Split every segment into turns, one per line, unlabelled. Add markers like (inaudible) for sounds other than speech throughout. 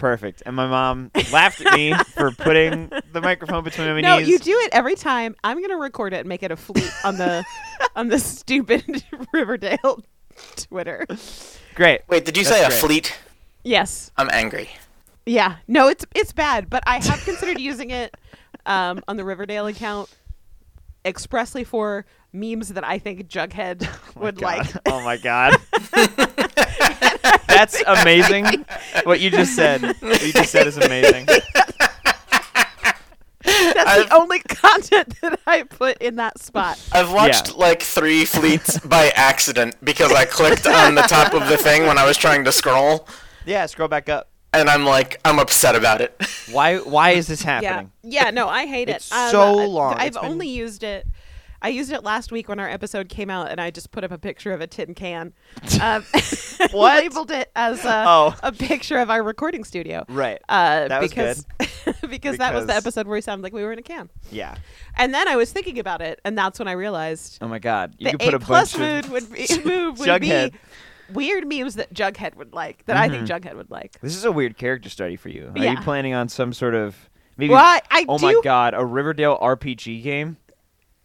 Perfect. And my mom laughed at
(laughs)
me for putting the microphone between my
No,
knees.
you do it every time. I'm gonna record it and make it a fleet on the on the stupid (laughs) Riverdale Twitter.
Great.
Wait, did you
That's
say
great.
a fleet?
Yes.
I'm angry.
Yeah. No, it's it's bad, but I have considered using it um, on the Riverdale account expressly for memes that I think Jughead would like. (laughs)
God. Oh my god. That's amazing.
(laughs)
What you just said. What you just said is amazing.
That's the only (laughs) content that I put in that spot.
I've watched like
(laughs)
three fleets by accident because I clicked on the top of the thing when I was trying to scroll,
Yeah, scroll back up.
and I'm like, I'm upset
(laughs)
about it.
Why why is this happening?
Yeah, yeah. No, I hate
It's
it. Um,
so
I-
long.
I've
It's been-
only used it. I used it last week when our episode came out, and I just put up a picture of a
(laughs)
tin can. Um, (laughs) and
What?
labeled it as a,
Oh.
a picture of our recording studio.
Right.
Uh,
That was
because, (laughs) because that was the
Because-
episode where we sounded like we were in a can.
Yeah.
And then I was thinking about it, and that's when I realized
Oh my god. You
the
could
eight
put a
plus
bunch
mood
of (laughs)
would be, (laughs) move would
Jughead. Mm-hmm.
be weird memes that Jughead would like, that I think Jughead would like.
This is a weird character study for you. Are you
Yeah.
planning on some sort of maybe
Well, I- I
Oh my
do-
god, a Riverdale RPG
(laughs)
game?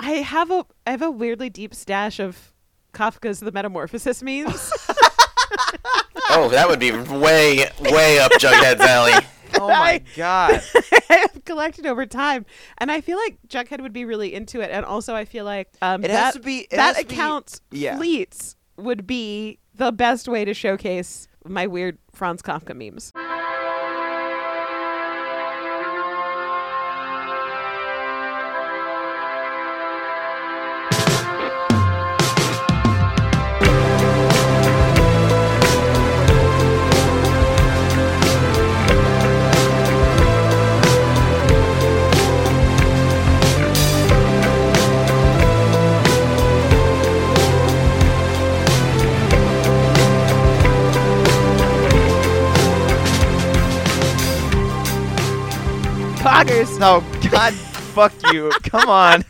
I have a I have a weirdly deep stash of Kafka's The
(laughs)
Metamorphosis memes. (laughs)
oh, that would be way, way up Jughead's alley.
Oh my
I-
god.
I have collected over time, and I feel like Jughead would be really into it. And also, I feel like um,
It
that,
has to be- it
that
has to be-
account
yeah.
fleets would be the best way to showcase my weird Franz Kafka memes. Poggers.
No, god fuck you. Come on.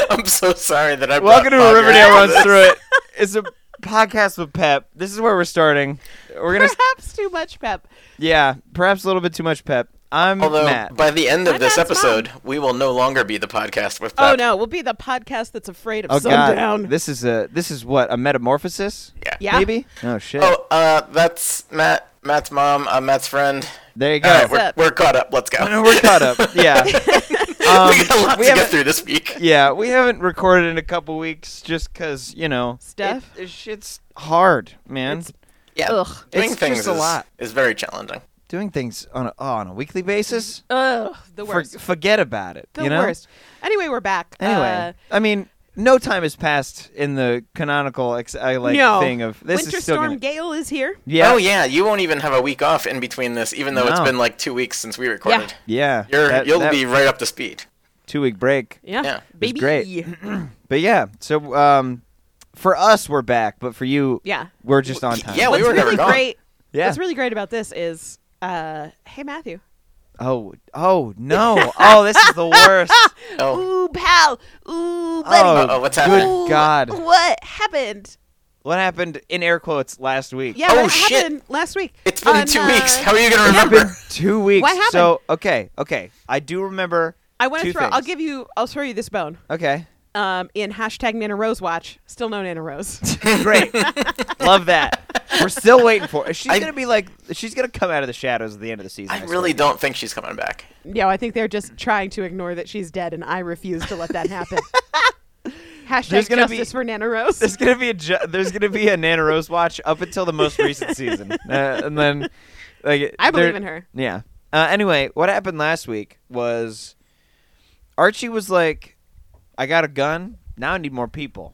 (laughs) I'm so sorry that I. brought
Welcome to
Fogger
Riverdale
into
Runs
this.
Through
(laughs)
It. It's a podcast with Pep. This is where we're starting. We're
(laughs)
gonna,
(laughs) Perhaps too much pep.
yeah, perhaps a little bit too much Pep. I'm
Although
Matt.
by the end of
I'm
this
Matt's mom.
episode, we will no longer be the podcast with.
Oh
Pep.
no, we'll be the podcast that's afraid of
oh god,
sundown.
this is a this is what a metamorphosis.
Yeah.
Yeah.
Maybe. Oh shit.
Oh, uh, that's Matt. Matt's mom. I'm Matt's friend.
there you go.
All right, we're,
up?
we're caught up. Let's go.
no, we're caught up. Yeah. Um,
(laughs) we got a lot
we
to
haven't-
get through this week.
yeah, we haven't recorded in a couple weeks just because you know
Stuff.
It, it- shit's hard, man.
It's-
Yeah,
Ugh.
doing
It's
things
just a
is,
lot.
is very challenging.
Doing things on a, oh, on a weekly basis.
Ugh, the
for-
worst.
forget about it.
the
you know?
worst. Anyway, we're back.
Anyway,
Uh,
I mean, no time has passed in the canonical ex- I like
no.
thing of this
Winter
is still
Storm
gonna-
Gale is here.
yeah,
Oh yeah, you won't even have a week off in between this, even though it's
No.
been like two weeks since we recorded.
yeah.
You're
that-
you'll
that
be right up to speed.
two week break,
Yeah.
Yeah. It's
Baby.
great. but yeah. So um, for us, we're back, but for you,
Yeah.
we're just on time.
Yeah, we
What's
were never
really
gone.
great.
Yeah.
What's really great about this is, uh, hey Matthew.
oh, oh no, oh this is
(laughs)
the worst.
Oh,
Ooh, pal. Ooh, buddy.
Oh,
Uh-oh, what's
Good
happening?
Ooh,
God,
What happened?
what happened in air quotes last week?
Yeah.
Oh,
what
shit.
happened last week?
it's been
On,
two
uh,
weeks. How are you gonna
It's been
remember?
two weeks.
What happened?
So okay, okay, I do remember.
I want
two
to throw. I'll
things.
give you. I'll throw you this bone.
Okay,
Um, in hashtag Nana Rose Watch, still known Nana
(laughs)
Rose.
Great. Love that. We're still waiting for She's
I-
going to be like, she's going to come out of the shadows at the end of the season.
I really don't think she's coming back.
no, I think they're just trying to ignore that she's dead, and I refuse to let that
(laughs)
happen.
There's
hashtag
gonna
justice
be-
for Nana Rose.
There's gonna be a ju- there's gonna be a Nana Rose watch up until the most recent
(laughs)
season, uh, and then like
I believe
there-
in her.
Yeah. Uh, anyway, what happened last week was Archie was like, "I got a gun. Now I need more people."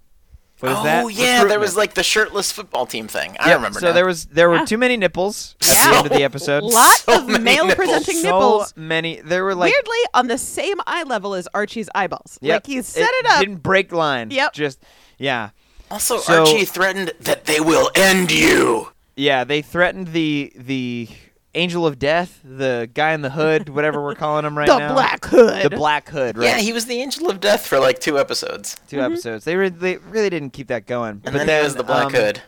What is
oh
that?
yeah, there was
Recruitment.
like the shirtless football team thing. I
Yeah,
remember.
So
now.
there was there were
Yeah.
too many nipples at
Yeah.
the end of the
(laughs)
episode.
Lot
So
of
many
male
nipples.
presenting
so
nipples.
many. There were like
weirdly on the same eye level as Archie's eyeballs.
Yep.
Like he set it, up.
Didn't break line.
Yep.
Just yeah,
also
so-
Archie threatened that they will end you.
yeah. They threatened the the angel of death, the guy in the hood, whatever we're calling
(laughs)
him right
the
now.
black hood.
The black hood. Right.
Yeah, he was the angel of death for like two episodes,
2 episodes. They, re- they really didn't keep that going.
and
but um,
then,
then
he was the black
um,
hood.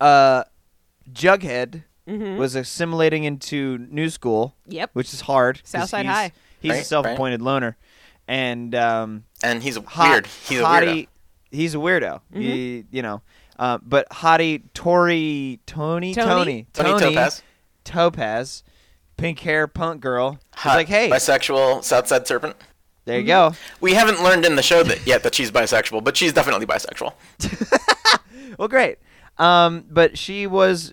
Uh, Jughead was assimilating into new school,
Mm-hmm. Yep.
which is hard. 'cause
Southside
he's-
High.
He's a
Right,
self-appointed loner, and um,
And he's a
Hot-
weird. He's a
Hottie-
weirdo.
He's a weirdo. He- you know, uh, but Hottie Tori Tony
Tony?
Tony
Tony Topaz.
Topaz, pink hair punk girl. She's
Hot,
like, hey,
bisexual, Southside Serpent.
there you go.
We haven't learned in the show that yet that she's bisexual, but she's definitely bisexual.
Well, great. Um, but she was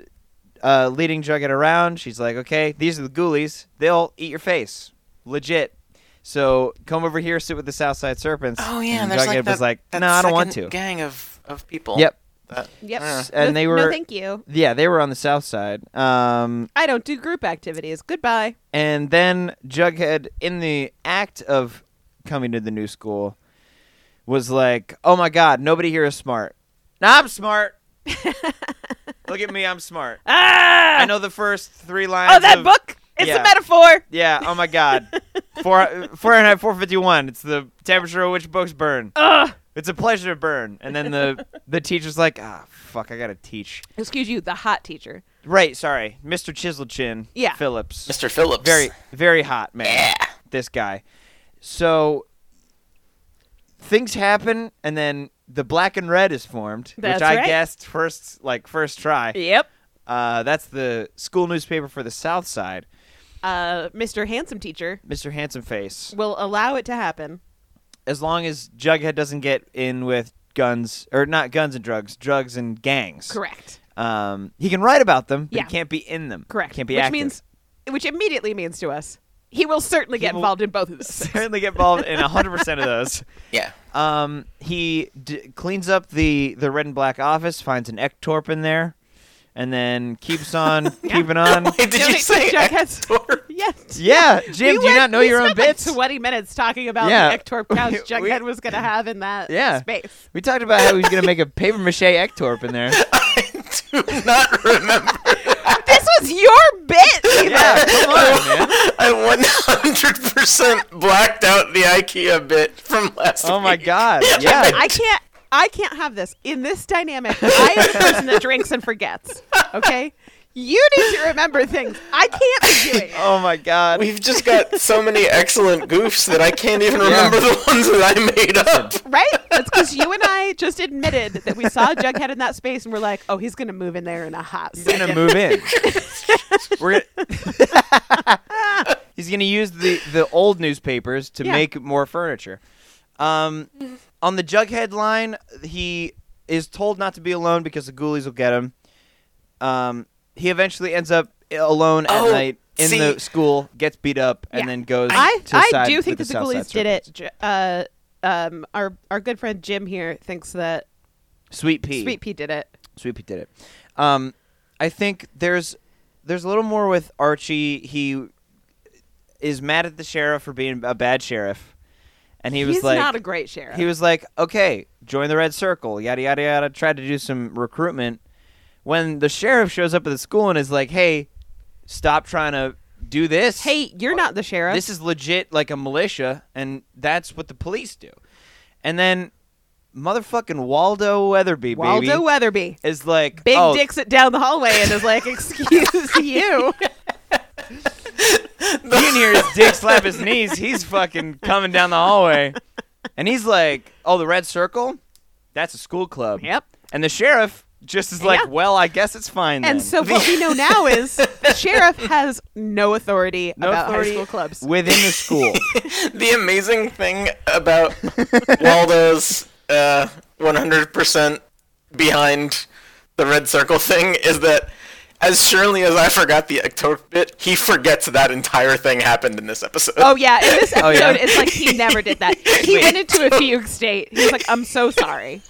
uh, leading Jughead around. She's like, okay, these are the ghoulies. They'll eat your face. Legit. So come over here, sit with the Southside Serpents.
Oh,
and Jughead was like, no, I don't want to.
Gang of of people.
Yep.
Yep.
Uh.
And
No-
they
No,
were-
thank you.
Yeah, they were on the South Side. Um,
I don't do group activities. Goodbye.
and then Jughead, in the act of coming to the new school, was like, oh my God, nobody here is smart. Now I'm
(laughs)
smart. Look at me, I'm smart.
Ah!
I know the first three lines.
Oh, that
of-
book. It's a
yeah.
metaphor.
Yeah. Oh my God.
(laughs)
Four Fahrenheit 451. It's the temperature at which books burn.
Ugh.
It's a pleasure to burn. And then the the teacher's like, ah, fuck, I gotta teach.
Excuse you, the hot teacher.
Right. Sorry, Mr. Chiselchin.
Yeah.
Phillips.
Mr. Phillips.
Very very hot man. This guy. So things happen, and then the black and red is formed,
That's
which I
right.
guessed first like first try.
Yep.
Uh, that's the school newspaper for the South Side.
Uh, Mr. Handsome Teacher
Mr. Handsome Face.
will allow it to happen.
as long as Jughead doesn't get in with guns or not guns and drugs, drugs and gangs.
Correct.
Um, he can write about them, but
Yeah.
he can't be in them.
Correct.
Can't be
which
active.
means, which immediately means to us, he will certainly get
will-
involved in both
(laughs)
of those.
certainly get involved in hundred percent of those.
(laughs) Yeah.
Um, he d- cleans up the the red and black office, finds an ectorp in there, and then keeps
(laughs)
on keeping on.
Wait, did
Don't
you
it-
say
Jughead's-
Ector?
yes.
Yeah, Jim,
We
do you
went-
not know
we
your own
spent like
bits?
Twenty minutes talking about
Yeah.
the ector couch
We-
Jughead was going to have in that
Yeah.
space.
we talked about how he was gonna make a paper mache ectorp in
(laughs)
there.
I do not remember.
This was your bit. Ethan.
Yeah, come on, man.
I 100% blacked out the IKEA bit from last
Oh my
week.
god. Yeah.
I can't. I can't have this in this dynamic. I am the person that drinks and forgets. Okay, you need to remember things. I can't be doing it.
Oh my god.
We've just got so many excellent goofs that I can't even remember the ones that I made up.
Right? That's because you and I just admitted that we saw Jughead in that space, and we're like, "Oh, he's gonna move in there in a hot."
He's
Second.
gonna move
(laughs)
in. We're gonna He's gonna (laughs) use the the old newspapers to
Yeah. Mm-hmm.
make more furniture. Um, on the Jughead line, he is told not to be alone because the ghoulies will get him. Um, he eventually ends up alone at
Oh,
night in
see.
the school, gets beat up,
Yeah.
and then goes.
I
to
I
side
do
with
think that the
South Side
ghoulies did
Serpents.
it. Ju- Uh, um, our our good friend Jim here thinks that
Sweet pea.
Sweet Pea did it.
Sweet Pea did it. Um, I think there's there's a little more with Archie. He is mad at the sheriff for being a bad sheriff, and he was
he's
like,
not a great sheriff.
he was like, okay, join the Red Circle, yada yada yada. Tried to do some recruitment. When the sheriff shows up at the school and is like, hey, stop trying to do this.
hey, you're not the sheriff.
This is legit like a militia, and that's what the police do. And then motherfucking Waldo Weatherby,
Waldo
baby,
Weatherby.
is like
Big
oh, (laughs)
dicks it down the hallway and is like, "Excuse you."
you can hear his
(laughs)
dick slap his knees. He's fucking coming down the hallway. And he's like, oh, the red circle? That's a school club.
Yep.
And the sheriff just is like,
Yeah.
well, I guess it's fine then.
And so (laughs) what we know now is the sheriff has no authority
No
about
authority
high school clubs.
within the
(laughs)
school.
The amazing thing about Waldo's uh, 100% behind the red circle thing is that as surely as I forgot the ectorp bit, he forgets that entire thing happened in this episode.
Oh yeah, in this
(laughs)
episode,
Oh, yeah?
it's like he never
(laughs)
did that. He went into a fugue state. He was like, "I'm
(laughs)
so sorry."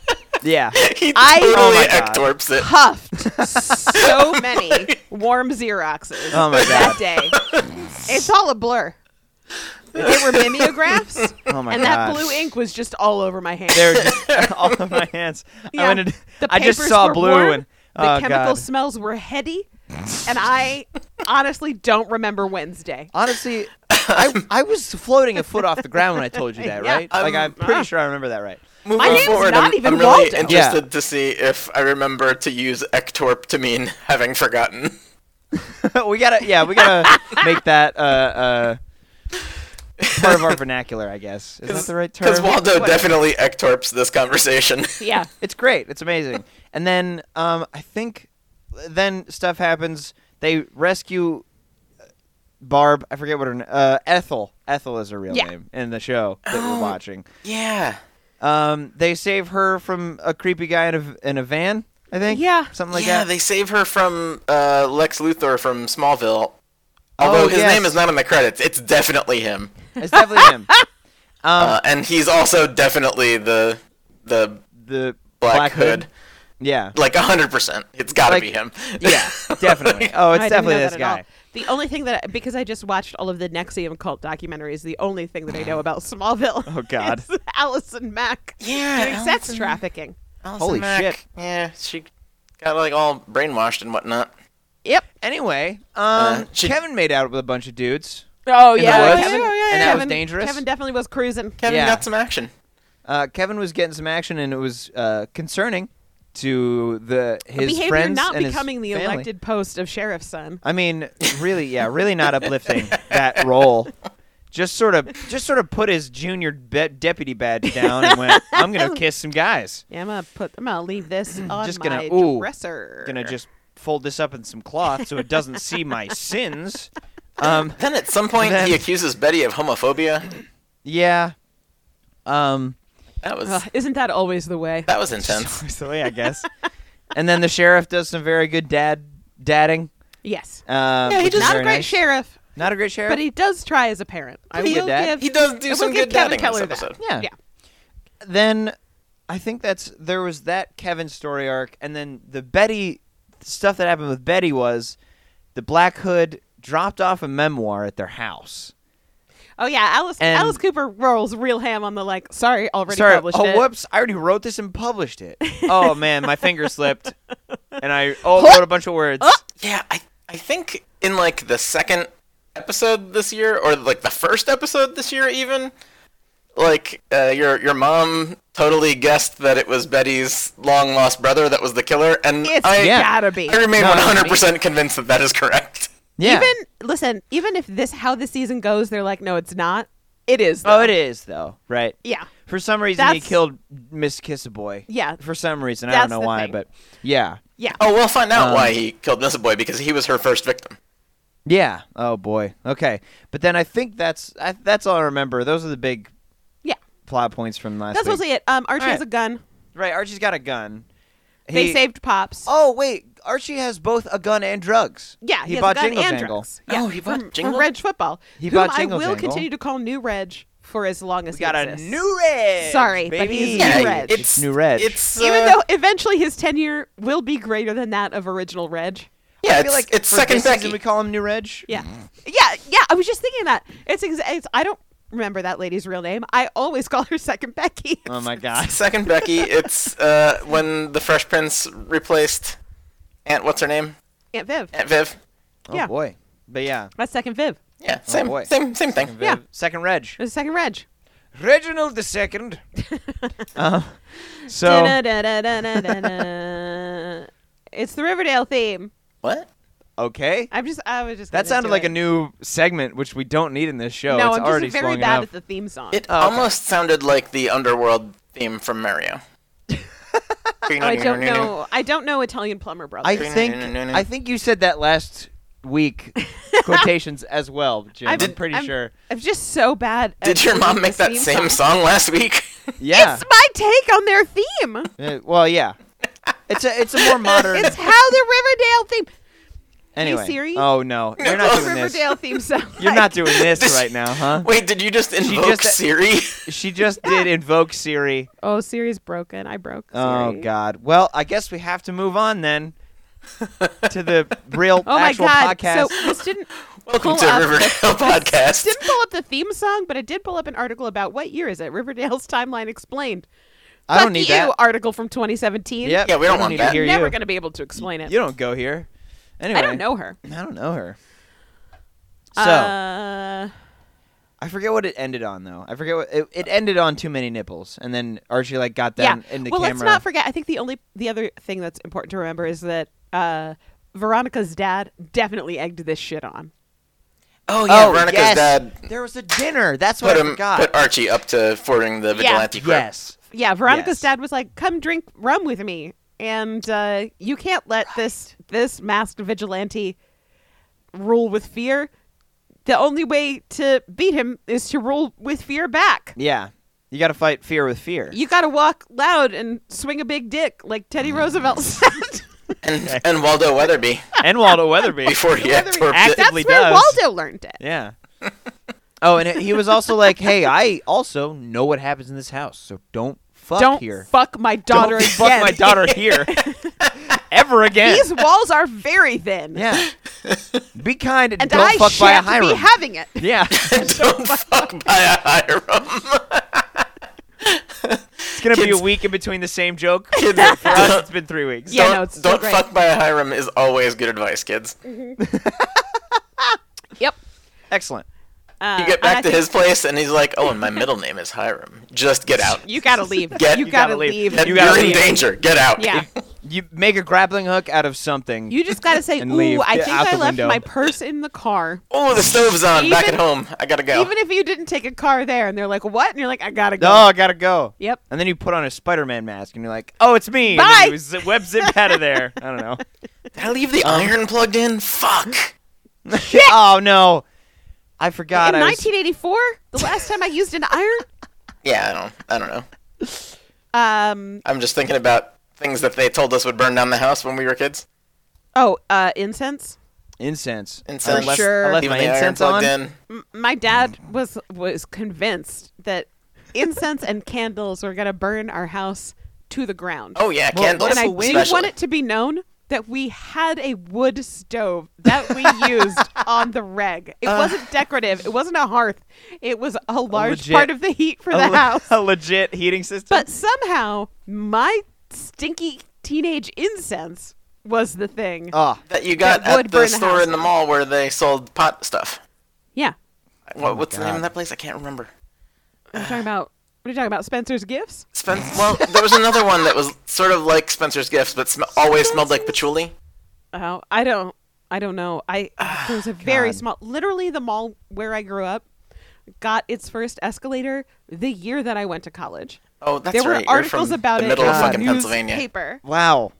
yeah.
he
I-
totally
Oh my God.
ectorps it.
Puffed
(laughs)
so many warm Xeroxes
Oh,
(laughs)
my
that
God.
day. It's all a blur. They were mimeographs,
Oh, my
and
God. (laughs)
that blue ink was just all over my hand. (laughs)
They were just (laughs) all in my hands.
Yeah.
I, went and-
The
I just
papers
saw
were
blue
warm,
and.
the
oh,
chemical
God.
smells were heady, and I honestly don't remember Wednesday.
Honestly, I, I was floating a foot off the ground when I told you that,
(laughs) Yeah.
right? Like, I'm pretty
ah.
sure I remember that right.
Moving
My name's
forward,
not
I'm,
even
I'm really
Waldo.
interested to see if I remember to use ectorp to mean having forgotten.
(laughs) we gotta, yeah, we
(laughs)
gotta make that uh, uh, part of our vernacular, I guess. Is that the
(laughs)
right term?
Because Waldo
Whatever.
definitely ectorps this conversation.
Yeah.
It's great. It's amazing. and then um, I think then stuff happens. They rescue uh, Barb. I forget what her name. Uh, Ethel. Ethel is her real
Yeah. Oh.
name in the show that we're watching.
yeah.
Um, they save her from a creepy guy in a, in a van. I think.
Yeah.
Something like
yeah,
that.
they save her from uh, Lex Luthor from Smallville. Although
Oh,
his
yes.
name is not in the credits, it's definitely him,
It's definitely
(laughs)
him. Um,
uh, and he's also definitely the the
The
Black, Hood.
Yeah.
Like hundred percent, it's got to
Like-
be him. (laughs)
Yeah. Definitely. Oh, it's
I didn't know
definitely this
that at all.
guy.
The only thing that because I just watched all of the Nexium cult documentaries, the only thing that I know about Smallville.
Oh,
(laughs)
God.
is Allison Mack.
yeah.
Doing sex trafficking.
Allison
Holy
Mack.
shit.
Yeah, she got like all brainwashed and whatnot.
Yep. Uh,
Anyway, um,
she-
Kevin made out with a bunch of dudes.
Oh
the yeah. woods?
Kevin,
Kevin- and that was dangerous?
Kevin definitely was cruising.
Kevin
Yeah.
got some action.
Uh, Kevin was getting some action, and it was uh, concerning to the his
Behavior
friends
not
and his
becoming the
family.
elected post of sheriff's son.
I mean, really, yeah, really not uplifting that role. Just sort of, just sort of put his junior be- deputy badge down and went, "I'm
(laughs)
gonna kiss some guys.
Yeah, I'm gonna put. I'm gonna
(clears throat)
leave this on
Just gonna-
my
ooh,
dresser.
Gonna just fold this up in some cloth so it doesn't see my sins." Um,
Then at some point
Then-
he accuses Betty of homophobia.
yeah, um,
That was
Ugh, isn't that always the way?
that
(laughs)
was intense.
silly, I guess. and then the sheriff does some very good dad dadding.
Yes.
Um,
Yeah, he
which is
just-
Not a
very
great
nice.
sheriff,
Not a great sheriff.
but he does try as a parent. I
He
will
did that.
give.
He does do
I will
some
give
good
Kevin
dadding in this
Keller that.
episode.
Yeah.
yeah.
Then I think that's there was that Kevin story arc, and then the Betty stuff that happened with Betty was the Black Hood dropped off a memoir at their house.
Oh yeah, Alice.
And-
Alice Cooper rolls real ham on the like. Sorry, already
Sorry,
published
oh
it.
whoops, I already wrote this and published
(laughs)
it. oh man, my finger slipped, and I oh wrote a bunch of words.
Yeah, I I think in like the second episode this year, or like the first episode this year, even like uh, your your mom totally guessed that it was Betty's long lost brother that was the killer, and
It's
I
yeah.
gotta be.
I remain
No,
one
it's
hundred percent convinced that that is correct.
yeah.
Even listen, even if this how this season goes, they're like, no, it's not. It is.
oh,
though.
it is though, right?
Yeah.
For some reason, he
That's-
killed Miss Kissaboy.
Yeah.
For some reason, I
That's
don't know
the
why,
thing.
but yeah,
Yeah.
Oh, we'll find out why he killed Mrs. Boy because he was her first victim.
yeah. Oh boy. Okay, but then I think that's I, that's all I remember. Those are the big
Yeah.
plot points from last
That's
week.
mostly it. Um, Archie
All
has
right.
a gun.
right, Archie's got a gun.
They
He-
saved Pops.
Oh wait, Archie has both a gun and drugs.
yeah,
he,
has a
bought
gun
Jingle
and
Jangle.
drugs. Yeah,
Oh, he
from-
bought Jingle?
from Reg Football.
He
whom
bought Jingle
I will
Jangle.
continue to call New Reg for as long as
We got
he
a
exists.
new red.
Sorry, but
baby.
he's New
Yeah,
Reg.
it's,
It's new red.
It's uh,
Even though eventually his tenure will be greater than that of original Reg.
yeah,
I
it's,
feel like
it's
for
second
this
Becky.
season we call him New Reg.
Yeah, yeah, yeah. I was just thinking that it's, exa- it's I don't remember that lady's real name. I always call her (laughs) Second Becky.
Oh
(laughs)
my gosh.
(laughs) Second Becky, it's uh, when the Fresh Prince replaced Aunt what's her name?
Aunt Viv.
Aunt Viv.
Oh
Yeah.
boy. But yeah.
That's Second Viv.
Yeah, same
boy.
same same thing.
Yeah.
Second Reg.
There's a Second Reg.
Reginald the
(laughs)
Second. um, so
Da-da-da-da-da-da-da. it's the Riverdale theme.
What?
okay.
I'm just. I was just.
That
gonna
sounded
do
like
it.
a new segment, which we don't need in this show.
No,
it's
I'm
already
just very
strong
bad
enough.
at the theme song.
It
okay.
almost sounded like the underworld theme from (laughs) Mario.
Oh, I don't know. I don't know Italian Plumber
I
Brothers.
Green-
think
no, no, no, no.
I think you said that last
(laughs)
week. quotations as well, Jim. I'm,
I'm-
pretty
I'm-
sure.
I, am just so bad. At
Did your
singing
mom
the
make that
theme
same song last week? (laughs)
Yeah.
(laughs) It's my take on their theme.
Uh, well, yeah. It's a it's a
(laughs)
more modern.
It's how the Riverdale
(laughs)
theme.
anyway.
Siri?
Oh no, you're not doing this.
Riverdale theme song.
(laughs) You're not
(laughs)
doing this
This-
right now, huh?
Wait, did you just invoke
uh,
just-
Siri?
She just
(laughs)
did invoke Siri.
Oh, Siri's broken. I broke.
Oh
Siri.
God. Well, I guess we have to move on
(laughs)
then to the real
Oh my
actual
God.
podcast.
So this didn't
(laughs)
Welcome
pull
to
up-
Riverdale podcast.
didn't pull up the theme song, but I did pull up an article about what year is it? Riverdale's timeline explained.
I don't
Fuck
need
you,
that.
article from 2017.
Yep,
Yeah, we don't want
need
that.
to hear
I'm never
you.
going to be able to explain it.
You don't go here. Anyway,
I don't know her.
I don't know her. So
uh,
I forget what it ended on though. I forget what it, it ended on. Too many nipples, and then Archie like got
yeah.
down in the
well,
camera.
let's not forget. I think the only the other thing that's important to remember is that uh, Veronica's dad definitely egged this shit on.
Oh yeah,
oh,
Veronica's
yes.
dad
There was a dinner. That's what I
put him
forgot.
put Archie up to forming the vigilante group. (laughs)
yes.
Yeah, Veronica's
Yes.
dad was like, "Come drink rum with me," and uh, you can't let this this masked vigilante rule with fear. The only way to beat him is to rule with fear back.
Yeah. You got to fight fear with fear.
You got to walk loud and swing a big dick, like
Mm.
Teddy Roosevelt (laughs) said.
And and
(laughs)
Waldo Weatherby
and Waldo Weatherby.
before he had
Weatherby-
torped
Act-
it.
That's
Actively
where
does.
Waldo learned it.
yeah. Oh, and he was also like, "Hey, I also know what happens in this house, so don't fuck
Don't
here.
fuck my daughter
don't fuck
again.
my daughter
(laughs)
here ever again."
These walls are very thin.
yeah. Be kind and,
And
don't
I
fuck by a
shan't
Hiram.
be having it.
yeah.
(laughs)
(laughs)
(laughs)
Don't fuck by a Hiram.
It's going to be a
Kids-
week in between the same
(laughs)
joke.
Kids,
For us,
don't
it's been 3 weeks.
Yeah,
don't,
no, it's so
don't
great.
fuck by a Hiram is always good advice, kids.
Yep.
Excellent.
Uh,
You get
and I
back to
think
his place, and he's like, "Oh, and my middle name is Hiram. Just get out.
You gotta leave.
(laughs) Get-
you
You
gotta
gotta
leave.
leave.
You
You
gotta
are in
leave.
danger. Get out."
Yeah.
You make a grappling hook out of something.
You just gotta say,
And
"Ooh,
leave.
I
Get
think
out
I
the
left
window."
my purse in the car."
Oh, the stove's on. back at
Even-
home. I gotta go.
Even if you didn't take a car there, and they're like, "What?" and you're like, "I gotta go."
oh, I got to go.
Yep.
And then you put on a Spider-Man mask, and you're like, "Oh, it's me!" And
Bye.
then you zip, web zip out of there. I don't know.
(laughs)
Did I leave the iron plugged in? Fuck.
Oh no, I forgot.
in
I was-
1984, the last time I used an iron. (laughs)
Yeah, I don't. I don't know.
Um.
I'm just thinking about things that they told us would burn down the house when we were kids.
Oh, uh, incense.
incense.
Incense.
I left, I
Sure.
left
Even
my
the iron
incense on. (laughs)
plugged in.
M- my dad was was convinced that incense and candles were gonna burn our house to the ground.
Oh yeah,
Well,
candles.
what
and I
Wind-
do want it to be known that we had a wood stove that we used
(laughs)
on the reg. It
Uh,
wasn't decorative. It wasn't a hearth. It was a large
legit-
part of the heat for
A
the
le-
house.
A legit heating system.
But somehow, my stinky teenage incense was the thing.
Ah,
that you got
that would
at
burn
the
the
store
house
in the
down.
mall where they sold pot stuff.
Yeah, Oh,
What, what's the name
God.
of that place? I can't remember.
I'm talking about. What are you talking about? Spencer's gifts.
Spen- well, there was another one that was sort of like Spencer's Gifts, but sm- always smelled like patchouli.
Oh, I don't. I don't know.
(sighs)
I
Ah,
there was a very small. Literally, the mall where I grew up got its first escalator the year that I went to college.
Oh, that's
there were
right. You're
articles
from
about
the
it
middle
in
of
God.
fucking
the
Pennsylvania.
newspaper.
wow.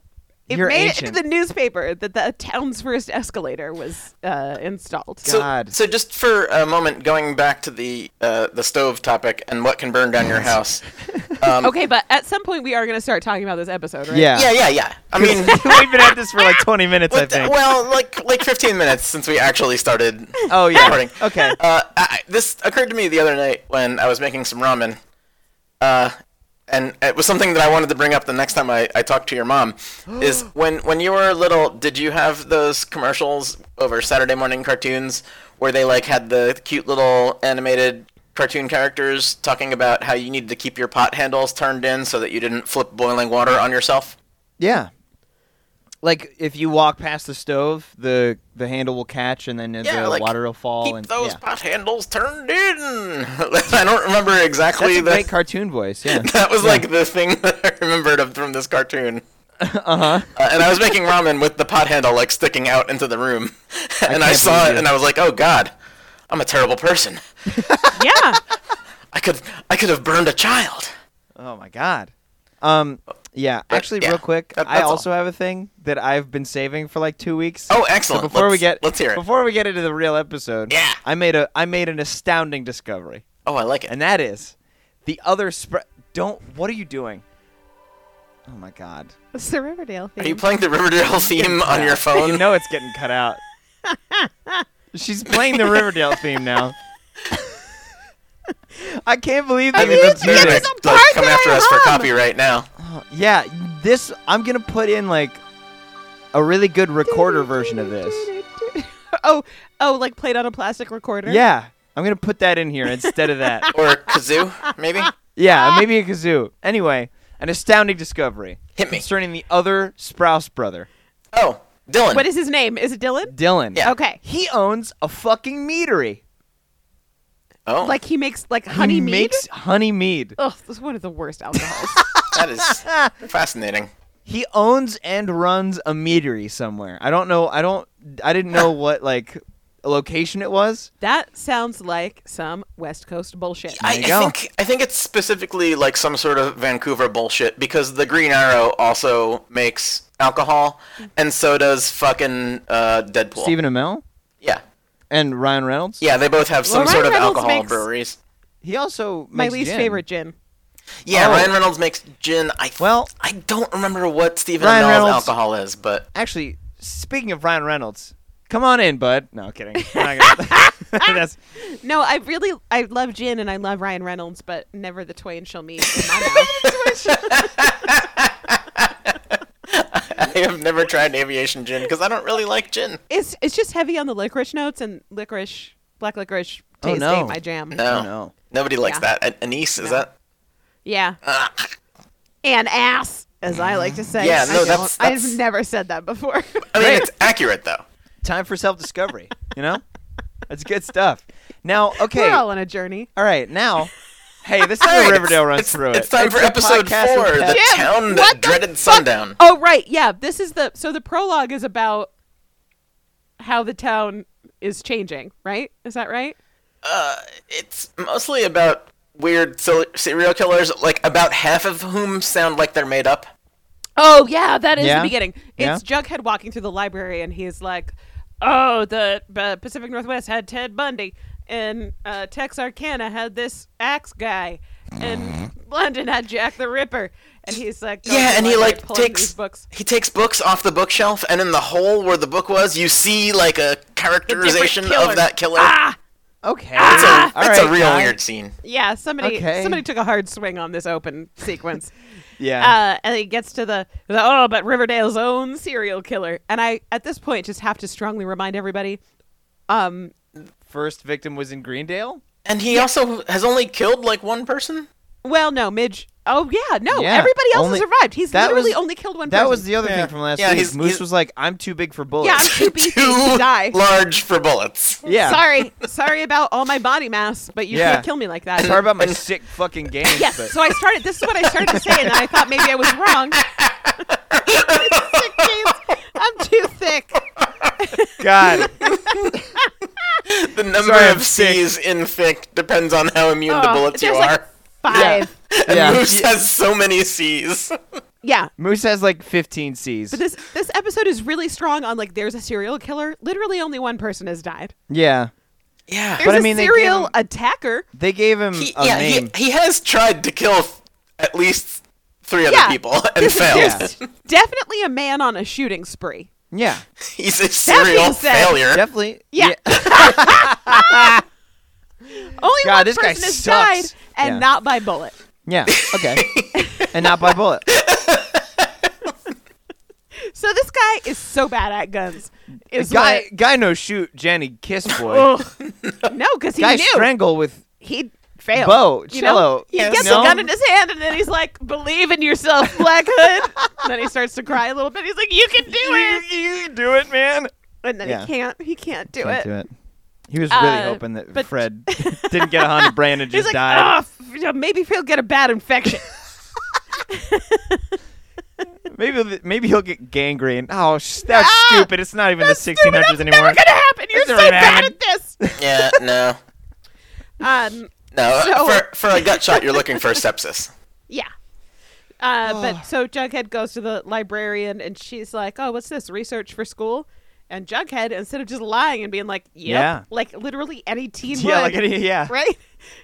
It
You're
made
ancient.
it into the newspaper that the town's first escalator was uh, installed.
So,
God.
so just for a moment, going back to the uh, the stove topic and what can burn down your house. Um,
okay, but at some point we are going to start talking about this episode, right?
Yeah.
Yeah, yeah, yeah.
(laughs)
I mean,
We've been at this for like 20 minutes, I
what the-
think.
well, like like 15 minutes since we actually started.
oh yeah.
recording.
okay.
Uh, I, I- this occurred to me the other night when I was making some ramen, uh, and it was something that I wanted to bring up the next time I, I talked to your mom. is when when you were little, did you have those commercials over Saturday morning cartoons where they like had the cute little animated cartoon characters talking about how you needed to keep your pot handles turned in so that you didn't flip boiling water on yourself?
Yeah. Like if you walk past the stove, the the handle will catch, and then
Yeah,
the
like,
water will fall.
Keep
and
those
yeah.
pot handles turned in. (laughs) I don't remember exactly
That's a
the
great cartoon voice.
(laughs)
Yeah.
That was like the thing (laughs) that I remembered of, from this cartoon.
uh huh.
Uh, and I was making ramen with the pot handle like sticking out into the room, and I,
can't
saw
believe
it,
you.
and I was like, "Oh God, I'm a terrible person.
(laughs) Yeah.
I could, I could have burned a child."
Oh my god. Um. Yeah. Actually,
yeah,
real quick,
that-
I
that's all.
also have a thing that I've been saving for like two weeks. So
Oh, excellent.
before we
Let's-
get
let's hear it.
before we get into the real episode,
Yeah.
I made a I made an astounding discovery,
Oh, I like it.
and that is the other spread. Don't. What are you doing? Oh my god.
It's the Riverdale thing.
Are you playing the Riverdale theme on your
You
phone?
know it's getting cut
(laughs)
out. She's playing the Riverdale theme
(laughs)
now. I can't believe
I
that
mean,
even
it's-
the
They're
Give
music.
us a
gonna, like,
part
come
that
after
I
us for
have.
copyright now.
Yeah, this I'm gonna put in like a really good recorder version of this.
(laughs) oh, oh, like played on a plastic recorder.
Yeah, I'm gonna put that in here instead of
(laughs)
that.
Or kazoo, maybe.
Yeah, maybe a kazoo. Anyway, an astounding discovery
Hit me.
concerning the other Sprouse brother,
Oh, Dylan.
What is his name? Is it Dylan?
Dylan.
Yeah.
Okay.
He owns a fucking meadery.
oh,
Like he makes like honey
he
mead.
makes honey mead.
(laughs) Ugh, this is one of the worst alcohols.
that is fascinating.
He owns and runs a meadery somewhere. I don't know. I don't. I didn't
(laughs)
know what like location it was.
That sounds like some West Coast bullshit.
I-
I,
you go.
I think I think it's specifically like some sort of Vancouver bullshit because the Green Arrow also makes alcohol,
Mm-hmm.
and so does fucking uh, Deadpool.
Stephen Amell
Yeah,
and Ryan Reynolds.
yeah, they both have some
Well, Ryan
sort of
Reynolds
alcohol
makes-
breweries.
He also
My
makes
least
gin.
favorite gin.
Yeah,
Oh.
Ryan Reynolds makes gin. I
Well-
I don't remember what Stephen
Ryan
Amell's
Reynolds-
alcohol is, but (laughs)
Actually, speaking of Ryan Reynolds, come on in, bud. No kidding. I'm not
(laughs)
gonna- (laughs) That's-
No, I really I love gin and I love Ryan Reynolds, but never the twain shall meet in my mouth.
I have never tried aviation gin because I don't really like gin.
It's it's just heavy on the licorice notes and licorice, black licorice
Oh,
taste
no.
ain't my jam.
No,
Oh, no.
nobody likes
Yeah.
that. An- Anise is
No.
that?
Yeah,
Ah.
and ass, as I like to say.
Yeah,
I
no,
don't-
that's- that's-
I've never said that before. (laughs)
I mean,
Great.
it's accurate though.
Time for self discovery. You know, that's good stuff. Now, okay,
We're all on a journey.
all right. Now, hey, this is
(laughs) All
how
right,
Riverdale
it's-
runs
it's-
through
It's
it.
time for
a
episode
podcast
four,
with
(laughs) the
pets.
Jim,
town
what
that
the
dreaded sundown.
Oh right, yeah. This is the so the prologue is about how the town is changing. Right? Is that right?
uh, It's mostly about weird sil- serial killers, like about half of whom sound like they're made up.
Oh yeah, that is
Yeah.
the beginning.
Yeah.
It's Jughead walking through the library, and he's like, "Oh, the uh, Pacific Northwest had Ted Bundy, and uh, Texarkana had this axe guy, and London had Jack the Ripper." And he's like, going
Mm-hmm. yeah,
to
and
the
he
library
like
pulling
takes
these books.
he takes books off the bookshelf, and in the hole where the book was, you see like a characterization
killer.
of that killer.
Ah,
Okay,
It's a,
all
it's
right,
a real
guys.
weird scene.
yeah. Somebody,
Okay.
somebody took a hard swing on this open
(laughs)
sequence.
Yeah.
uh, and he gets to the, the oh, but Riverdale's own serial killer. And I, at this point, just have to strongly remind everybody, um,
First victim was in Greendale.
And he also has only killed like one person.
Well, no, Midge. Oh yeah, no.
Yeah,
everybody else
only-
has survived. He's
that
literally
was-
only killed one.
That
person.
was the other
Yeah.
thing from last
Yeah,
week.
he's-
Moose
he's-
was like, "I'm too big for bullets."
Yeah,
(laughs)
I'm too beefy
Too
to die.
large for bullets. (laughs)
yeah.
Sorry, sorry about all my body mass, but you
Yeah.
can't kill me like that.
Sorry about
(laughs)
my sick fucking game.
yes.
but
So I started. This is what I started to say, and then I thought maybe I was
(laughs)
wrong. Sick jeans. I'm too thick.
God,
The number
Sorry, I'm
of C's in fic depends on how immune to
Oh,
bullets you
there's
are.
(laughs) like five.
(laughs) And
Yeah.
Moose has so
(laughs)
many C's.
Yeah.
Moose has like 15 C's.
(laughs)
But this this episode is really strong on like there's a serial killer. Literally, only one person has died.
yeah,
Yeah.
There's
I
a
mean, they gave
serial
him- (laughs)
attacker.
they gave him
he,
a
yeah,
name.
he, he has tried to kill th- at least three other
Yeah.
people and
(laughs) There's-
failed.
there's definitely a man on a shooting spree.
yeah,
(laughs) He's a serial
being said-
failure.
(laughs) definitely.
Yeah. (laughs) Only
God,
one
this guy
person has
sucks.
died, and
Yeah.
not by bullet.
yeah, okay, and not by (laughs) bullet.
So this guy is so bad at guns. Is
Guy, guy, no shoot, Jenny, (laughs) kiss boy.
what, Ugh. no, because he
guy
knew
strangle with
he failed.
Bo,
you know?
cello.
He
Yes.
gets
No.
a gun in his hand, and then he's like, "Believe in yourself, Black Hood." and then he starts to cry a little bit. He's like, "You
(laughs)
can do it,"
you do it, man.
and then
Yeah.
he can't. He can't do
Can't
it.
do it. He was really
Uh,
hoping that (laughs)
but-
Fred didn't get a Honda brand and
He's
just
like,
died.
"Oh, f- you know, maybe he'll get a
(laughs)
bad infection."
Maybe th- maybe he'll get gangrene. Oh, sh- that's
Ah!
stupid. It's not even the 1600s
That's
anymore.
never gonna happen. You're
It's
so
never gonna
bad
happen.
at
(laughs)
this.
yeah, no.
Um,
No,
(laughs) So-
for, for a gut shot, you're looking for sepsis.
Yeah. Uh, But so Jughead goes to the librarian and she's like, Oh, what's this? Research for school? And Jughead, instead of just lying and being like, yep,
Yeah.
like literally any teen
(laughs) yeah, like
would,
any, yeah.
(laughs) right?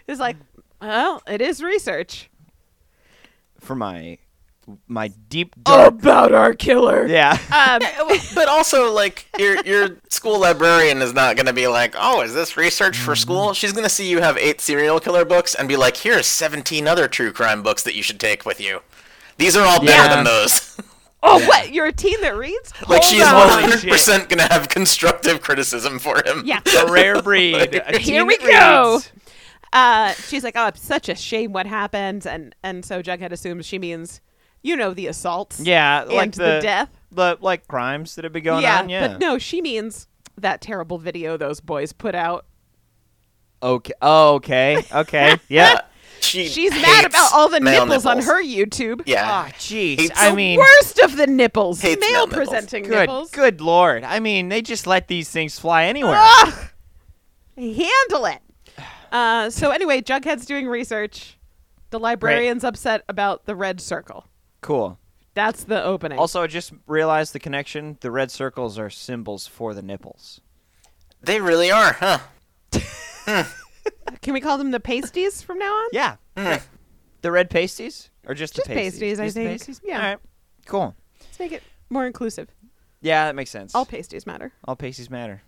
Is like, Well, it
(laughs)
is research.
For my my deep dark.
About our
(laughs)
killer.
Yeah.
Um,
But also, like, your, your school librarian is not going to be like, oh, is this research for school? She's going to see you have eight serial killer books and be like, here's 17 other true crime books that you should take with you. These are all better
Yeah.
than those.
(laughs)
(laughs)
oh, what? You're a teen
(laughs)
that reads?
like,
Hold
she is
on.
Holy
100% going to have constructive criticism for him.
Yeah.
a
(laughs)
rare breed. A
Here
teen
we
that
go.
reads.
Uh, she's like, Oh, it's such a shame what happened. And, and so Jughead assumes she means, you know, the assaults.
Yeah, like
And the death.
the like crimes that have been going on. Yeah.
(laughs) but no, she means that terrible video those boys put out. (laughs)
Okay. Oh, okay. Okay. Yeah.
(laughs) She
She's mad about all the
male
nipples, on
nipples.
her YouTube.
Yeah.
Ah, jeez.
Hates-
I
The
mean,
worst of the nipples.
Hates
Male
male nipples.
presenting
good,
nipples.
good lord. I mean, they just let these things fly anywhere.
Ugh. handle it. (sighs) Uh, so anyway, Jughead's doing research. The librarian's upset about the red circle.
Cool.
That's the opening.
Also, I just realized the connection. The red circles are symbols for the nipples.
They really are, huh?
Can we call them the pasties from now on?
Yeah. Great. Mm. The red pasties? Or just,
Just
the pasties?
pasties, I
Just the
think.
pasties?
Yeah.
All right. Cool.
Let's make it more inclusive.
Yeah, that makes sense.
All pasties matter.
All pasties matter.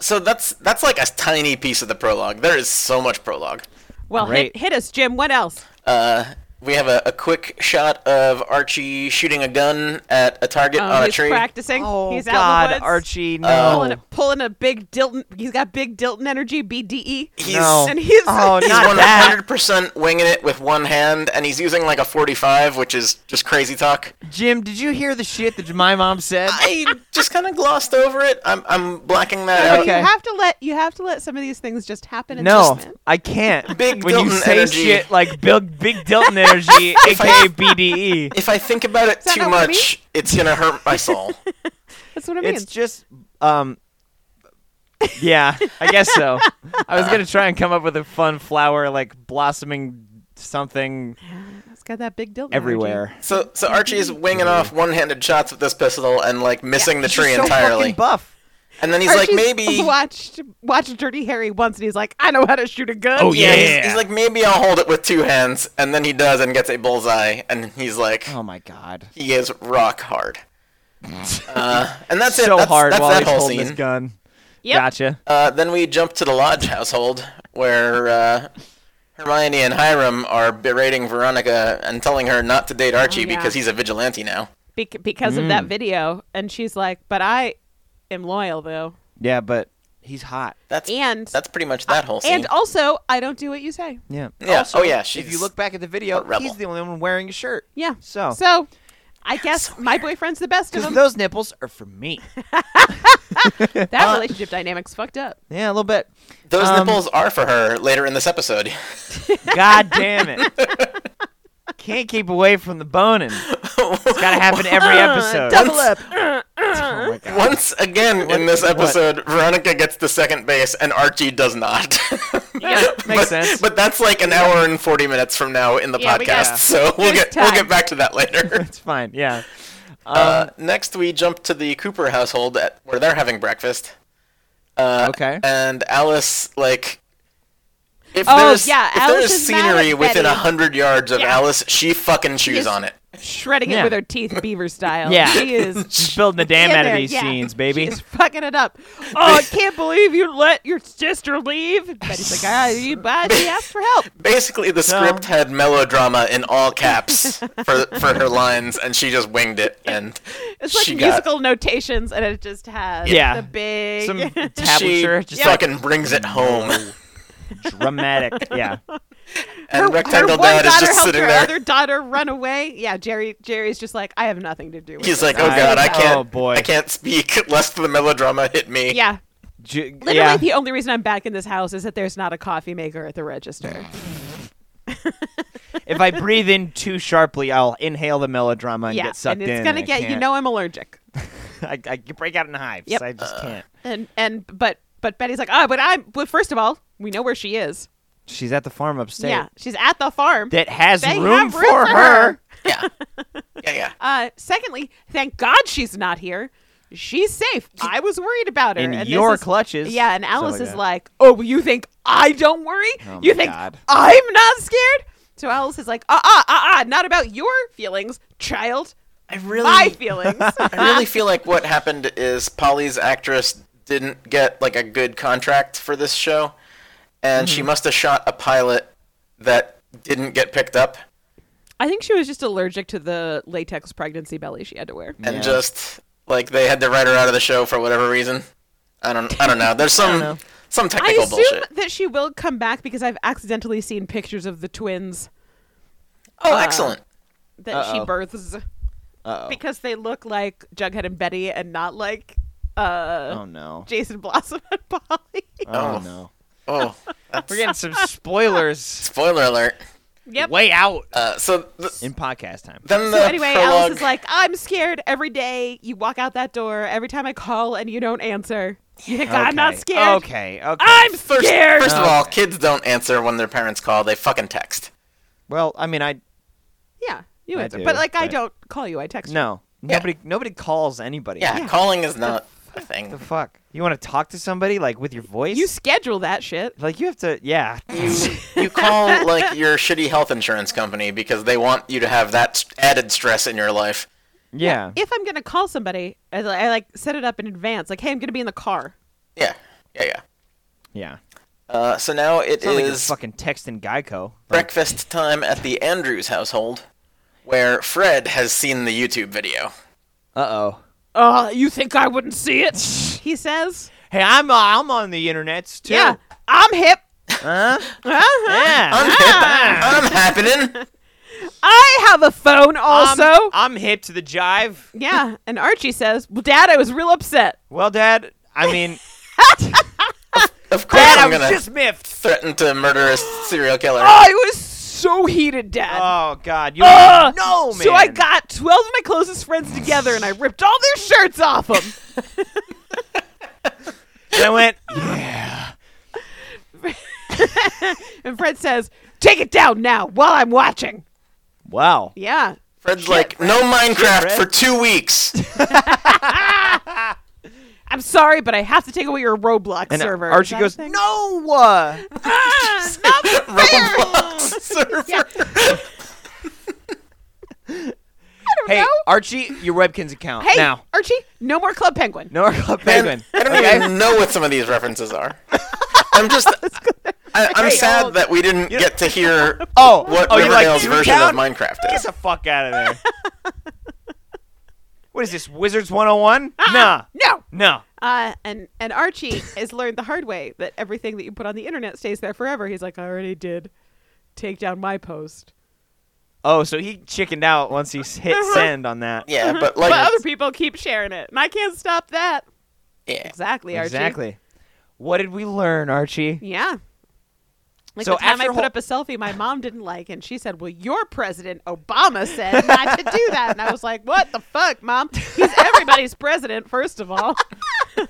So that's that's like a tiny piece of the prologue. There is so much prologue.
Well, hit,
Great.
hit us, Jim. What else?
Uh, we have a, a quick shot of Archie shooting a gun at a target
Oh,
on a
he's
Uh, tree.
practicing.
Oh,
he's out in
God,
the woods,
Archie,
Pulling
no.
a, pulling a big Dilton. He's got big Dilton energy, BDE.
He's
No.
And he's (laughs)
Oh,
he's
not
one
that.
hundred percent winging it with one hand, and he's using like a forty-five, which is just crazy talk.
Jim, did you hear the shit that my mom said?
I just kind of glossed over it. I'm I'm blacking that
Okay.
out.
You have to let you have to let some of these things just happen. In
No,
this moment.
I can't.
(laughs) Big
when you
Dilton
say
energy.
shit like big, big Dilton
(laughs)
energy, aka BDE,
If I think about it
that
too
not what I
much, it's gonna hurt my soul.
that's what I mean.
it's just um. Yeah, I guess so. I was gonna try and come up with a fun flower like blossoming something
It's got that big Dilton
everywhere.
so so Archie's winging off one-handed shots with this pistol and like missing the tree
He's so
entirely.
fucking buff.
and then he's like,
(laughs)
maybe
watched watched Dirty Harry once, and he's like, I know how to shoot a gun.
Oh,
Yeah, he's,
Yeah.
he's like, maybe I'll hold it with two hands, and then he does and gets a bullseye, and he's like,
Oh my god,
he is
(laughs)
rock hard. uh, and that's it.
so
That's,
hard
that's
while
that
he's
whole
holding his
scene.
gun.
Yep.
Gotcha.
Uh, then we jump to the Lodge household, where uh, Hermione and Hiram are berating Veronica and telling her not to date Archie
yeah.
because he's a vigilante now.
Bec- because of
Mm.
that video, and she's like, but I am loyal though,
Yeah, but he's hot.
That's
and
that's pretty much that whole scene.
and also I don't do what you say.
Yeah.
Yeah,
Also,
oh yeah,
if you
she's
look back at the
a
video,
rebel.
he's the only one wearing a shirt.
Yeah.
Oh.
So.
so I guess my boyfriend's the best of
Because
them.
those nipples are for me.
that relationship dynamic's fucked up.
Yeah, a little bit.
those
um,
nipples are for her later in this episode. (laughs)
God damn it. Can't keep away from the boning. It's gotta happen every episode.
Double up.
Oh my God.
Once again in this episode, Veronica gets to second base and Archie
(laughs)
does not.
Yeah.
Makes
but,
sense.
But that's like an hour and forty minutes from now in the
Yeah, we got-
podcast, so we'll
There's
get we'll
time.
get back to
(laughs)
that later.
It's fine. Yeah. Um,
uh, next, we jump to the Cooper household at, where they're having breakfast. Uh,
Okay.
And Alice, like, if
Oh,
there's
yeah,
if
Alice
there's
is mad
scenery
at
within a
Betty.
hundred yards of
Yeah.
Alice, she fucking chews
is-
on it.
Shredding it
Yeah.
with her teeth, beaver style.
Yeah.
She is
Just building the damn
in
out of
there,
these
yeah.
scenes, baby.
She's fucking it up. Oh, I can't believe you let your sister leave. And Betty's like, ah, you bad. She asked for help.
Basically, the script had melodrama in
(laughs)
all caps for for her lines, and she just winged it. And
It's like
she got
musical notations, and it just has
Yeah.
the big. (laughs)
Some
she
tablature. Just like
fucking brings it home.
dramatic. Yeah.
And
(laughs) her,
Rectangle
her one
Dad is
daughter
just
helped
sitting
her
there.
other daughter run away. Yeah, Jerry. Jerry's just like, I have nothing to do with.
He's
this.
like, oh
I-
god, I can't,
oh, boy.
I can't speak (laughs) lest the melodrama hit me.
yeah.
J-
Literally,
yeah.
the only reason I'm back in this house is that there's not a coffee maker at the register.
if I breathe in too sharply, I'll inhale the melodrama and
yeah,
get sucked
and it's
in.
gonna
I
get. You
can't.
know, I'm allergic.
(laughs) I, I break out in hives.
Yep.
I just can't.
And and but but Betty's like, oh, but I'm. But first of all, we know where she is.
She's at the farm upstate.
Yeah, she's at the farm.
That has
They
room,
have room
for,
for her.
yeah, (laughs) yeah, yeah.
Uh, secondly, thank God she's not here. She's safe. I was worried about her.
In
and this
your
is-
clutches.
Yeah, and
Something
Alice
like
is
that.
like, "Oh, well, you think I don't worry?
Oh
you
my
think
God.
I'm not scared?" So Alice is like, "Uh, uh, uh, uh, not about your feelings, child.
I really,
My
(laughs)
feelings."
I really feel like what happened is Polly's actress didn't get like a good contract for this show, and
Mm-hmm.
she must have shot a pilot that didn't get picked up
I think she was just allergic to the latex pregnancy belly she had to wear.
and
Yeah.
just like they had to write her out of the show for whatever reason. I don't, I don't know.
(laughs)
There's some
know.
some
I
technical
assume
bullshit.
that she will come back because I've accidentally seen pictures of the twins
Oh,
uh, (laughs)
excellent.
that she
Uh-oh.
births
Uh-oh.
because they look like Jughead and Betty and not like uh,
Oh no.
Jason Blossom and Polly.
(laughs) Oh
Oh.
no.
Oh,
We're getting some spoilers.
spoiler alert.
(laughs) Yep.
Way out
Uh, so th-
in podcast time.
then the
So anyway,
prologue.
Alice is like, I'm scared every day. You walk out that door every time I call and you don't answer. You think I'm not
Okay.
scared.
Okay. Okay.
I'm
first,
scared.
first of
Uh,
all, kids don't answer when their parents call. They fucking text.
well, I mean, I
yeah, you
I
answer.
do,
but like, I
but-
don't call you. I text you.
no. Nobody. Nobody calls anybody.
Yeah,
Yeah.
calling is not a thing.
The fuck. You want to talk to somebody like with your voice?
You schedule that shit.
like you have to.
(laughs)
Yeah.
you, you call like your shitty health insurance company because they want you to have that s- added stress in your life.
Yeah.
If I'm gonna call somebody, I, li- I like set it up in advance. Like, hey, I'm gonna be in the car.
Yeah, yeah, yeah.
Yeah.
Uh, so now it
It's not like you're
is
fucking texting Geico. Like,
breakfast time at the Andrews household, where Fred has seen the YouTube video.
uh oh.
Uh, you think I wouldn't see it? He says,
Hey, I'm uh, I'm on the internets too.
"Yeah, I'm hip.
Huh?
Uh-huh.
Yeah.
I'm hip.
Ah. (laughs)
I'm happening.
(laughs) I have a phone,
Um,
also."
I'm, I'm hip to the jive.
yeah, and Archie says, "Well, Dad, I was
(laughs)
real upset."
Well, Dad, I mean,
Of course,
Dad, I
(laughs) I'm
was
gonna
just Oh, miffed.
threaten to murder a serial killer.
I was so heated, Dad.
Oh God, you
Ugh.
don't know, man.
So I got 12 of my closest friends together and I ripped all their shirts
(laughs)
off them.
And I went.
(laughs)
Yeah.
and Fred says, Take it down now while I'm watching.
Wow.
Yeah.
Fred's like, no Minecraft
Fred.
for
(laughs)
two weeks.
I'm sorry, but I have to take away your Roblox
And
server.
Archie goes,
Is that a thing? (laughs)
"No, uh,
Ah, not (laughs)
Roblox server.
hey,
know.
Archie, your Webkins account
Hey,
now.
Archie, no more Club Penguin.
No,
(laughs)
Club
Man,
Penguin.
I don't even know what some of these references are. I'm just. I, I'm sad that we didn't get to hear
(laughs) (laughs) Oh,
what
oh, you like
Riverdale's version
Toontown?
of Minecraft
Get
is.
the fuck out of there. (laughs) what is this, Wizards
(laughs)
101? Nah.
Ah, No.
No.
Uh, and, and Archie (laughs) has learned the hard way that everything that you put on the internet stays there forever. He's like, I already did take down my post.
Oh, so he chickened out once he
(laughs)
hit send on that. (laughs)
Yeah, but like,
but other people keep sharing it, and I can't stop that.
(laughs) yeah, (laughs)
Exactly, Archie.
Exactly. What did we learn, Archie?
Yeah. Like
So
the time I
after
put
Hol-
up a selfie my mom didn't like, and she said, Well, your president, Obama, said not to do that. And I was like, What the fuck, mom? He's everybody's president, first
(laughs)
of all. I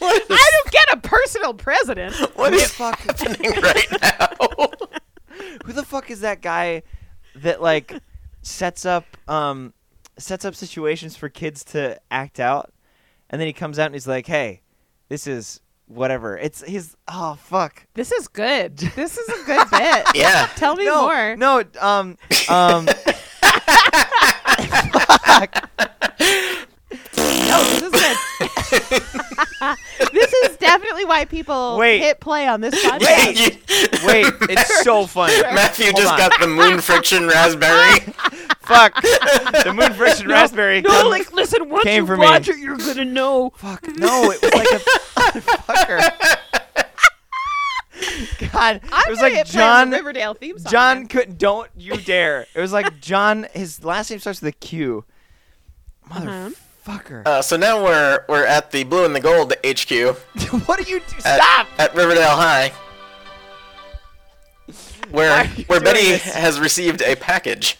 don't get a personal president.
what
Who the
is
fuck?
(laughs) happening right (laughs) now?
Who the fuck is that guy that like sets up um sets up situations for kids to act out, and then he comes out and he's like, "Hey, this is whatever." It's his. Oh fuck.
This is good. This is a good
(laughs)
bit.
Yeah,
Tell me
no,
more.
No, um, um,
No, this is good. this is definitely why people
Wait.
hit play on this podcast.
(laughs) You-
wait, it's so funny.
Matthew
Hold
just
on.
got the
(laughs)
moon friction raspberry.
Fuck.
(laughs)
The moon friction raspberry.
No,
come-
like, listen, once
came
you
for me.
watch it, you're going to know.
Fuck. No, it was like a
(laughs)
fucker. God,
I'm
it was
gonna
like
hit play
John.
on the Riverdale theme song.
John could don't you dare. It was like John. His last name starts with a Q. Motherfucker.
Uh, so now we're we're at the blue and the gold HQ.
(laughs) what are you? Do-
at,
Stop.
at Riverdale High,
Why are
where
you
where
doing
Betty
this?
has received a package.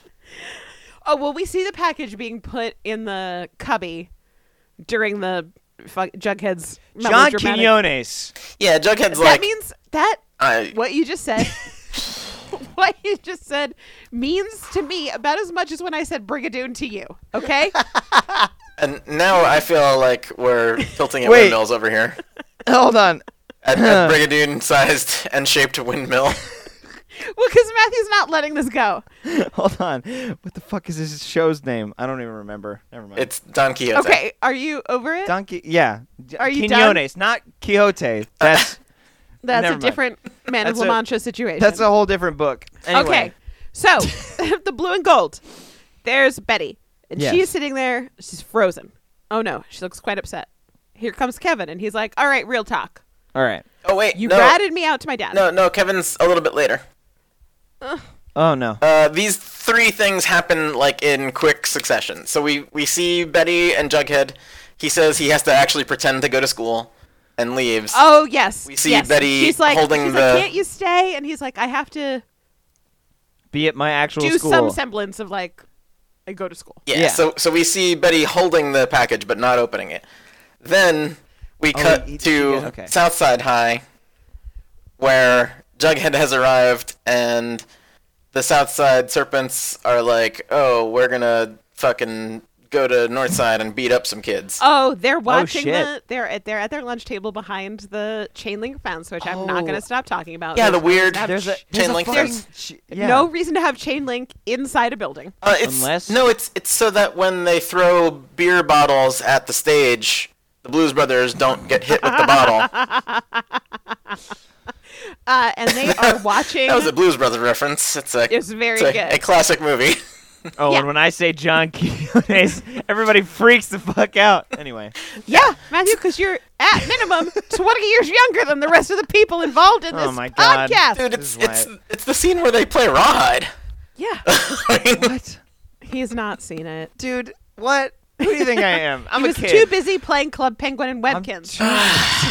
Oh well, we see the package being put in the cubby during the fuck, Jughead's
John
melodramatic-
Quinones.
Yeah, Jughead's
That
like,
means that
I,
what you just said, (laughs) what you just said means to me about as much as when I said Brigadoon to you.
(laughs)
Okay,
and now I feel like we're tilting at
Wait.
windmills over here.
Hold on. (laughs)
At, at Brigadoon-sized and shaped windmill.
well, because Matthew's not letting this go.
Hold on. What the fuck is this show's name? I don't even remember. Never mind.
It's Don Quixote.
Okay, are you over it?
Donkey. Yeah. J-
Are you done?
Quinones, not Quixote.
(laughs)
That's
That's
never
a
mind.
different Man of
That's
La
a-
Mancha situation.
that's a whole different book. Anyway.
Okay. So, (laughs) the blue and gold. There's Betty. And
Yes.
she's sitting there. She's frozen. Oh no, she looks quite upset. Here comes Kevin and he's like, "All right, real talk.
All right.
Oh wait,
You
no,
ratted me out to my dad."
no, no. Kevin's a little bit later.
Oh no.
Uh, these three things happen like in quick succession. So we we see Betty and Jughead. He says he has to actually pretend to go to school, and leaves.
Oh, yes.
We see
yes.
Betty
she's like,
holding
she's
the-
like, "Can't you stay?" And he's like, "I have to
be at my actual
do
school.
some semblance of like I go to school.
Yeah,
Yeah.
So so we see Betty holding the package but not opening it. Then we
Oh,
cut
he- he-
to
yeah, okay.
Southside High, where Jughead has arrived, and the Southside Serpents are like, "Oh, we're gonna fucking go to Northside and beat up some kids."
Oh, they're watching
shit.
the they're at they're at their lunch table behind the chain link fence, which I'm not
Oh.
gonna stop talking about.
yeah, the
There's
weird
there's a, there's
chain
a
link
fucking
fence.
ch- yeah.
no reason to have chain link inside a building.
Uh, it's,
Unless-
no, it's it's so that when they throw beer bottles at the stage, the Blues Brothers don't get hit with the
(laughs)
bottle.
Uh, and they are watching
(laughs) That was a Blues Brothers reference. It's a
It's very
it's a,
good.
a classic movie.
Oh,
Yeah.
and when I say John (laughs) Quinones, everybody freaks the fuck out. Anyway,
Yeah, Matthew, because you're at minimum 20 years younger than the rest of the people involved in
Oh
this
my God.
podcast.
(laughs) Dude,
This
it's
is
it's
why-
it's the scene where they play Rawhide.
Yeah,
what,
he's not seen it.
dude? What? Who do you think I am? I'm
he
a
was
kid.
too busy playing Club Penguin and
I'm
Webkins.
too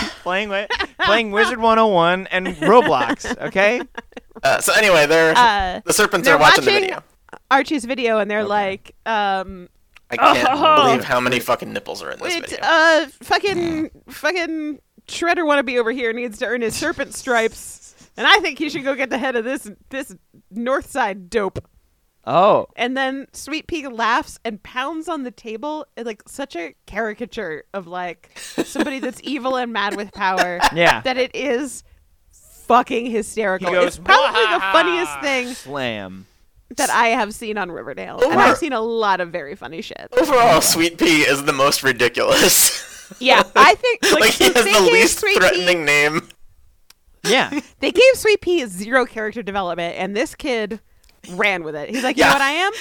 busy (laughs) playing with playing Wizard 101 and Roblox. Okay.
(laughs) Uh, so anyway, they're
Uh,
the serpents
they're
are watching, the
watching-
video.
Archie's video, and they're like, um,
I can't
Oh.
believe how many fucking nipples are in this
it,
video.
uh, fucking, fucking Shredder wannabe over here needs to earn his serpent stripes, and I think he should go get the head of this this North Side dope.
Oh,
And then Sweet Pea laughs and pounds on the table in like such a caricature of like somebody
(laughs)
that's evil and mad with power
yeah.
that it is fucking hysterical.
He goes,
it's probably the funniest thing
Slam.
that I have seen on Riverdale. And
Or-
I've seen a lot of very funny shit.
Overall, Sweet Pea is the most ridiculous. (laughs)
Yeah, (laughs) I think like,
like, he
so
has
they
the
gave
least
Sweet
threatening
Pea,
name.
(laughs)
Yeah.
they gave Sweet Pea zero character development and this kid ran with it. He's like, "You know
Yeah.
what I am?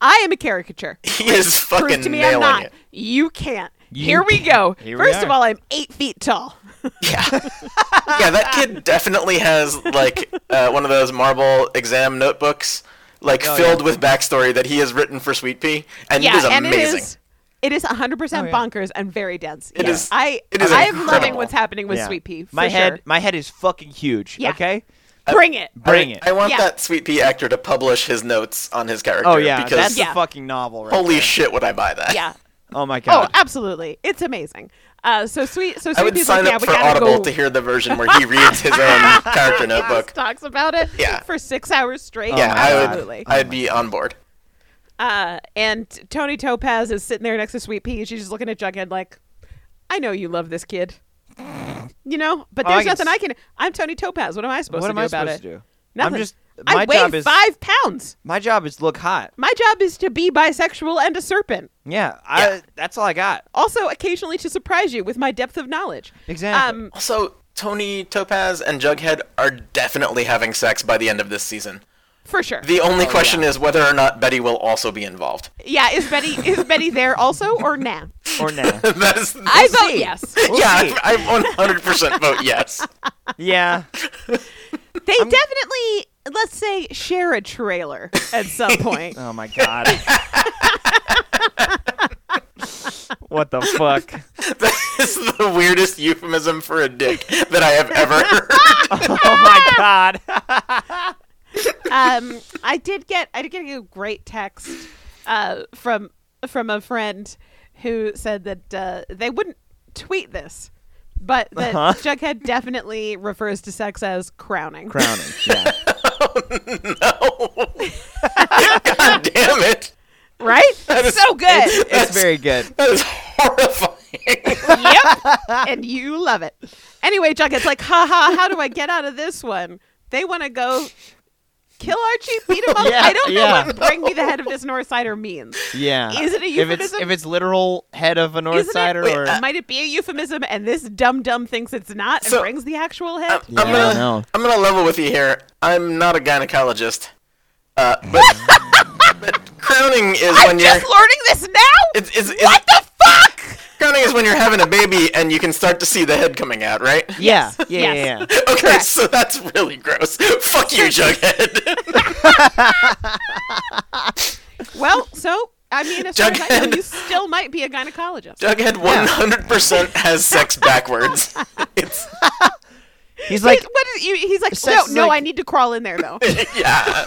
I am a caricature."
He is fucking
prove to me I'm
nailing
not.
it.
You can't.
You
Here we go.
Here we
First of
are.
all, I'm eight feet tall.
Yeah, yeah, that kid definitely has like uh, one of those marble exam notebooks, like
Oh,
filled with backstory that he has written for Sweet Pea, and it is
yeah,
amazing.
and it is. It is 100%
Oh, yeah.
bonkers and very dense.
It
yes.
is-
I
it is
I am
incredible.
loving what's happening with
Yeah.
Sweet Pea. For
My
sure.
head, my head is fucking huge.
Yeah.
Okay.
Bring
(laughs)
it.
Bring
I,
it.
I want
Yeah.
that Sweet Pea actor to publish his notes on his character.
oh yeah,
because
that's
Yeah.
a fucking novel. Right
holy
there.
shit, would I buy that?
Yeah.
Oh my god.
Oh, absolutely. It's amazing. Uh, so sweet. So sweet
I would
Pea's
sign
like, yeah,
up
we
for
gotta
Audible
go.
to hear the version where he reads his own character
(laughs) Yes,
notebook.
talks about it
Yeah.
for six hours straight.
Oh
yeah,
my
I
absolutely.
would. I'd be on board.
Uh, and Tony Topaz is sitting there next to Sweet Pea. and She's just looking at Jughead like, I know you love this kid. You know, but
Oh, I
there's
can
nothing
s-
I can. I'm Tony Topaz. What am I supposed
what
to
am
do
I
about
supposed
it?
to do?
Nothing.
I'm just.
I
My
weigh
job is
five pounds.
my job is look hot.
My job is to be bisexual and a serpent.
Yeah. I.
Yeah.
That's all I got.
Also, occasionally to surprise you with my depth of knowledge.
Exactly.
Um,
Also, Tony Topaz and Jughead are definitely having sex by the end of this season.
for sure.
The only question is whether or not Betty will also be involved.
yeah, is Betty is Betty there also or nah?
Or
(laughs)
(laughs)
nah.
that is.
I vote
see.
yes.
We'll
yeah,
see.
I, I 100% vote yes. (laughs)
yeah.
They definitely let's say share a trailer
(laughs)
at some point.
Oh my
(laughs)
god. what the fuck?
That is the weirdest euphemism for a dick that I have ever heard.
(laughs)
(laughs)
Oh my god.
um, I did get I did get a great text uh, from from a friend who said that uh, they wouldn't tweet this, but that
Uh-huh. (laughs)
Jughead definitely refers to sex as crowning.
Crowning. Yeah.
God damn it.
(laughs)
right? so good.
It's very good.
That is horrifying.
yep. And you love it. Anyway, Jughead's like, ha ha. How do I get out of this one? They want to go. Kill Archie, beat him up.
(laughs) Yeah,
I don't know
yeah.
what "bring me the head of this North Sider" means.
Yeah.
Is it a
If it's,
euphemism?
if it's literal head of a North
Isn't it?
Sider
Wait,
or
uh, might it be a euphemism? And this dumb dumb thinks it's not, and
So-
brings the actual head.
I'm,
Yeah, I
I'm gonna,
know.
I'm gonna level with you here. I'm not a gynecologist,
(laughs)
uh, but, but crowning is
I'm
when you're
just learning this now.
it's, it's, it's,
What the fuck?
crowning is when you're having a baby and you can start to see the head coming out, right?
yeah, yeah,
Yes.
yeah, yeah.
Okay,
Correct.
so that's really gross.
(laughs)
Fuck you, Jughead.
Well, so I mean, as far as I know,
Jughead.
you still might be a gynecologist.
Jughead 100% has sex backwards. It's
He's like,
Wait, what is, you- he's like, no,
Sex is
no,
like-
I need to crawl in there though.
yeah.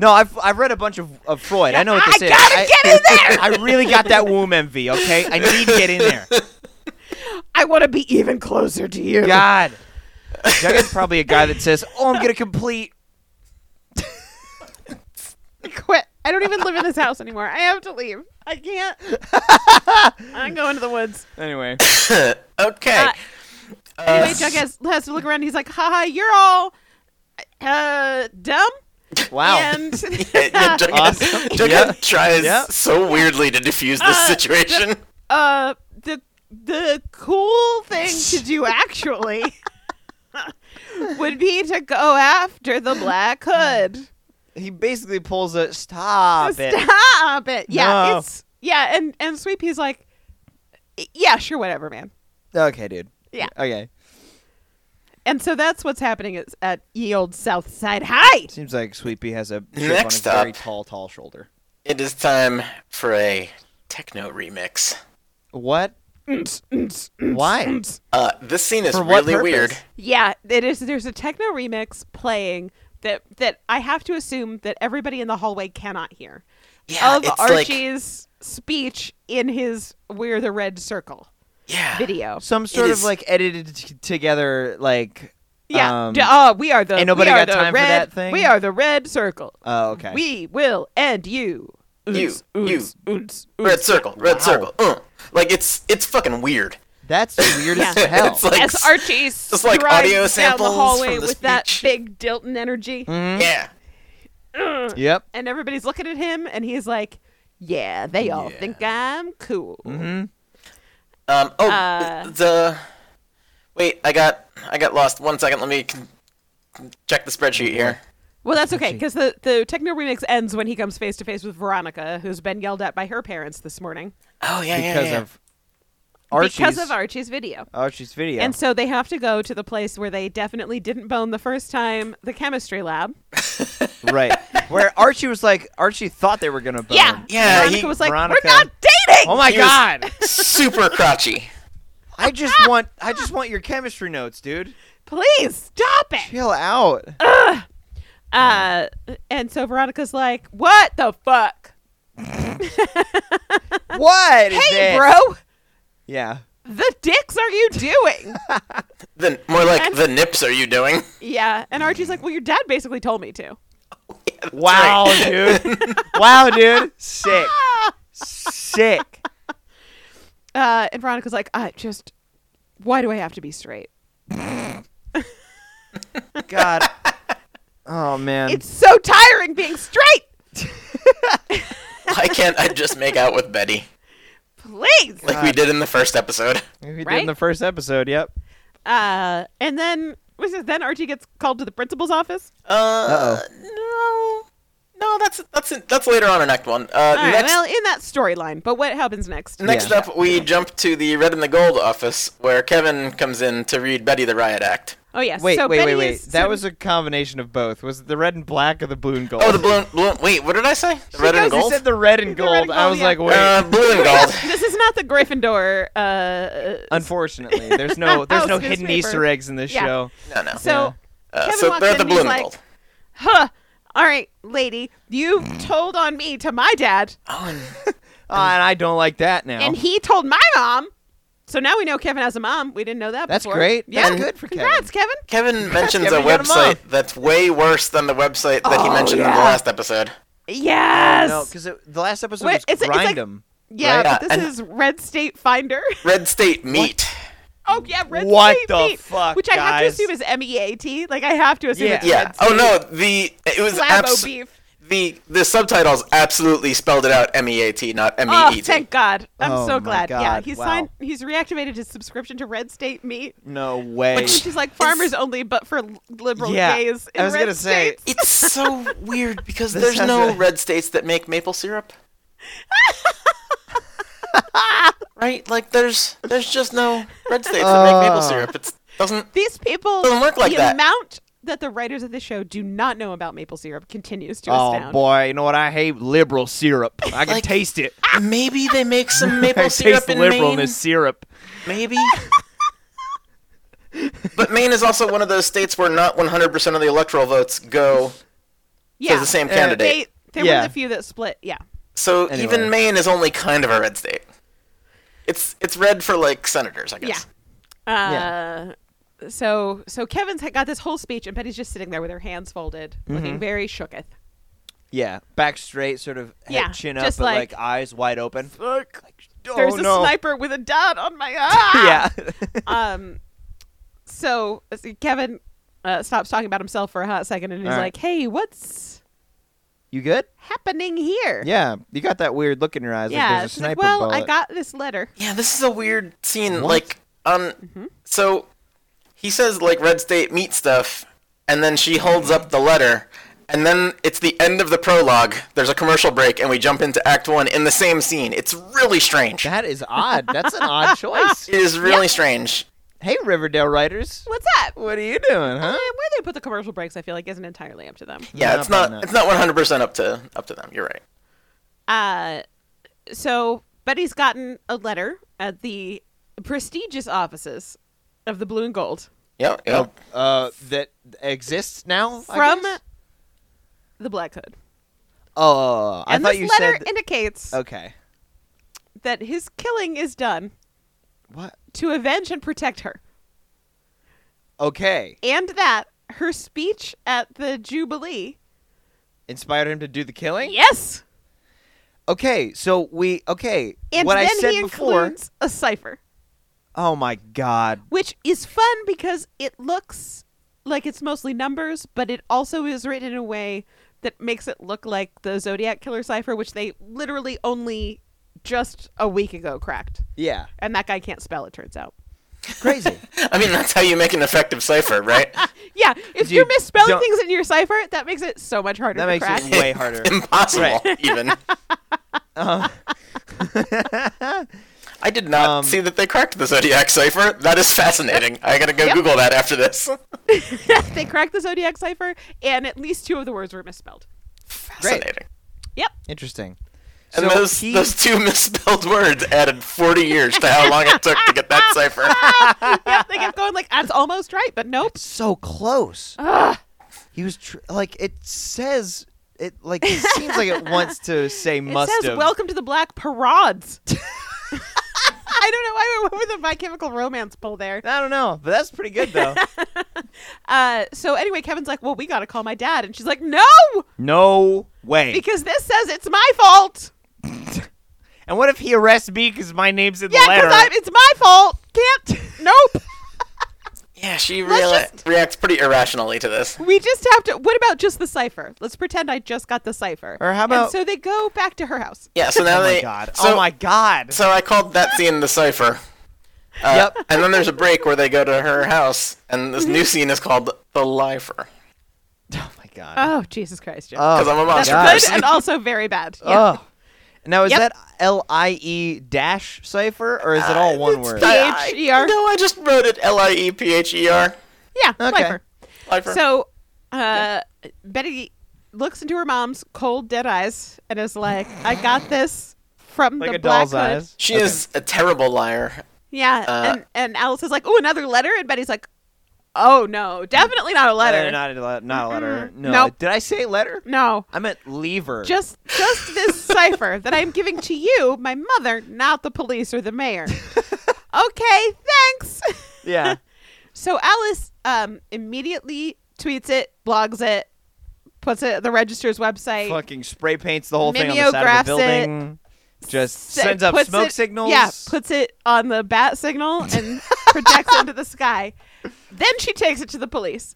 no, I've, I've read a bunch of, of Freud. I know what this
I
is.
gotta
I, get in there. (laughs) I really got that womb envy. Okay, I need to get in there.
I want to be even closer to you.
God, Jughead's probably a guy that says, "Oh, I'm gonna complete."
Quit. I don't even live in this house anymore. I have to leave. I can't. I'm going to the woods.
Anyway,
okay.
Uh, Anyway, Jughead has, has to look around. He's like, haha, you're all uh, dumb.
wow.
And
yeah, Jughead,
Awesome.
Jughead
Yeah.
tries
Yeah.
so weirdly to diffuse this
Uh,
situation.
uh, the the cool thing to do actually would be to go after the black hood.
he basically pulls a stop, it.
Stop it. Yeah,
No.
it's yeah, and and Sweet Pea's like, yeah, sure, whatever, man.
Okay, dude.
Yeah.
Okay.
And so that's what's happening at, at ye old South Side High.
Seems like Sweepy has a chip
Next
on a very
up.
tall, tall shoulder.
It is time for a techno remix.
What? Why?
Uh, this scene is
For what
really
purpose?
weird.
Yeah, it is. There's a techno remix playing that that I have to assume that everybody in the hallway cannot hear
Yeah,
of
it's like
Archie's speech in his "We're the Red Circle"
yeah,
video.
Some sort of
is-
like edited t- together, like
Yeah,
um,
D- oh, we are the.
ain't nobody
we are
got
the
time for
red,
that thing?
We are the Red Circle.
Oh, okay.
We will end you.
You,
Oons,
you.
oons, oons, oons.
red circle, red
Wow.
circle. Uh. Like it's it's fucking weird.
That's weird as
(laughs) Yeah.
hell.
It's like
As
s-
Archie
just like
strides
audio
down the
samples
hallway
from the
with that
speech. Mm.
big Dilton energy.
yeah,
yep.
and everybody's looking at him and he's like yeah they all
Yeah. Mm-hmm.
think i'm cool
Um, oh,
Uh,
th- the wait, I got I got lost. One second, let me con- check the spreadsheet here.
well that's okay because the, the techno remix ends when he comes face to face with veronica who's been yelled at by her parents this morning
Oh yeah, yeah,
Because
yeah.
of (laughs) Archie's
because of archie's video
Archie's video.
and so they have to go to the place where they definitely didn't bone the first time the chemistry lab
(laughs) right. Where Archie was like Archie thought they were gonna bone.
yeah
Yeah,
veronica
he-
was like
Veronica-
we're not dating
Oh my
He was-
god.
super crotchy.
(laughs) I just want I just want your chemistry notes, dude.
please stop it
Chill
(laughs)
out.
uh, and so veronica's like what the fuck
What? is
hey
this?
bro
Yeah.
the dicks are you
(laughs)
doing
The more like
And-
the nips are
(laughs)
you doing?
Yeah, and Archie's like, "Well, your dad basically told me to."
Wow, dude.
(laughs)
wow, dude. Sick. Sick.
Uh, and Veronica's like, "I just, why do I have to be straight?
God. Oh man.
It's so tiring
(laughs)
being straight.
Why can't I just make out with Betty
Please."
like we did in the first episode?
we did
right?
in the first episode. Yep.
Uh, and then was it? Then Archie gets called to the principal's office.
Uh, no, no, that's that's that's later on in Act One. Uh,
All right,
next,
well, in that storyline, but what happens next?
next
Yeah.
up, we jump to the Red and the Gold office where Kevin comes in to read Betty the Riot Act.
Oh yes.
Wait,
so
wait,
Betty
wait, wait.
Is,
That
so
was a combination of both. Was it the red and black or the blue and gold?
Oh, the blue, blue. Wait, what did I say? The red and
You
gold.
said the red and
The
gold.
red and
I
gold,
was
yeah.
like, wait.
uh, blue and gold.
(laughs) This is not the Gryffindor. Uh,
Unfortunately, there's
(laughs)
no there's no
House
hidden
newspaper.
Easter eggs in this
Yeah. (laughs)
show.
No, no.
so
Uh,
Kevin
so
walks
they're
in
the
and
blue
he's
and
like,
gold.
"Huh." All right, lady, you told on me to my dad.
Oh, and
Oh, and I don't like that now.
and he told my mom. So now we know Kevin has a mom. We didn't know that.
That's
before.
great.
Yeah,
That's good for
Congrats, Kevin. (laughs)
Kevin mentions a
Kevin, you got 'em
website
off.
that's way worse than the website that he
Oh,
mentioned in the
yeah.
last episode.
Yes.
No, because the last episode
Wait,
was
it's- it's like-
Grindem.
yeah, but
right?
this
And-
is Red State Finder. (laughs)
Red State Meat.
oh yeah, Red
What
State.
the
Meat,
fuck,
Which I have to
guys?
assume is M E A T. Like I have to assume
Yeah.
it's
Yeah.
Red State
Oh no, the it was
Labo
abs-
beef.
the the subtitles absolutely spelled it out M E A T, not M E
Oh,
E T.
thank God! I'm
Oh,
so
my
glad. Yeah,
God.
he's
Wow.
signed. He's reactivated his subscription to Red State Meat,
No way.
which is like farmers only, but for liberal
Yeah,
gays.
I
in
was
red
gonna say-
states.
It's so
(laughs)
weird because
This
there's
has
no
a-
red states that make maple syrup. right? Like there's there's just no red states that make maple
Oh.
syrup. It doesn't
These people
Doesn't work like
the
that.
amount that the writers of the show do not know about maple syrup continues to
Oh
astound.
boy, you know what? I hate liberal syrup. I can
Like-
taste it.
maybe they make
(laughs)
some
I
maple syrup
taste
in
liberal in
Maine.
this syrup.
Maybe (laughs) But Maine is also one of those states where not 100% of the electoral votes go.
Yeah,
the same
Uh,
candidate.
They, they
Yeah.
were the few that split. Yeah,
So
Anyway.
even Maine is only kind of a red state. It's it's red for like senators, I guess.
yeah. Uh, so so Kevin's had- got this whole speech, and Betty's just sitting there with her hands folded,
Mm-hmm.
looking very shooketh.
Yeah, back straight, sort of head
Yeah,
chin up,
just
but
like-
like, eyes wide open. Fuck. Oh,
There's a
no.
sniper with a dot on my eye.
(laughs) Yeah.
um so let's see, kevin uh, stops talking about himself for a hot second and he's
All right.
like hey what's
you good?
happening here
Yeah. You got that weird look in your eyes.
yeah
Like there's a
she's like,
sniper
well i
bullet.
got this letter
Yeah, this is a weird scene.
What?
Like, um, so he says like red state meat stuff, and then she holds up the letter, and then it's the end of the prologue. There's a commercial break, and we jump into Act One in the same scene. It's really strange.
That is odd. That's an
(laughs)
odd choice.
It is really strange.
Hey, Riverdale writers.
what's up
What are you doing, huh?
And where they put the commercial breaks i feel like isn't entirely up to them
Yeah,
No,
it's
probably
not.
not.
It's not 100 percent up to up to them. You're right.
uh so betty's gotten a letter at the prestigious offices of the blue and gold
Yep. Yep.
Uh, that exists now. I
from
guess?
the black hood
Oh, I
and
thought
this
you
letter
said.
indicates
Okay.
that his killing is done
What?
to avenge and protect her
Okay.
and that her speech at the Jubilee.
Inspired him to do the killing.
Yes.
Okay, so we okay.
And
what
then
I said
he
before.
includes a cipher,
Oh my god.
which is fun because it looks like it's mostly numbers, but it also is written in a way that makes it look like the Zodiac Killer cipher, which they literally only just a week ago cracked.
Yeah.
And that guy can't spell, it turns out.
(laughs)
Crazy.
I mean, that's how you make an effective cipher, right?
Yeah, if
Dude,
you're misspelling
don't-
things in your cipher, that makes it so much harder
that
to
makes
crack. (laughs)
it (laughs) way harder.
(laughs)
Uh.
Impossible,
(laughs)
even. (laughs) I did not
Um,
see that they cracked the Zodiac cipher. That is fascinating. I gotta go
Yep.
Google that after this. (laughs)
they cracked the Zodiac cipher, and at least two of the words were misspelled.
Fascinating.
Yep.
Interesting.
And
So
those
he-
those two (laughs) misspelled words added 40 years to how long it took to get that
(laughs)
cipher.
(laughs) yeah, they kept going like that's almost right, but nope.
so close. He was tr- like it says it like it seems like it wants to say
(laughs) It
must
says
have.
"Welcome to the Black Parades." (laughs) I don't know why we went with a My Chemical Romance pull there.
I don't know, but that's pretty good
(laughs)
though.
Uh, so anyway, Kevin's like, "Well, we gotta call my dad," and she's like, "No,
no way.
because this says it's my fault.
and what if he arrests me because my name's in
Yeah,
the letter?
because I'm. It's my fault. Can't. Nope.
Yeah, she
Let's
reali-
just-
reacts pretty irrationally to this.
We just have to. What about just the cipher? Let's pretend I just got the cipher.
Or how
And
about-
so they go back to her house.
Yeah, so now
oh
they
my god.
So,
oh my god. (laughs)
so I called that scene the cipher. Uh,
Yep.
And then there's a break where they go to her house, and this new scene is called the lifer.
oh my god.
Oh Jesus Christ, Jeff.
oh,
'Cause I'm a
my
monster
God.
Good
person.
and also very bad. (laughs) Yeah.
Oh. Now is
Yep.
that L I E dash cipher or is
Uh,
it all one word?
P-
I-
P-H-E-R.
No, I just wrote it L I E P H E R.
Yeah,
Okay.
lifer.
Lifer.
So, uh, Betty looks into her mom's cold, dead eyes and is like, "I got this from
like
the
a
black
doll's
hood."
eyes.
she
Okay.
is a terrible liar.
Yeah,
Uh,
and and Alice is like, "Oh, another letter," and Betty's like, "Oh no, definitely not a letter.
Uh, not a letter. Not a letter. No.
Nope.
Did I say letter?
no,
I meant lever.
just just this cipher that I'm giving to you, my mother, not the police or the mayor." okay, thanks.
yeah.
So Alice um, immediately tweets it, blogs it, puts it at the register's website.
Fucking spray paints the whole thing on the side of the
Mimeographs it.
building. Just
sa-
sends up
puts
smoke
it-
signals.
Yeah, puts it on the bat signal and (laughs) projects it into the sky. Then she takes it to the police,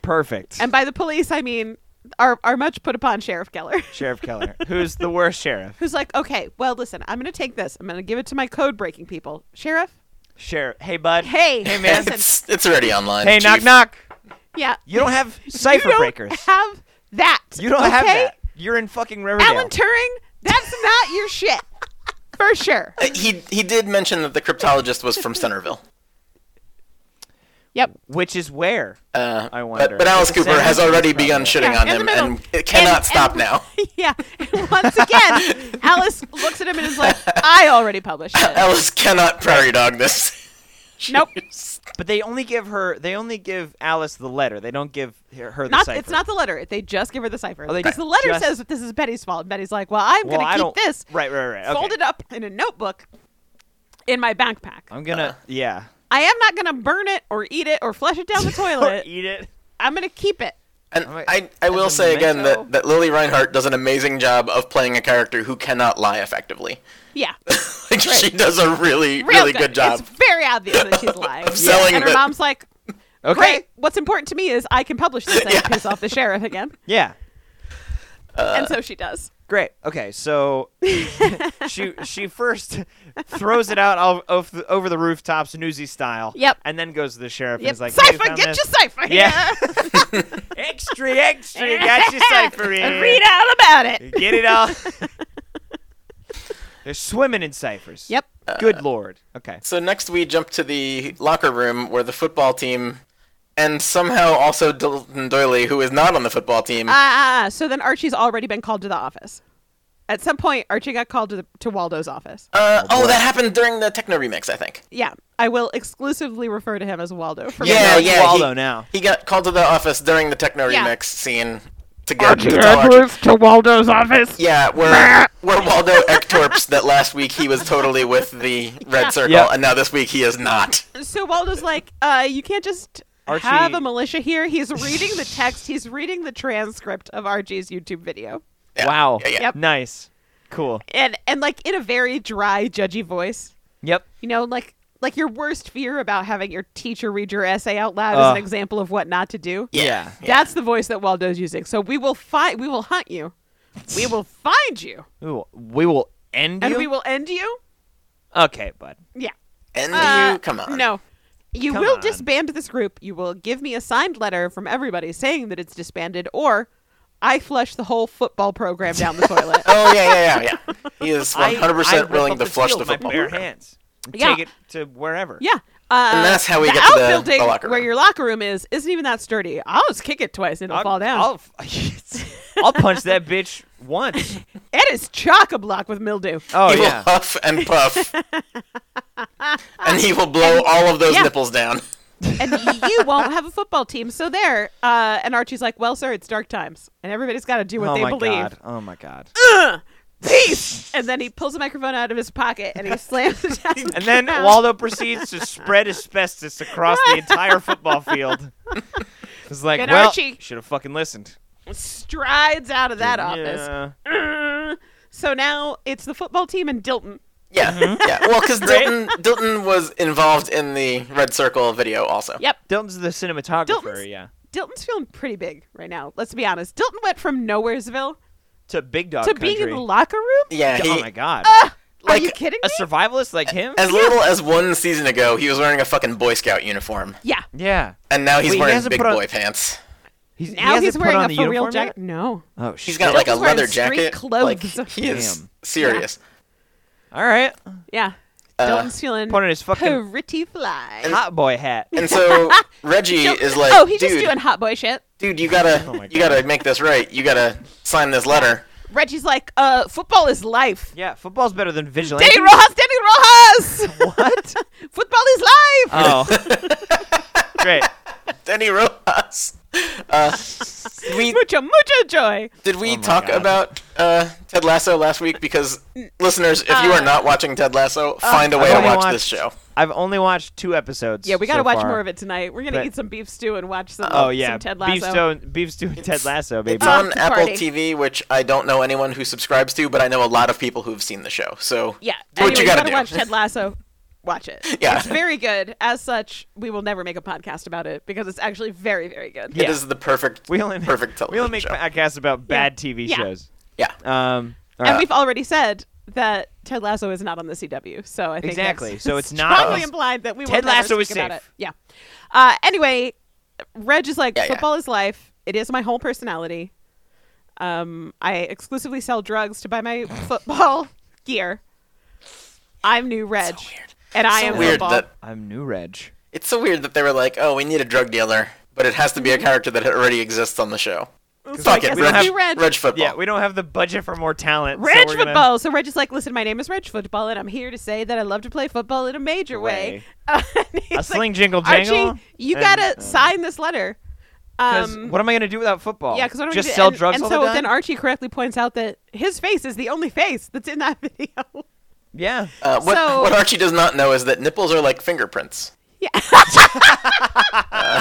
perfect.
and by the police I mean our our much put upon Sheriff Keller,
sheriff Keller, who's the worst sheriff.
(laughs) who's like, okay, well, listen, I'm gonna take this, I'm gonna give it to my code breaking people, Sheriff.
Sheriff. Hey, bud.
Hey,
Hey, man.
listen,
It's, it's already online.
Hey, knock
Chief.
knock.
yeah,
You don't have
(laughs) you
cipher
don't
breakers.
have that.
you don't
okay?
have that. You're in fucking Riverdale.
Alan Turing, that's not your shit, for sure.
Uh, He he did mention that the cryptologist was from Centerville.
Yep.
which is where?
Uh,
I
But,
wonder.
but
It's
Alice
the
Cooper
same
has
thing,
already begun
probably.
shitting
Yeah,
on
in
him
the middle.
and it cannot
And-
stop
and-
now.
(laughs) Yeah. And once again,
(laughs) Oh,
Alice looks at him and is like, I already published it.
Alice cannot prairie dog this.
Nope.
Jeez.
But they only give her. They only give Alice the letter. They don't give her, her the
Not
cipher.
it's not the letter. They just give her the cipher
Oh, they
because the letter
just-
says that this is Betty's fault. And Betty's like, "Well, I'm
Well,
gonna
I
keep
don't.
this
Right, right, right. Okay.
folded up in a notebook in my backpack.
I'm gonna. yeah.
I am not gonna burn it or eat it or flush it
(laughs)
down the
Or
toilet.
eat it.
I'm gonna keep it.
And
All right.
I, I will
As a
say again
memento.
that, that Lily Reinhart does an amazing job of playing a character who cannot lie effectively. (laughs)
(laughs)
Yeah,
like she does a really
Real
really good, job.
It's very obvious
(laughs)
that she's lying.
selling
and her
that-
mom's like,
Okay.
"Great. What's important to me is I can
(laughs)
publish this and
Yeah.
piss off the sheriff again."
Yeah. Uh,
and so she does.
Great. Okay.
(laughs)
So she she first throws it out all, over, the, over the rooftops, newsy style.
Yep.
And then goes to the sheriff and
Yep.
is like, hey,
cipher,
found
get
this.
your cipher.
Yeah.
here.
extra, extra. You got
(laughs)
your cipher
And
in.
(laughs) read all
(laughs)
about it.
Get it
(laughs)
all. They're swimming in ciphers.
Yep.
Good lord. Okay.
So next we jump to the locker room where the football team and somehow also Dalton Doily, who is not on the football team.
Ah, ah, ah. so then Archie's already been called to the office. At some point, Archie got called to, the, to Waldo's office.
Uh, oh, that happened during the techno remix, I think.
Yeah, I will exclusively refer to him as Waldo. For
Yeah,
No,
now.
it's
yeah,
Waldo
he-
now.
He got called to the office during the techno
Yeah.
remix scene to get to tell Archie-
to Waldo's office.
Yeah, where where Waldo ectorps that last week he was totally with the red circle,
Yeah.
and now this week he is not.
So Waldo's like, uh, you can't just
Archie-
have a militia here. He's reading the text. He's reading the transcript of Archie's YouTube video,
Yeah,
Wow.
yeah, yeah.
Yep.
Nice. Cool.
and and like in a very dry, judgy voice.
Yep.
You know, like like your worst fear about having your teacher read your essay out loud
Uh.
is an example of what not to do.
Yeah.
That's the voice that Waldo's using. So we will find, we will hunt you, we will find you,
We will, we will end
and
you.
we will end you.
Okay, bud.
Yeah.
And
Uh,
you come on.
No. You
Come
will
on.
disband this group. You will give me a signed letter from everybody saying that it's disbanded, or I flush the whole football program down
(laughs)
the toilet.
Oh yeah, yeah, yeah, yeah. He
(laughs)
is
I-
one hundred
I
percent
rip
willing
up
to flush
field
the
with my
football.
bare hands. And
Yeah.
Take it to wherever.
Yeah. Uh,
And that's how we
the
get to the- the
outbuilding
locker
where
room.
your locker room is isn't even that sturdy. I'll just kick it twice and it'll
I'll,
fall down.
I'll, (laughs) I'll punch that bitch
(laughs)
once.
It is chock a block with mildew.
Oh
he will
yeah.
huff
(laughs)
and puff, and he will blow all of those
yeah.
nipples down.
and you won't have a football team. So there. Uh, and Archie's like, "Well, sir, it's dark times, and everybody's got to do what
oh
they
my
believe."
god. Oh my (laughs) god.
Peace. and then he pulls a microphone out of his pocket and
(laughs)
he slams it down.
And then Waldo proceeds to spread asbestos across the entire football field. (laughs) It's like,
And
well,
Archie-
should have fucking listened.
strides out of that office. (clears throat)
Yeah.
So now it's the football team and Dilton.
Yeah,
Mm-hmm.
yeah.
(laughs)
Well, because
Great.
Dilton, Dilton was involved in the Red Circle video also.
Yep.
Dilton's the cinematographer.
Dilton's-
yeah.
Dilton's feeling pretty big right now. Let's be honest. Dilton went from nowheresville
To big dog
to
country.
being in the locker room.
Yeah, he,
oh my god. (laughs)
Are
like,
you kidding
a
me?
survivalist like him?
as little as one season ago, he was wearing a fucking Boy Scout uniform,
Yeah.
yeah.
and now he's
Wait, he
wearing
hasn't
big
put on-
boy pants.
He's, he
Now
hasn't
he's
put
wearing
on
a
the
for real
uniform yet?
jacket. No.
Oh shit.
He's got like a
Dilton's wearing
leather
street
jacket. Like,
clothes.
he is
Damn.
serious.
All right.
Yeah.
Uh,
Dilton's feeling
Put on his fucking
pretty fly.
hot boy hat.
And
(laughs)
so Reggie
Dilton-
is like,
oh, he's
dude,
just doing hot boy shit.
dude, you gotta,
Oh my
you gotta make this right. You gotta sign this letter.
(laughs)
Reggie's like, uh, football is life.
Yeah, football's better than vigilante.
Danny Rojas, Danny Rojas!
What?
(laughs) football is life!
Oh. (laughs) Great.
Denny Rojas. Uh, we
mucho, mucho joy.
did we
Oh my
talk
God.
about uh, Ted Lasso last week? Because listeners, if
Uh,
you are not watching Ted Lasso, find a way to
only
watch
watched-
this show.
I've only watched two episodes.
Yeah, we got to
so
watch
far.
more of it tonight. We're going to
But-
eat some beef stew and watch some,
Oh yeah,
some Ted Lasso.
beef stew, and- beef stew, and Ted Lasso, baby.
It's on
Watch the
Apple
party.
TV, which I don't know anyone who subscribes to, but I know a lot of people who've seen the show. So
Yeah.
do what
anyway,
you gotta
to
do.
watch Ted Lasso. Watch it.
Yeah.
It's very good. As such, we will never make a podcast about it because it's actually very, very good.
Yeah.
it is the perfect,
we only
perfect
we only
television
make
show.
podcasts about bad TV
Yeah.
shows.
Yeah,
Um, all
And
right.
we've already said that Ted Lasso is not on the CW, so I think
Exactly.
that's (laughs)
So it's not-
strongly implied that we will
Ted
never
Lasso
speak
is
about
safe.
it. Yeah. Uh, anyway, Reg is like
Yeah, yeah.
football is life. It is my whole personality. Um, I exclusively sell drugs to buy my
(laughs)
football gear. I'm new Reg,
weird.
and I
so
am
weird
football.
that
I'm new Reg.
it's so weird that they were like, oh, we need a drug dealer, but it has to be a character that already exists on the show.
(laughs) So I
Fuck
guess
it,
we don't
Reg,
it'll
have-
be Reg.
Reg football.
Yeah, we don't have the budget for more talent. so
Reg
we're gonna-
football. So Reg is like, listen, my name is Reg football, and I'm here to say that I love to play football in a major way. (laughs) And he's
A
like,
sling jingle jangle.
Archie, you
and,
gotta
uh,
sign this letter.
'cause
Um,
what am I gonna do without football?
yeah, because
just sell
and,
drugs
And
all
so
the time.
then Archie correctly points out that his face is the only face that's in that (laughs) video. (laughs)
yeah,
Uh, what,
So-
what Archie does not know is that nipples are like fingerprints. (laughs) Uh,
yeah,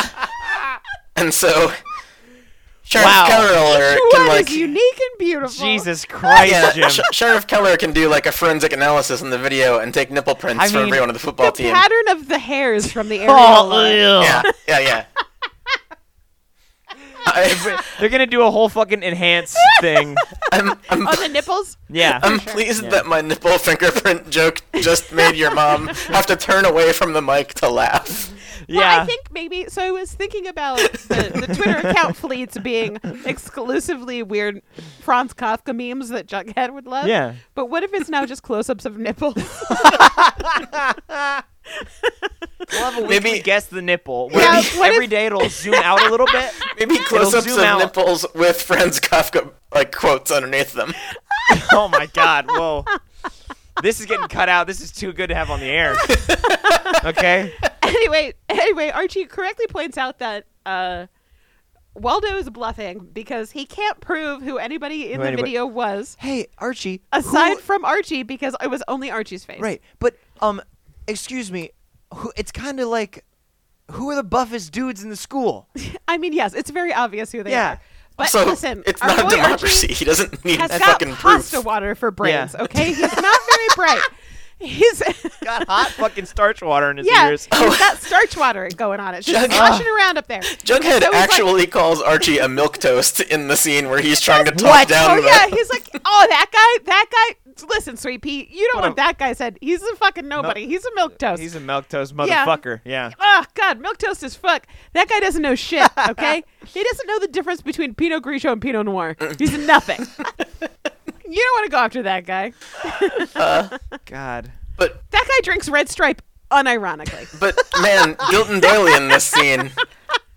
And so, Sheriff
Wow.
Keller can,
what
like.
is unique and beautiful.
Jesus Christ,
Yeah,
Jim.
Sh- Sheriff Keller can do like a forensic analysis in the video and take nipple prints
I
for
mean,
everyone on the
The
football team.
pattern of the hairs from
(laughs)
the areola.
Oh, ew.
Yeah, yeah, yeah. I,
They're gonna do a whole fucking
(laughs)
enhanced thing.
I'm, I'm,
on the nipples.
Yeah.
(laughs)
I'm pleased that my nipple fingerprint joke just made your mom have to turn away from the mic to laugh.
yeah.
Well, I think maybe. So I was thinking about the, the Twitter account fleets being exclusively weird Franz Kafka memes that Jughead would love.
Yeah.
But what if it's now just close ups of nipples? (laughs)
we'll have a
Maybe-
weekly guess the nipple. Where
Yeah,
every
what if-
day it'll zoom out a little (laughs) bit.
Maybe close-ups
zoom
of
out.
nipples with Franz Kafka like quotes underneath them.
Oh my god! Whoa. This is getting cut out. This is too good to have on the (laughs) air. Okay.
anyway, anyway, Archie correctly points out that uh, Waldo is bluffing because he can't prove who anybody in
Who
the
anybody-
video was
Hey, Archie.
aside from Archie because it was only Archie's face.
Right, but um, excuse me, who, it's kind of like, who are the buffest dudes in the school?
I mean, yes, it's very obvious who they
Yeah.
are. But
so
listen,
it's
our
not a
boy
democracy.
Archie
he doesn't need
has got
fucking proof.
pasta water for brains.
(laughs) Yeah.
Okay, he's not very bright. He's
Got hot fucking starch water in his
(laughs) yeah, Oh.
ears. Oh.
he's got starch water going on. It's just
Jughead-
sloshing
(laughs)
around up there.
Jughead
So he's like-
actually calls Archie a milk toast in the scene where he's trying to talk
What?
down
Oh
(laughs)
the
yeah, he's like, oh that guy, that guy. Listen, sweet pea, you know
What
what,
a-
that guy said. He's a fucking nobody. he's a milk toast.
He's a milk toast
Yeah.
motherfucker. Yeah.
Oh God, milk toast is fuck. That guy doesn't
(laughs)
know shit. Okay, he doesn't know the difference between Pinot Grigio and Pinot Noir. He's nothing.
(laughs)
you don't want to go after that guy.
God.
But
That guy drinks Red Stripe
(laughs)
unironically.
but
(laughs)
man, Gilton Daly in this scene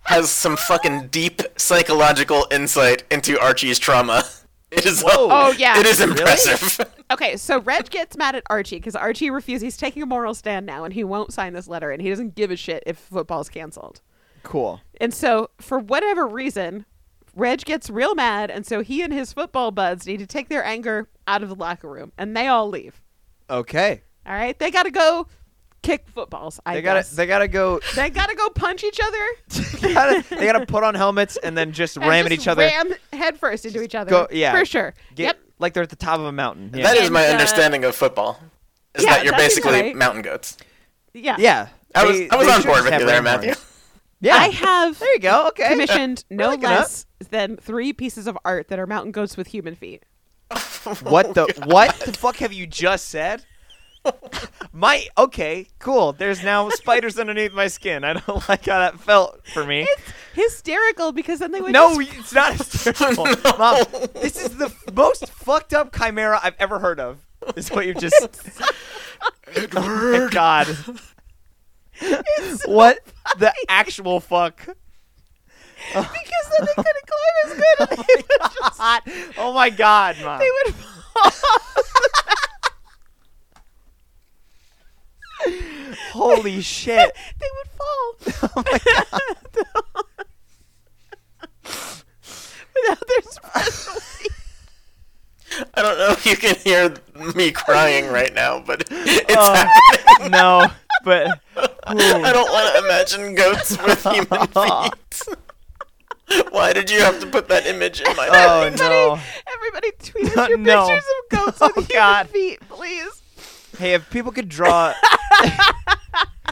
has some fucking deep psychological insight into Archie's trauma. It is
Oh, yeah.
It is impressive.
Okay, so Reg gets mad at Archie because Archie refuses. He's taking a moral stand now, and he won't sign this letter, and he doesn't give a shit if football's canceled.
Cool.
And so, for whatever reason, Reg gets real mad, and so he and his football buds need to take their anger out of the locker room, and they all leave.
Okay.
All right, they got to go kick footballs. I
They
got
gotta.
guess.
They gotta go. (laughs)
They got to go punch each other.
they gotta, they gotta put on helmets and then just
and
ram at
just
each other.
Ram headfirst into each other.
go- yeah.
for sure.
Get-
yep.
Like they're at the top of a mountain. Yeah.
(laughs) That is my
And, uh,
understanding of football. Is
yeah,
that you're
that'd be
basically
right.
mountain goats.
Yeah.
yeah.
I was,
They-
I was
they
on
should
board
just
with
have
you there,
ram
Matthew.
horns. Yeah.
I have.
there you go. (laughs) Okay.
commissioned no
looking up.
less than three pieces of art that are mountain goats with human feet.
What the what the fuck have you just
(laughs)
said? My okay, cool. There's now spiders underneath my skin. I don't (laughs) like how that felt for me.
Hysterical because then they would
no,
just-
it's not (laughs)
(laughs)
hysterical. Mom, this is the f- most fucked up chimera I've ever heard of. Is (laughs) what you just
Oh
Edward. God. (laughs) what the actual fuck?
because then they couldn't climb
(laughs)
as good. And (laughs) they would just
Oh my god, mom.
they would fall.
Holy shit.
they would fall
(laughs) Oh
(laughs)
my god.
without their special feet.
I don't know if you can hear me crying right now, but it's
Oh,
happening.
no, but oh,
I don't want to imagine goats
(laughs)
with human feet. Why did you have to put that image in my head?
oh (laughs) no.
Everybody tweet
(laughs)
us your
No.
pictures of goats
(laughs) Oh,
with human
God.
feet, please.
Hey, if people could draw,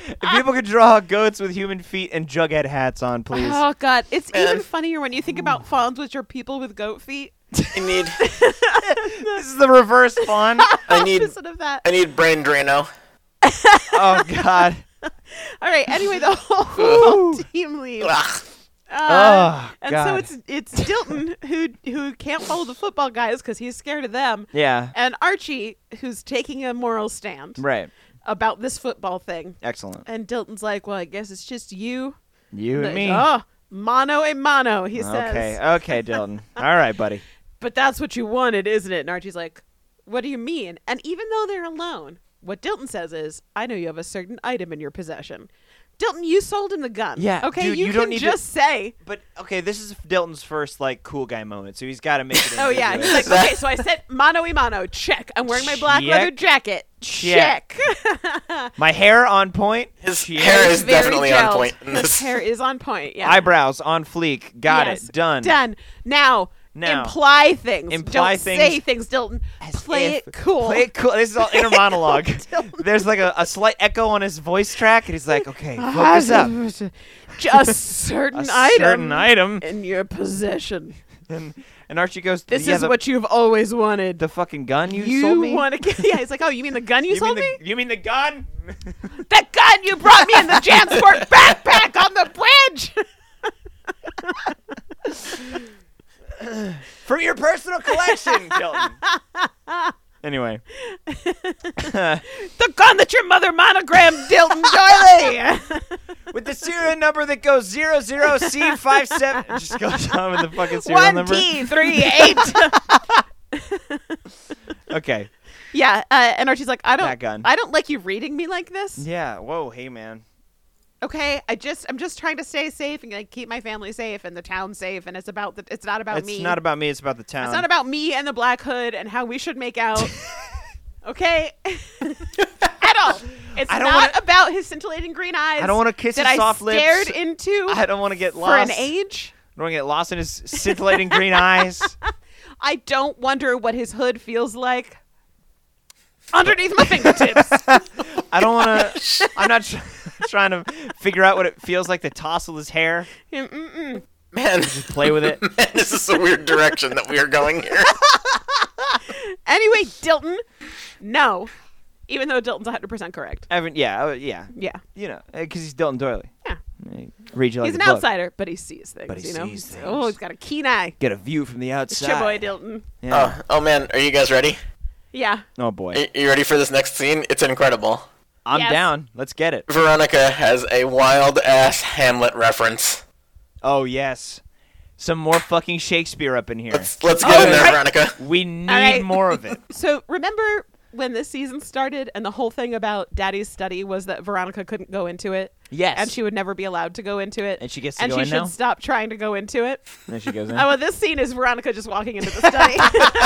if people could draw goats with human feet and jughead hats on, please. Mm.
Oh God, it's even
Man.
funnier when you think about fawns, which are people with
(laughs)
goat feet. (laughs)
I need
this is the reverse fawn.
I need
Opposite of that.
I need brain Drano.
(laughs)
oh God.
All right. Anyway, the whole, whole (laughs) team leaves.
Ugh.
Uh,
Oh,
and
God.
so it's it's Dilton who who can't follow the football guys because he's scared of them,
Yeah.
and Archie who's taking a moral stand
Right.
about this football thing.
Excellent.
And Dilton's like, "Well, I guess it's just you
You and
Like,
me.
Oh, Mono a mono, he says.
Okay, uh, okay, Dylan. All right, buddy.
But that's what you wanted, isn't it? And Archie's like, What do you mean? And even though they're alone, what Dilton says is, I know you have a certain item in your possession. Dilton, you sold him the gun.
Yeah,
Okay,
dude,
you,
you don't
can
need to-
just say,
But okay, this is Dilton's first like cool guy moment, so he's got to make it.
(laughs) Oh, yeah. He's like, Okay, so I said (laughs) mono a mono. Check. I'm wearing my black
Check.
leather jacket.
Check.
Check.
my hair on point,
His
She
(laughs)
hair
It's
is
very
definitely
gelled.
on point in
His
this.
hair is on point. Yeah.
eyebrows on fleek. Got
Yes.
it. Done.
Done. Now,
Now.
imply things.
Imply
Don't
things
say things, Dilton.
As
Play
if-
it cool. (laughs)
Play it cool. This is all inner monologue.
Dilton.
There's like a, a slight echo on his voice track, and he's like, "Okay, focus up."
Just
(laughs)
certain
A
item
certain item.
in your possession.
And, and Archie goes,
This
"Yeah,
is
the,
what you've always wanted.
the fucking gun you, sold
(laughs)
me."
want to get? Yeah, he's like, oh, you mean the gun you,
you mean
sold
the,
me?
you mean the gun? (laughs)
That gun you brought me in the Jansport backpack on the bridge.
From your personal
(laughs)
collection, Dilton. Anyway. (laughs)
the gun that your mother monogrammed, Dilton (laughs) Doily.
with the serial number that goes 00C57. It Just goes (laughs) on with the fucking serial
One
number.
T three eight.
Okay.
(laughs) Yeah, uh, and Archie's like, I don't,
That gun.
I don't like you reading me like this.
Yeah. Whoa. Hey, man.
Okay, I just, I'm just trying to stay safe and like keep my family safe and the town safe, and it's about the, it's not about
it's
me.
not about me. It's about the town.
It's not about me and the black hood and how we should
(laughs)
make out. okay? (laughs) At
(laughs)
all. It's
I
not
don't wanna-
about his scintillating green eyes.
I don't wanna kiss
that
his
I
soft lips. (laughs)
stared into
I don't want to get
for
lost.
an age.
I don't want to get lost in his scintillating
(laughs)
green eyes.
I don't wonder what his hood feels like underneath
(laughs)
my fingertips.
I don't want to. I'm not tr- (laughs) trying to figure out what it feels like to tousle his hair,
Mm, Mm-mm-mm.
Man, (laughs)
play with
(laughs)
it.
man, this is a weird direction that we are
(laughs)
going here.
anyway, Dilton, no. Even though Dilton's 100% correct.
Evan, yeah, uh, yeah,
Yeah.
you know, because he's Dilton Doily.
Yeah.
He Read you like
He's
a
an
book.
outsider, but he sees things,
But he
you know?
sees things.
Oh, he's got a keen eye.
Get a view from the
It's
outside.
your boy, Dilton.
Yeah.
Oh, oh man, are you guys ready?
Yeah.
Oh, boy.
Are you ready for this next scene? It's incredible.
I'm
Yes.
down. Let's get it.
Veronica has a wild ass Hamlet reference.
Oh yes, some more fucking Shakespeare up in here.
Let's let's get
Oh,
in there,
right.
Veronica.
We need
right.
more of
(laughs)
it.
So remember when this season started and the whole thing about Daddy's study was that Veronica couldn't go into it
Yes,
and she would never be allowed to go into it.
And she gets to
and
go
she
in
should
now?
stop trying to go into it.
There she goes in.
Oh, well, this scene is Veronica just walking into the study. (laughs)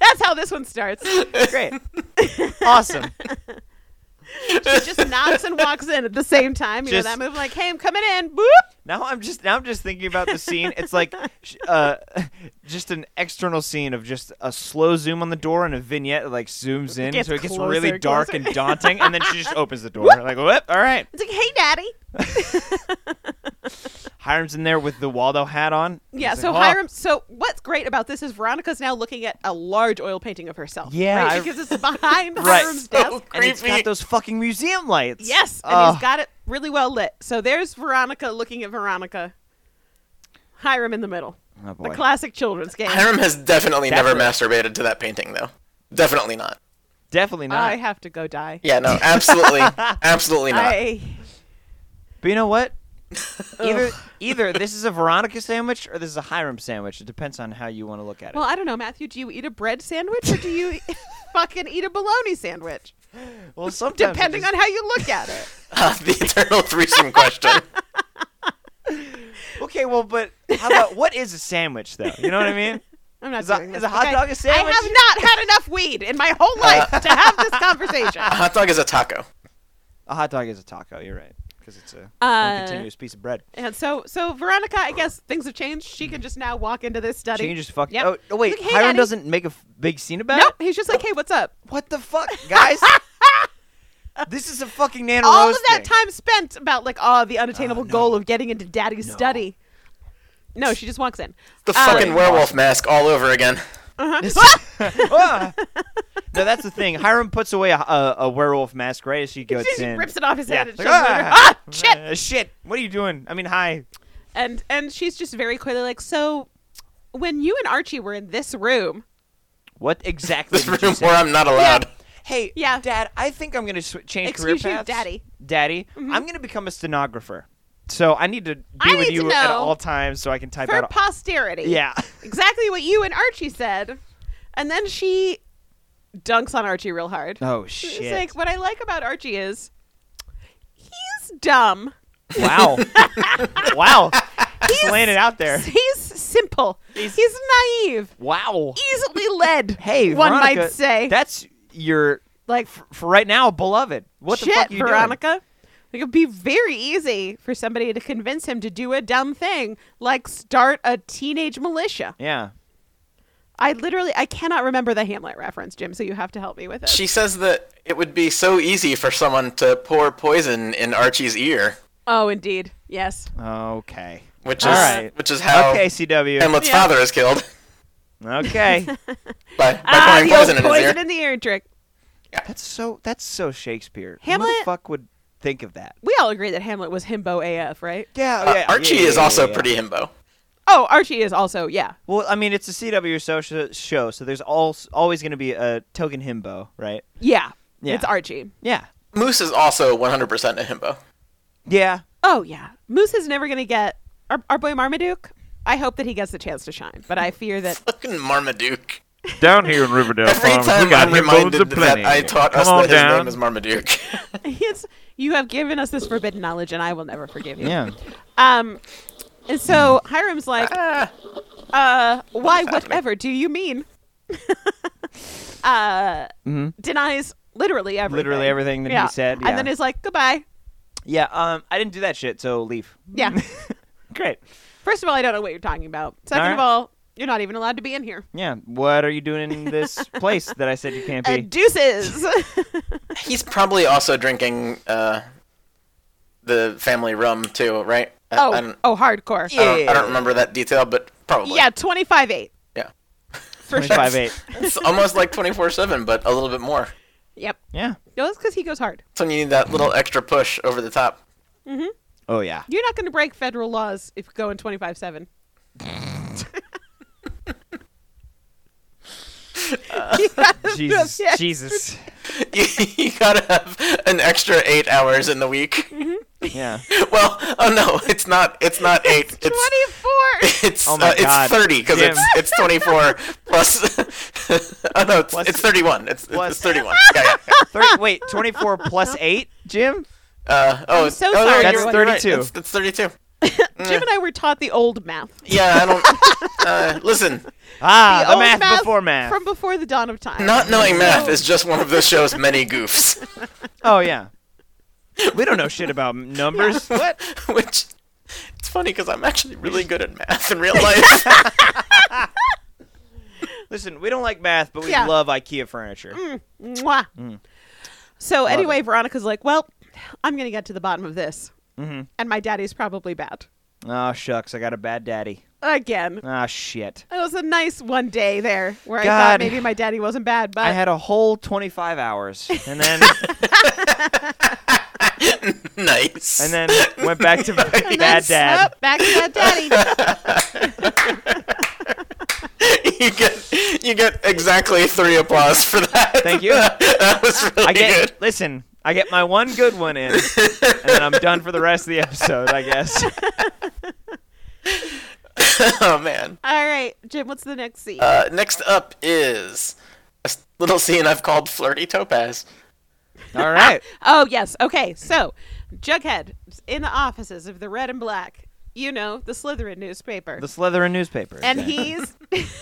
That's how this one starts. She
Great, awesome.
just knocks and walks in at the same time. You
Just-
know that move, like, "Hey, I'm coming in." Boop.
Now I'm just now I'm just thinking about the scene. It's like, sh- uh, just an external scene of just a slow zoom on the door and a vignette that like zooms in,
Gets
so it gets
closer,
really dark
closer.
and daunting, and then she
(laughs)
just opens the door. like, whoop, all right.
It's like, "Hey, Daddy."
Hiram's in there with the Waldo hat on.
Yeah.
He's
So
like, "Oh."
Hiram. So what's great about this is Veronica's now looking at a large oil painting of herself.
Yeah,
right?
I-
because it's
(laughs)
behind
Right.
Hiram's desk.
and it's got
Creepy.
those fucking museum lights.
Yes, and
Oh,
he's got it really well lit. So there's Veronica looking at Veronica. Hiram in the middle.
oh
The
boy.
classic children's game.
Hiram has definitely never
Definitely.
masturbated to that painting, though. Definitely not.
Definitely not.
I have to go die.
(laughs)
Yeah, no, absolutely, absolutely not. (laughs)
I
But you know
(laughs)
what? either either this is a Veronica sandwich or this is a Hiram sandwich. It depends on how you want to look at it.
well, I don't know, Matthew. Do you eat a bread sandwich or
(laughs)
do you fucking eat a bologna sandwich?
well sometimes it
Depending
just-
on how you look at it.
Ah, the eternal threesome question.
Okay, well, but how about what is a sandwich though? You know what I mean?
I'm not
Is a-
doing this.
is a hot
okay?
dog a sandwich? Uh.
I have not had enough weed in my whole life to have
(laughs)
this conversation.
A hot dog is a taco.
A hot dog is a taco. You're right, because it's a
Uh,
one continuous piece of bread.
And so, so Veronica, I guess things have changed. She can just now walk into this study.
Change is fucking.
Yep.
Oh, oh, wait,
He's like, "Hey,
Hiram
Daddy."
doesn't make a f- big scene about
Nope.
it.
He's just like, hey, what's up?
What the fuck,
(laughs)
guys? this is a fucking Nana
all
Rose
of that
thing.
time spent about like oh the unattainable
Ah, no.
goal of getting into daddy's
No.
study no she just walks in
The
Ah.
Uh,
fucking werewolf mask all over again. (laughs)
This- Ah! no, that's the thing. Hiram puts away a, a, a werewolf mask right as she goes
she, she
in.
rips it off his head and,
Like,
shoves it in her- ah! shit
Uh, shit! What are you doing? I mean, hi.
and and she's just very clearly like so when you and archie were in this room
What exactly?
This
did you
room
say?
where I'm not allowed.
Hey,
Yeah.
Dad, I think I'm gonna sw- change
Excuse
career
you,
paths.
Daddy.
Daddy, I'm gonna become a stenographer. So I need to be
Mm-hmm. I
with
need to
you at
know.
all times so I can type
for
out. all-
posterity. (laughs)
yeah.
exactly what you and Archie said, and then she dunks on Archie real hard.
Oh
It's
shit!
like what I like about Archie is he's dumb. (laughs)
wow. wow. Laying it out there.
He's simple. He's, naive.
Wow.
Easily led.
Hey,
one
Veronica,
might say.
that's your
like
f- for right now, beloved. What
shit,
the fuck, are you
Veronica. Like, it'd be very easy for somebody to convince him to do a dumb thing, like start a teenage militia.
Doing? Yeah.
I literally, I cannot remember the Hamlet reference, Jim. So you have to help me with it.
She says that it would be so easy for someone to pour poison in Archie's ear,
oh, indeed, yes.
Okay.
which is
All right.
which is how
okay, CW.
Hamlet's
Yeah.
father is killed (laughs)
(laughs)
okay.
by, by
Ah,
pouring
the old
poison in his
poison
ear.
in the ear trick.
that's so. That's so Shakespeare. Who the
Hamlet-
fuck would think of that?
We all agree that Hamlet was himbo AF, right?
Yeah.
Uh, Archie is also pretty himbo.
Oh, Archie is also, yeah.
Well, I mean, it's a CW so- sh- show, so there's al- always going to be a token himbo, right?
Yeah.
Yeah.
It's Archie.
Yeah.
Moose is also 100% a himbo.
Yeah.
Oh, yeah. Moose is never going to get our, our boy Marmaduke. I hope that he gets the chance to shine, but I fear that (laughs)
Fucking Marmaduke.
Down here in Riverdale
Every
Farms,
time
we got
I'm
him bones
reminded
of plenty.
that I taught
Come
us
on
that his
down.
name is Marmaduke. (laughs)
it's, you have given us this forbidden knowledge and I will never forgive you.
Yeah.
Um, and so Hiram's like,
Ah.
uh, why, whatever do you mean? (laughs) uh, Denies literally everything.
(laughs) Mm-hmm. Literally everything that he
Yeah.
said, yeah.
And then is like, goodbye.
Yeah. Um, I didn't do that shit, so leave. (laughs)
Yeah.
Great.
First of all, I don't know what you're talking about. Second
All
of
right.
all, you're not even allowed to be in here.
Yeah. What are you doing
(laughs)
in this place that I said you can't
Uh,
be? (laughs)
deuces.
He's probably also drinking uh, the family rum too, right? I,
(laughs)
I
oh,
don't,
oh, hardcore.
Yeah.
I, don't, I don't remember that detail, but probably.
Yeah, twenty five eight.
Yeah.
For sure.
Twenty-five eight.
It's almost like 24 7, but a little bit more.
Yep.
Yeah.
No, that's because he goes hard.
So you need that little extra push over the top. (laughs)
Oh
(laughs)
yeah.
You're not going to break federal laws if you go in twenty five seven.
Jesus.
Yes.
Jesus.
You, you gotta have an extra eight hours in the week. (laughs)
(laughs)
Yeah.
Well, oh no, it's not. It's not eight. It's
Twenty
(laughs)
four.
(laughs) It's
Oh my
uh,
God.
it's thirty because
Jim.
it's it's
(laughs)
twenty four plus. (laughs) oh no, it's, it's thirty one. It's
plus-
it's thirty
(laughs)
one. Yeah, yeah. yeah.
Thir- wait, twenty-four
(laughs)
plus eight, Jim?
Uh, oh,
I'm so
oh, no,
sorry,
you're-
That's
you're right.
32.
It's, it's thirty two.
Jim and I were taught the old math.
Yeah, I don't. Uh, listen,
Ah, the,
old
math, before math.
From before the dawn of time.
not knowing math is just one of those show's many goofs,
oh yeah. We don't know shit about m-
(laughs)
numbers. (laughs) What?
(laughs) which it's funny because I'm actually really good at math in real
(laughs)
life.
Listen, we don't like math, but we
Yeah. Mm.
love IKEA furniture.
Mwah.
Mm.
So anyway, Veronica's like, well, I'm going to get to the bottom of this.
Mm-hmm.
And my daddy's probably bad.
Oh shucks, I got a bad daddy.
Again.
Ah shit.
It was a nice one day there where I
God.
thought maybe my daddy wasn't bad, but
I had a whole 25
(laughs)
hours, and then
nice.
and then went back to
and
(laughs) bad
then,
dad.
nope, back to that
(laughs)
daddy.
(laughs) you get you get exactly three applause for that.
Thank you.
(laughs) that was really
I get
good.
listen. I get my one good one in, and then I'm done for the rest of the episode. I
(laughs)
guess.
(laughs) Oh man.
All right, Jim, what's the next scene?
Uh, next up is a s- little scene I've called Flirty Topaz.
All right.
oh, yes. Okay. So, Jughead is in the offices of the Red and Black, you know, the Slytherin newspaper.
The Slytherin newspaper.
and he's (laughs)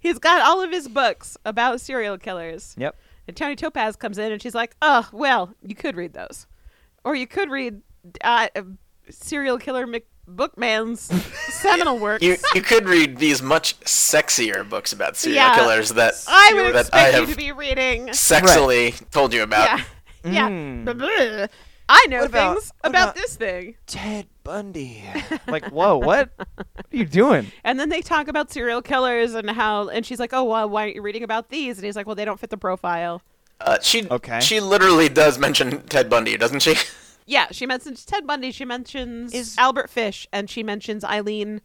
He's got all of his books about serial killers.
Yep.
And Tony Topaz comes in and she's like, "Oh, well, you could read those, or you could read uh, serial killer Mc- Bookman's seminal works."
You you could read these much sexier books about serial
Yeah.
killers that
I would
that I
expect you
have
to be reading.
sexily told you about.
Yeah, (laughs) yeah. Blah, blah. I know
What about-
things
what
about,
about-
this thing,
Ted Bundy.
(laughs)
Like, whoa, what? What are you doing?
and then they talk about serial killers and how. And she's like, "Oh, well, why aren't you reading about these?" And he's like, "Well, they don't fit the profile."
Uh, she
Okay.
she literally does mention Ted Bundy, doesn't she? (laughs)
Yeah, she mentions Ted Bundy. She mentions
Is-
Albert Fish, and she mentions Eileen.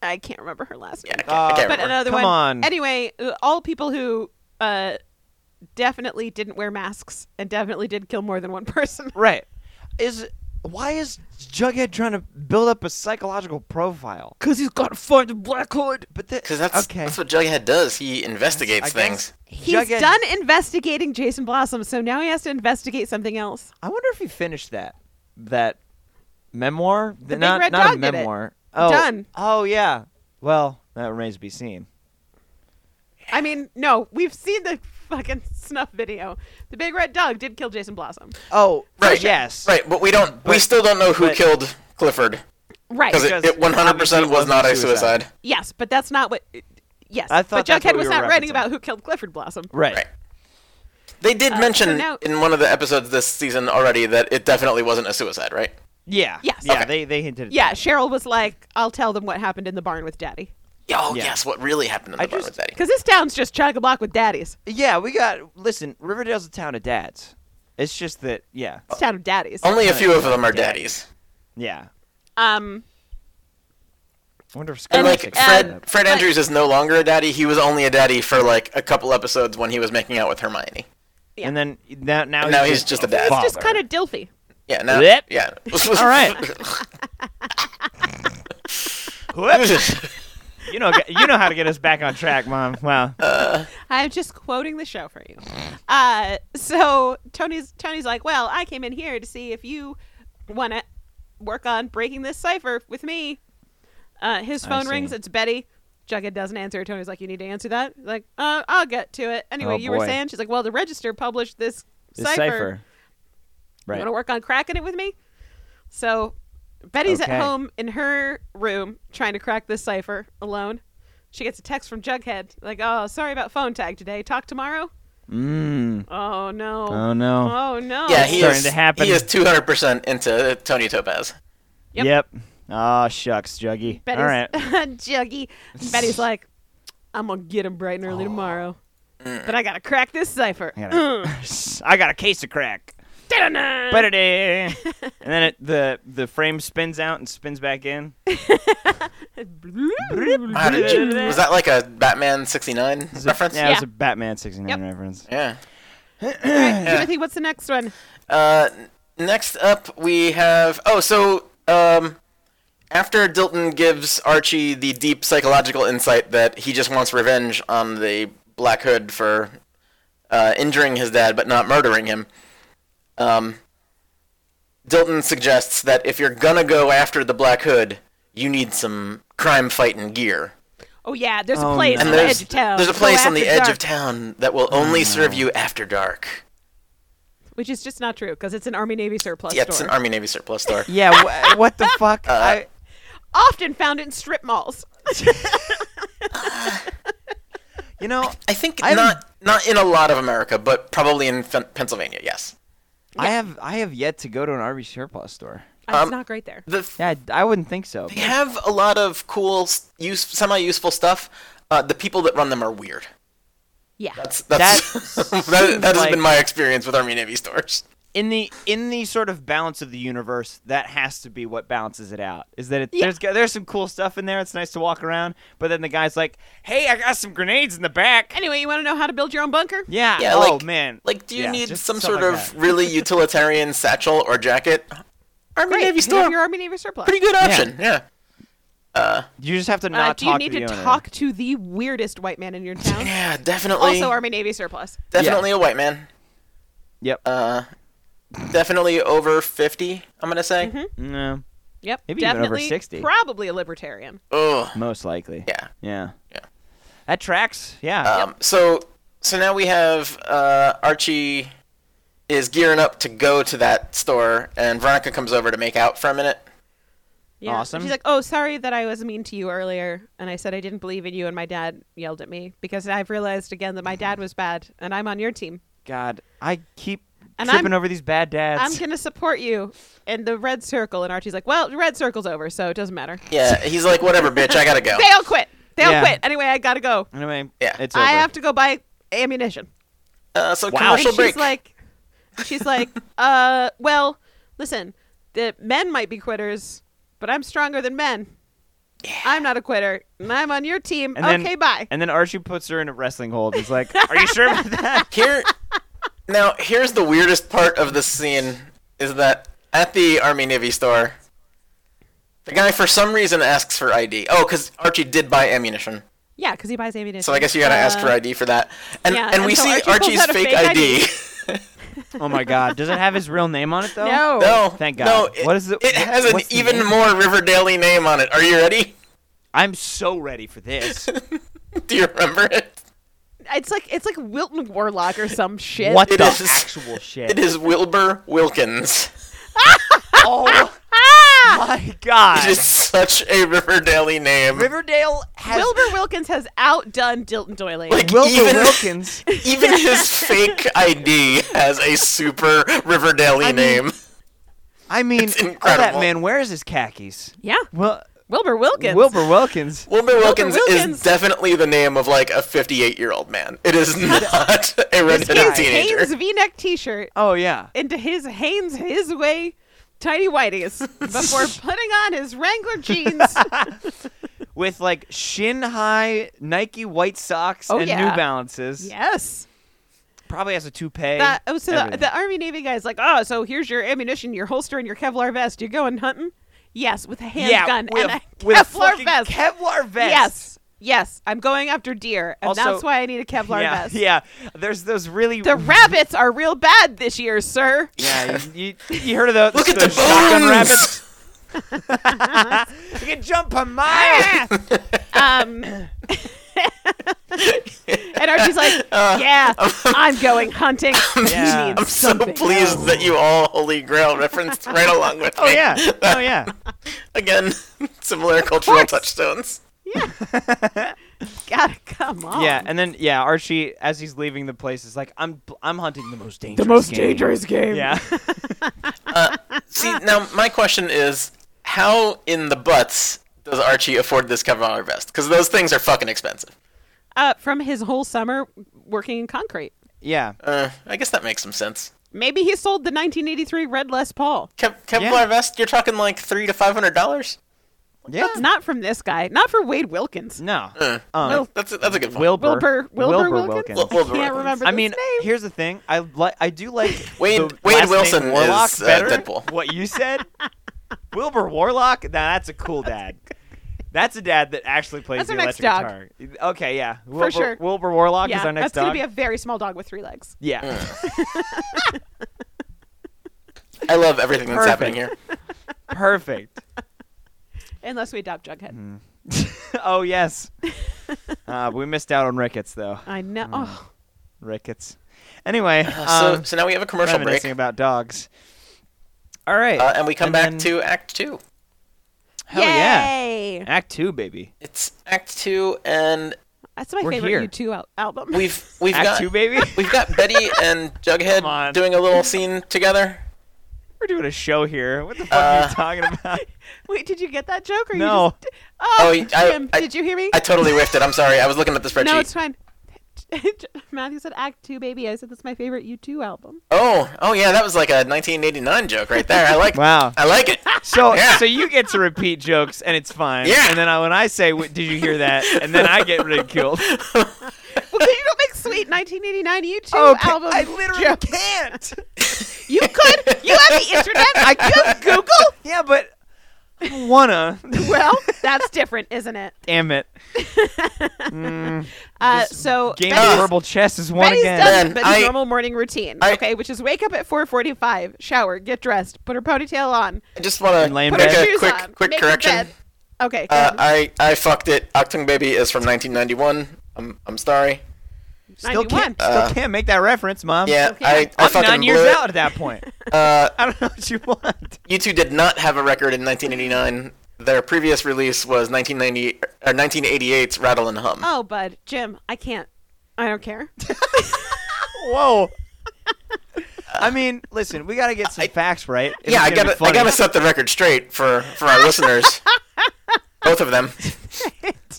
I can't remember her last name.
I can't,
Uh,
I can't
but
remember.
another
Come
one.
on.
Anyway, uh, all people who uh, definitely didn't wear masks and definitely did kill more than one (laughs) person.
Right. Is Why is Jughead trying to build up a psychological profile?
Because he's got to find the Black Hood.
But the,
Because that's
okay.
that's what Jughead does. He investigates
I
things.
guess-
He's
Jughead-
done investigating Jason Blossom, so now he has to investigate something else.
I wonder if he finished that that memoir. The
Big
not
Red
not a
Dog did it.
memoir. Oh,
Done.
Oh yeah. Well, that remains to be seen.
I mean, no, we've seen the fucking snuff video. The big red dog did kill Jason Blossom.
Oh,
Right.
Yes.
Right, but we don't. we
But-
still don't know who
but-
killed Clifford
Right.
because
Because
it, it 100% was
obviously
not
it
a
wasn't suicide.
suicide.
yes, but that's not what. Yes,
I thought
but
that's
Jughead
what we
was
were
not writing
referencing.
about who killed Clifford Blossom.
Right.
Right. They did
Uh,
so
mention
now-
in one of the episodes this season already that it definitely wasn't a suicide, right?
Yeah.
Yes.
Yeah.
Okay.
They they hinted. at
Yeah, Cheryl was like, "I'll tell them what happened in the barn with Daddy,"
Oh
Yeah.
yes, what really happened in the
I
barn
just-
with Daddy?
because this town's just chock a block with daddies.
that. Yeah. We got. Listen, Riverdale's a town of dads. It's just that. Yeah.
It's a town of daddies.
Only a few of them are
Yeah.
daddies.
Yeah.
Um,
I wonder if Scarlet
And like
picks
Fred,
that up.
Fred
but-
Andrews is no longer a daddy. He was only a daddy for like a couple episodes when he was making out with Hermione.
yeah.
And then now now,
Now he's just a dad.
it's just
father. (laughs)
kind of dilfy.
Yeah, now
Yep.
yeah.
(laughs) All right. Whoop. you know you know how to get us back on track, Mom. Wow.
I'm just quoting the show for you. Uh, so Tony's Tony's like, well, I came in here to see if you want to work on breaking this cipher with me. Uh, his
I
phone
see.
rings. It's Betty. Jughead doesn't answer. Tony's like, you need to answer that. Like, uh, I'll get to it. Anyway,
Oh,
you were
boy.
saying she's like, well, the Register published this,
The
cipher.
cipher.
You
Right.
want to work on cracking it with me? So Betty's
Okay.
at home in her room trying to crack this cipher alone. She gets a text from Jughead like, "Oh, sorry about phone tag today. Talk tomorrow."
Mm.
Oh no.
Oh no.
Oh no.
(laughs) yeah, he
starting
is.
to happen.
He is 200% into Tony Topaz.
Yep.
Yep. Ah, shucks, Juggy.
Betty's
All right.
(laughs) Juggy. Betty's like, I'm gonna get him bright and early tomorrow. But I gotta crack this cipher.
Oh. I
(laughs)
gotta- (laughs) I got a case of crack.
Da-da-da. (laughs)
Ba-da-da. and then it, the the frame spins out and spins back in.
Wow, did
(laughs)
you- was that like a Batman 69
It's a-
reference?
Yeah, it's
Yeah.
a Batman 69
Yep.
reference.
Yeah.
Timothy, what's the next one?
Uh, next up, we have. Oh, so um, after Dilton gives Archie the deep psychological insight that he just wants revenge on the Black Hood for uh, injuring his dad but not murdering him, um, Dilton suggests that if you're gonna go after the Black Hood, you need some crime fighting gear.
Oh yeah, there's a
Oh,
place
no.
on
And
the
there's
edge of town.
there's a
Go
place on
after
the edge
dark,
of town that will only serve you after dark.
which is just not true because it's an Army Navy surplus
Yeah,
store.
it's an Army Navy
(laughs)
surplus store.
Yeah, wha- (laughs) what the fuck? I,
Often found in strip malls. (laughs)
you know,
I think
I haven't-
not not in a lot of America, but probably in Fen- Pennsylvania. Yes.
I have I have yet to go to an Arby surplus store.
Uh, it's
Um,
not great there.
The f-
Yeah, I, I wouldn't think so.
They have a lot of cool, s- use semi-useful stuff. Uh, the people that run them are weird.
Yeah.
That's, (laughs) that's
That
that, that has
like-
been my experience with Army Navy stores.
in the in the sort of balance of the universe, that has to be what balances it out. Is that it,
Yeah.
there's there's some cool stuff in there. It's nice to walk around, but then the guy's like, "Hey, I got some grenades in the back."
Anyway, you want to know how to build your own bunker?
Yeah.
Yeah,
oh
like-
man.
Like, do you
Yeah,
need
just
some
stuff
sort
like
of
that. (laughs)
really utilitarian satchel or jacket? Army
Great.
Navy
you
store,
have your Army Navy surplus.
pretty good option. Yeah.
You just have to
Uh,
not
do you
talk
need
to
to
the owner.
talk to the weirdest white man in your town?
Yeah, definitely.
also, Army Navy surplus.
definitely a white man.
Yep.
Uh, definitely over fifty. I'm gonna say.
no.
Yep.
Maybe even over
definitely,
60.
Probably a libertarian.
Oh.
Most likely.
Yeah.
Yeah.
Yeah.
That tracks. Yeah.
Um, so so now we have uh, Archie is gearing up to go to that store, and Veronica comes over to make out for a minute.
Yeah. And
Awesome.
She's like, "Oh, sorry that I was mean to you earlier, and I said I didn't believe in you, and my dad yelled at me because I've realized again that my dad was bad, and I'm on your team.
God, I keep
And
tripping
I'm-
over these bad dads.
I'm gonna support you." And the red circle, and Archie's like, "Well, the red circle's over, so it doesn't matter.
Yeah, he's like, "Whatever, bitch, I
(laughs)
gotta go."
They all quit. They all
Yeah.
quit. Anyway, I gotta go.
anyway,
Yeah.
it's over.
I have to go buy ammunition."
Uh, so
Wow.
and
commercial
she's
break.
like she's like (laughs) uh well listen the men might be quitters but i'm stronger than men i'm not a quitter and i'm on your team
And then-
okay bye
and then Archie puts her in a wrestling hold. He's like, "Are you sure about that?"
Here, now here's the weirdest part of this scene is that at the Army Navy store, the guy for some reason asks for ID. Oh, because Archie did buy ammunition,
Yeah, because he buys ammunition.
so I guess you gotta ask for
Uh,
ID for that. And
yeah,
and we
and so
see
Archie pulls
Archie's
out a
fake,
fake
ID. (laughs)
Oh my God! Does it have his real name on it though?
Uh, No.
no,
Oh, Thank
No,
God.
it,
What is the-
it has
wh-
an
what's the
even
name?
more Riverdale name on it. Are you ready? (laughs)
I'm so ready for
(laughs)
this.
Do you remember it?
It's like it's like Wilton Warlock or
(laughs)
some shit.
What
It
the
is-
(laughs)
actual shit?
It is Wilbur Wilkins.
Oh
Ah!
(laughs) my God!
It is such a Riverdale name.
Riverdale has
Wilbur Wilkins has outdone Dilton Doily.
Like,
Wilbur
(laughs)
even-
Wilkins.
(laughs) Even his fake ID has a super Riverdale
mean-
name.
I
(laughs)
mean,
It's
all that
incredible.
man wears his khakis.
yeah,
Well,
Wilbur Wilkins.
Wilbur Wilkins.
Wilbur Wilkins,
Wilkins.
is definitely the name of like a 58 year old man. It is not (laughs) a redheaded
His
teenager.
Haynes V-neck T-shirt
Oh yeah.
into his Haynes his way
(laughs)
tiny whiteys before putting on his Wrangler jeans.
with like shin high Nike white socks
Oh,
and
yeah.
New Balances.
yes.
Probably has a toupee.
That, oh, so the,
everything.
the Army Navy guy's like, oh, so here's your ammunition, your holster, and your Kevlar vest. You going hunting? Yes, with a
yeah,
handgun
with,
and a
with
Kevlar
fucking
vest.
Kevlar vest.
Yes, yes, I'm going after deer, and
Also-
that's why I need a Kevlar
yeah,
vest.
yeah. There's those really.
The rabbits are real bad this year, sir.
yeah, you, you, you heard of those?
(laughs) Look at
those
the
shotgun
bones!
rabbits. you can jump a mile.
Um, and
(laughs)
Archie's like, yeah, I'm going hunting.
Yeah.
He needs
Uh, (coughs) I'm
So
something.
pleased that you all Holy Grail referenced right along with
(laughs) oh
me. (laughs)
yeah. Oh yeah.
Again, (laughs) similar cultural
course.
touchstones.
Gotta come
(laughs)
on.
Yeah, and then yeah, Archie as he's leaving the place is like, I'm I'm hunting the most dangerous. game.
game.
Yeah. (laughs)
Ah.
See, now my question is how in the butts does Archie afford this Kevlar vest? Because those things are fucking expensive.
Uh, from his whole summer working in concrete.
yeah.
Uh, I guess that makes some sense.
Maybe he sold the 1983 red Les Paul.
Kev- Kevlar
Yeah.
vest, you're talking like three to five hundred dollars.
Yeah.
Not from this guy. Not for Wade Wilkins.
No.
Wil-
Um,
That's a, that's a good point.
Wilbur.
Wilbur, Wilbur, Wilkins.
Wilkins.
Wil- Wilbur
I (laughs) can't
Wilkins.
remember.
I
this
mean,
name.
here's the thing. I like. I do
(laughs)
like
Wade-
the
Wade
last name
Wilson
Warlock
is, uh,
better.
Deadpool.
What you said, (laughs) Wilbur Warlock. Now that's a cool dad. That's a dad that actually plays
That's
the
our next
electric guitar. Okay, yeah. Wilbur,
sure.
Wilbur Warlock
yeah,
is our next
that's gonna
dog.
be a very small dog with three legs.
yeah.
(laughs) I love everything that's happening here.
Perfect. (laughs)
Unless we adopt Jughead.
Mm-hmm. oh
(laughs)
yes. Uh, we missed out on Ricketts though.
I know. Oh,
Ricketts. Anyway,
Uh, So,
um,
so now we have a commercial break,
reminiscing
uh,
about dogs. All right.
and we come back
then-
to Act Two.
Hell yeah.
Yay!
Act two, baby.
It's Act Two, and
That's my
We're
favorite
here.
U2 al- album.
we've we've
Act
got
two, baby.
(laughs) we've got Betty and
(laughs) Come on.
Jughead doing a little scene together.
We're doing a show here. What the fuck
Uh,
are you talking
(laughs)
about?
(laughs) Wait, did you get that joke? Or You
No.
just... Oh,
Oh, y- I-
Jim,
I-
did you hear me?
I totally whiffed it. I'm sorry. I was looking at the spreadsheet.
no, it's fine. (laughs) Matthew said Act Two, baby. I said that's my favorite U2 album.
oh, oh yeah, that was like a 1989 joke right there. I like
(laughs) Wow.
I like it.
So,
Yeah.
so you get to repeat jokes and it's fine.
Yeah.
And then I, when I say, "Wh- "Did you hear that?" and then I get
(laughs)
ridiculed.
Well, 'cause you don't make sweet 1989 U2
Okay,
album.
I literally
joke.
can't.
You could. You have the internet. I could
(laughs)
Google.
(laughs) Yeah, but I don't wanna.
Well, that's different, isn't it?
Damn it!
Uh, so
Game
Betty's-
of verbal chess is won
Betty's
again.
done
Man,
Betty's
I-
normal morning routine,
I-
okay, which is wake up at 4:45, shower, get dressed, put her ponytail on,
I just want to
And lay in
make
put
bed.
her
a
shoes
quick
on,
quick
make her
correction.
bed. Okay,
Uh,
good.
I I fucked it. Octung Baby is from 1991. I'm I'm sorry.
Still
91.
uh,
can't. Still can't make that reference, mom.
Yeah,
Okay.
I, I
I'm
fucking
nine years
blew it.
out at that point.
(laughs) Uh,
(laughs) I don't know what you want.
you two did not have a record in 1989. Their previous release was 1990 or 1988's Rattle and Hum.
Oh, bud, Jim, I can't. I don't care.
(laughs)
Whoa. I mean, listen, we gotta get some facts right. if it's
yeah,
gonna
I
be
gotta I
funny.
gotta set the record straight for
(laughs)
for our listeners. Both of them.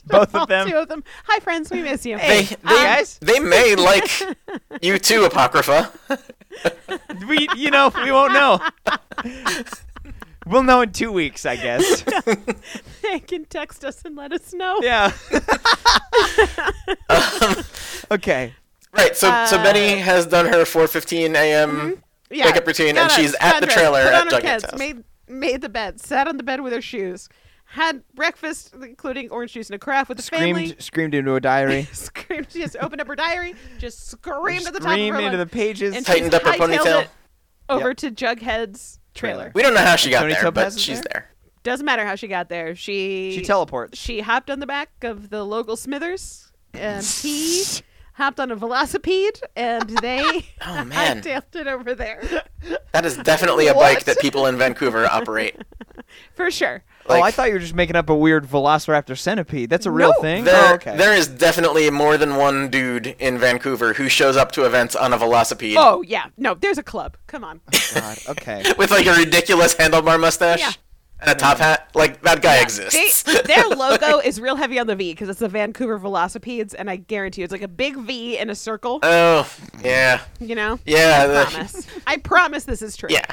Both of
All
them.
Two of them. Hi, friends. We miss you. Uh,
They
Hey,
they,
guys.
(laughs)
they may like you too, Apocrypha.
we you know we won't know we'll know in two weeks i
(laughs)
guess
They can text us and let us know.
yeah okay
Right, so so
Uh, mm-hmm.
Betty has done her 4:15 a.m.
yeah,
Wake up routine, and
got
she's
up,
at the
got dressed,
trailer
put
at
on her
Jughead's
kids,
house.
Made made the bed, sat on the bed with her shoes, had breakfast, including orange juice and a craft with the
Screamed, (laughs)
family.
screamed into a diary.
(laughs) Screamed. She just opened up her diary, just screamed at the top of her
screamed into the
lungs,
pages.
and
Tightened
just
up her
hightailed
ponytail.
it Over to Jughead's trailer.
We don't know how she got
Tony
there,
Topaz
but
is
she's there.
Doesn't matter how she got there. She
she teleports.
she hopped on the back of the local Smithers,
(laughs)
and he hopped on a velocipede, and they (laughs)
Oh, man.
hightailed it over there
(laughs) That is definitely a
What?
bike that people in Vancouver operate.
(laughs) for sure.
oh, I
Like,
thought you were just making up a weird Velociraptor centipede. That's a real
No.
thing.
There,
oh, okay.
there is definitely more than one dude in Vancouver who shows up to events on a velocipede
(laughs) Oh yeah, no, there's a club. Come on,
God. Okay.
with like a ridiculous handlebar mustache
Yeah.
and a top hat. Like that
(laughs)
guy
they,
exists.
their logo is real heavy on the V because it's the Vancouver Velocipedes, and I guarantee you, it's like a big V in a circle.
Uh,
oh, yeah,
You know,
yeah, the-
promise. I promise this is true.
yeah.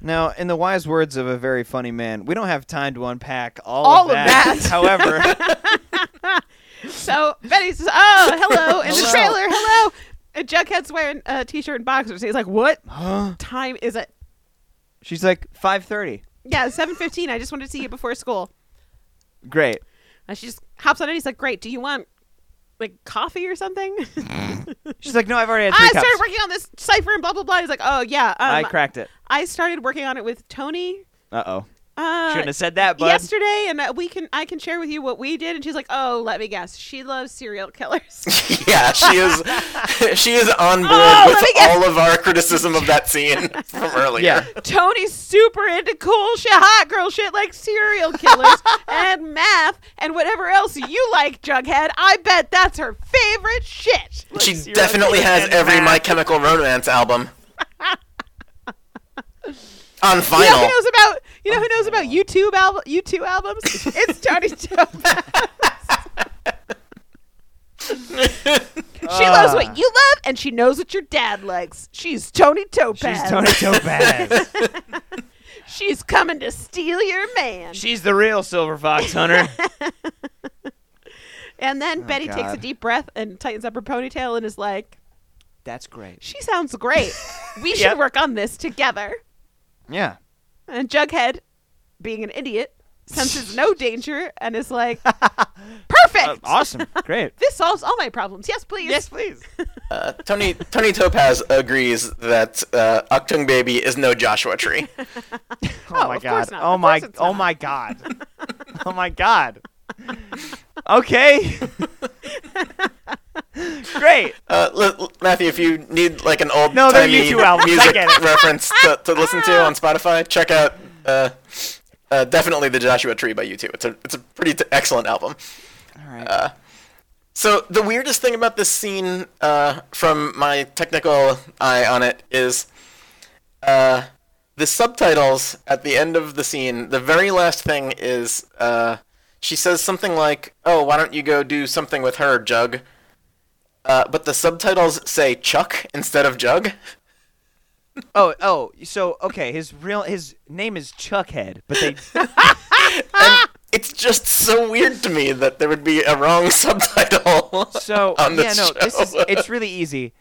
Now, in the wise words of a very funny man, we don't have time to unpack all,
All
of
of
that.
that.
(laughs)
(laughs)
However,
So Betty says, "Oh,
(laughs)
hello!" in the
Hello.
trailer, hello. And Jughead's wearing a t-shirt and boxers. He's like, "What time is it?"
she's like five thirty.
Yeah, seven fifteen. I just wanted to see you before school.
Great.
And she just hops on it. He's like, "Great. Do you want like coffee
(laughs)
or something?"
She's like, no, I've already had three
I
cups.
started working on this cipher and blah blah blah. He's like, "Oh yeah, um,
I cracked it.
I started working on it with Tony.
Uh oh.
Uh,
Shouldn't have said that, bud.
yesterday, and uh, we can I can share with you what we did." And she's like, "Oh, let me guess. She loves
(laughs)
serial killers."
(laughs) Yeah, she is. she is on board
Oh, let me
with
guess.
all of our criticism of that scene (laughs) from earlier.
Yeah.
Tony's super into cool shit, hot girl shit like
(laughs)
serial killers and math and whatever else you like, Jughead. I bet that's her favorite shit.
She
Zero
definitely has
percent
every My
back.
Chemical
(laughs)
Romance album on
You know who
vinyl.
knows about you know who knows about YouTube album YouTube albums? It's Tony Topaz.
(laughs)
she loves what you love, and she knows what your dad likes. She's Tony Topaz.
She's Tony Topaz.
She's coming to steal your
(laughs)
man.
she's the real silver fox hunter.
and then Betty takes a
Oh, God.
deep breath and tightens up her ponytail and is like,
(laughs) That's great.
She sounds great.
(laughs)
We should
Yep.
work on this together.
Yeah.
And Jughead, being an idiot,
(laughs)
senses no danger and is like, perfect.
Uh, awesome. Great.
This solves all my problems. Yes, please. Yes,
(laughs) please. (laughs)
Uh, Tony Tony Topaz agrees that uh, Octung Baby is no Joshua Tree.
(laughs)
Oh,
Oh,
my
of course
god.
not.
Oh
Of
my
course it's
oh
not.
my god. (laughs) oh my god. (laughs) Okay. Great.
Uh, L- L- Matthew, if you need like an old
No, they're
timey
YouTube albums. I
music
get it. (laughs)
reference to, to listen to on Spotify, check out uh, uh, definitely the Joshua Tree by U2. It's a it's a pretty t- excellent album. Uh,
All right.
So the weirdest thing about this scene, uh, from my technical eye on it, is uh, the subtitles at the end of the scene. The very last thing is uh, she says something like, "Oh, why don't you go do something with her, Jug?" Uh, but the subtitles say Chuck instead of Jug. (laughs)
oh, oh, so okay, his real his name is Chuckhead, but they
And it's just so weird to me that there would be a wrong (laughs) subtitle.
so
(laughs) On
yeah,
this
no, this is
show.
it's really easy.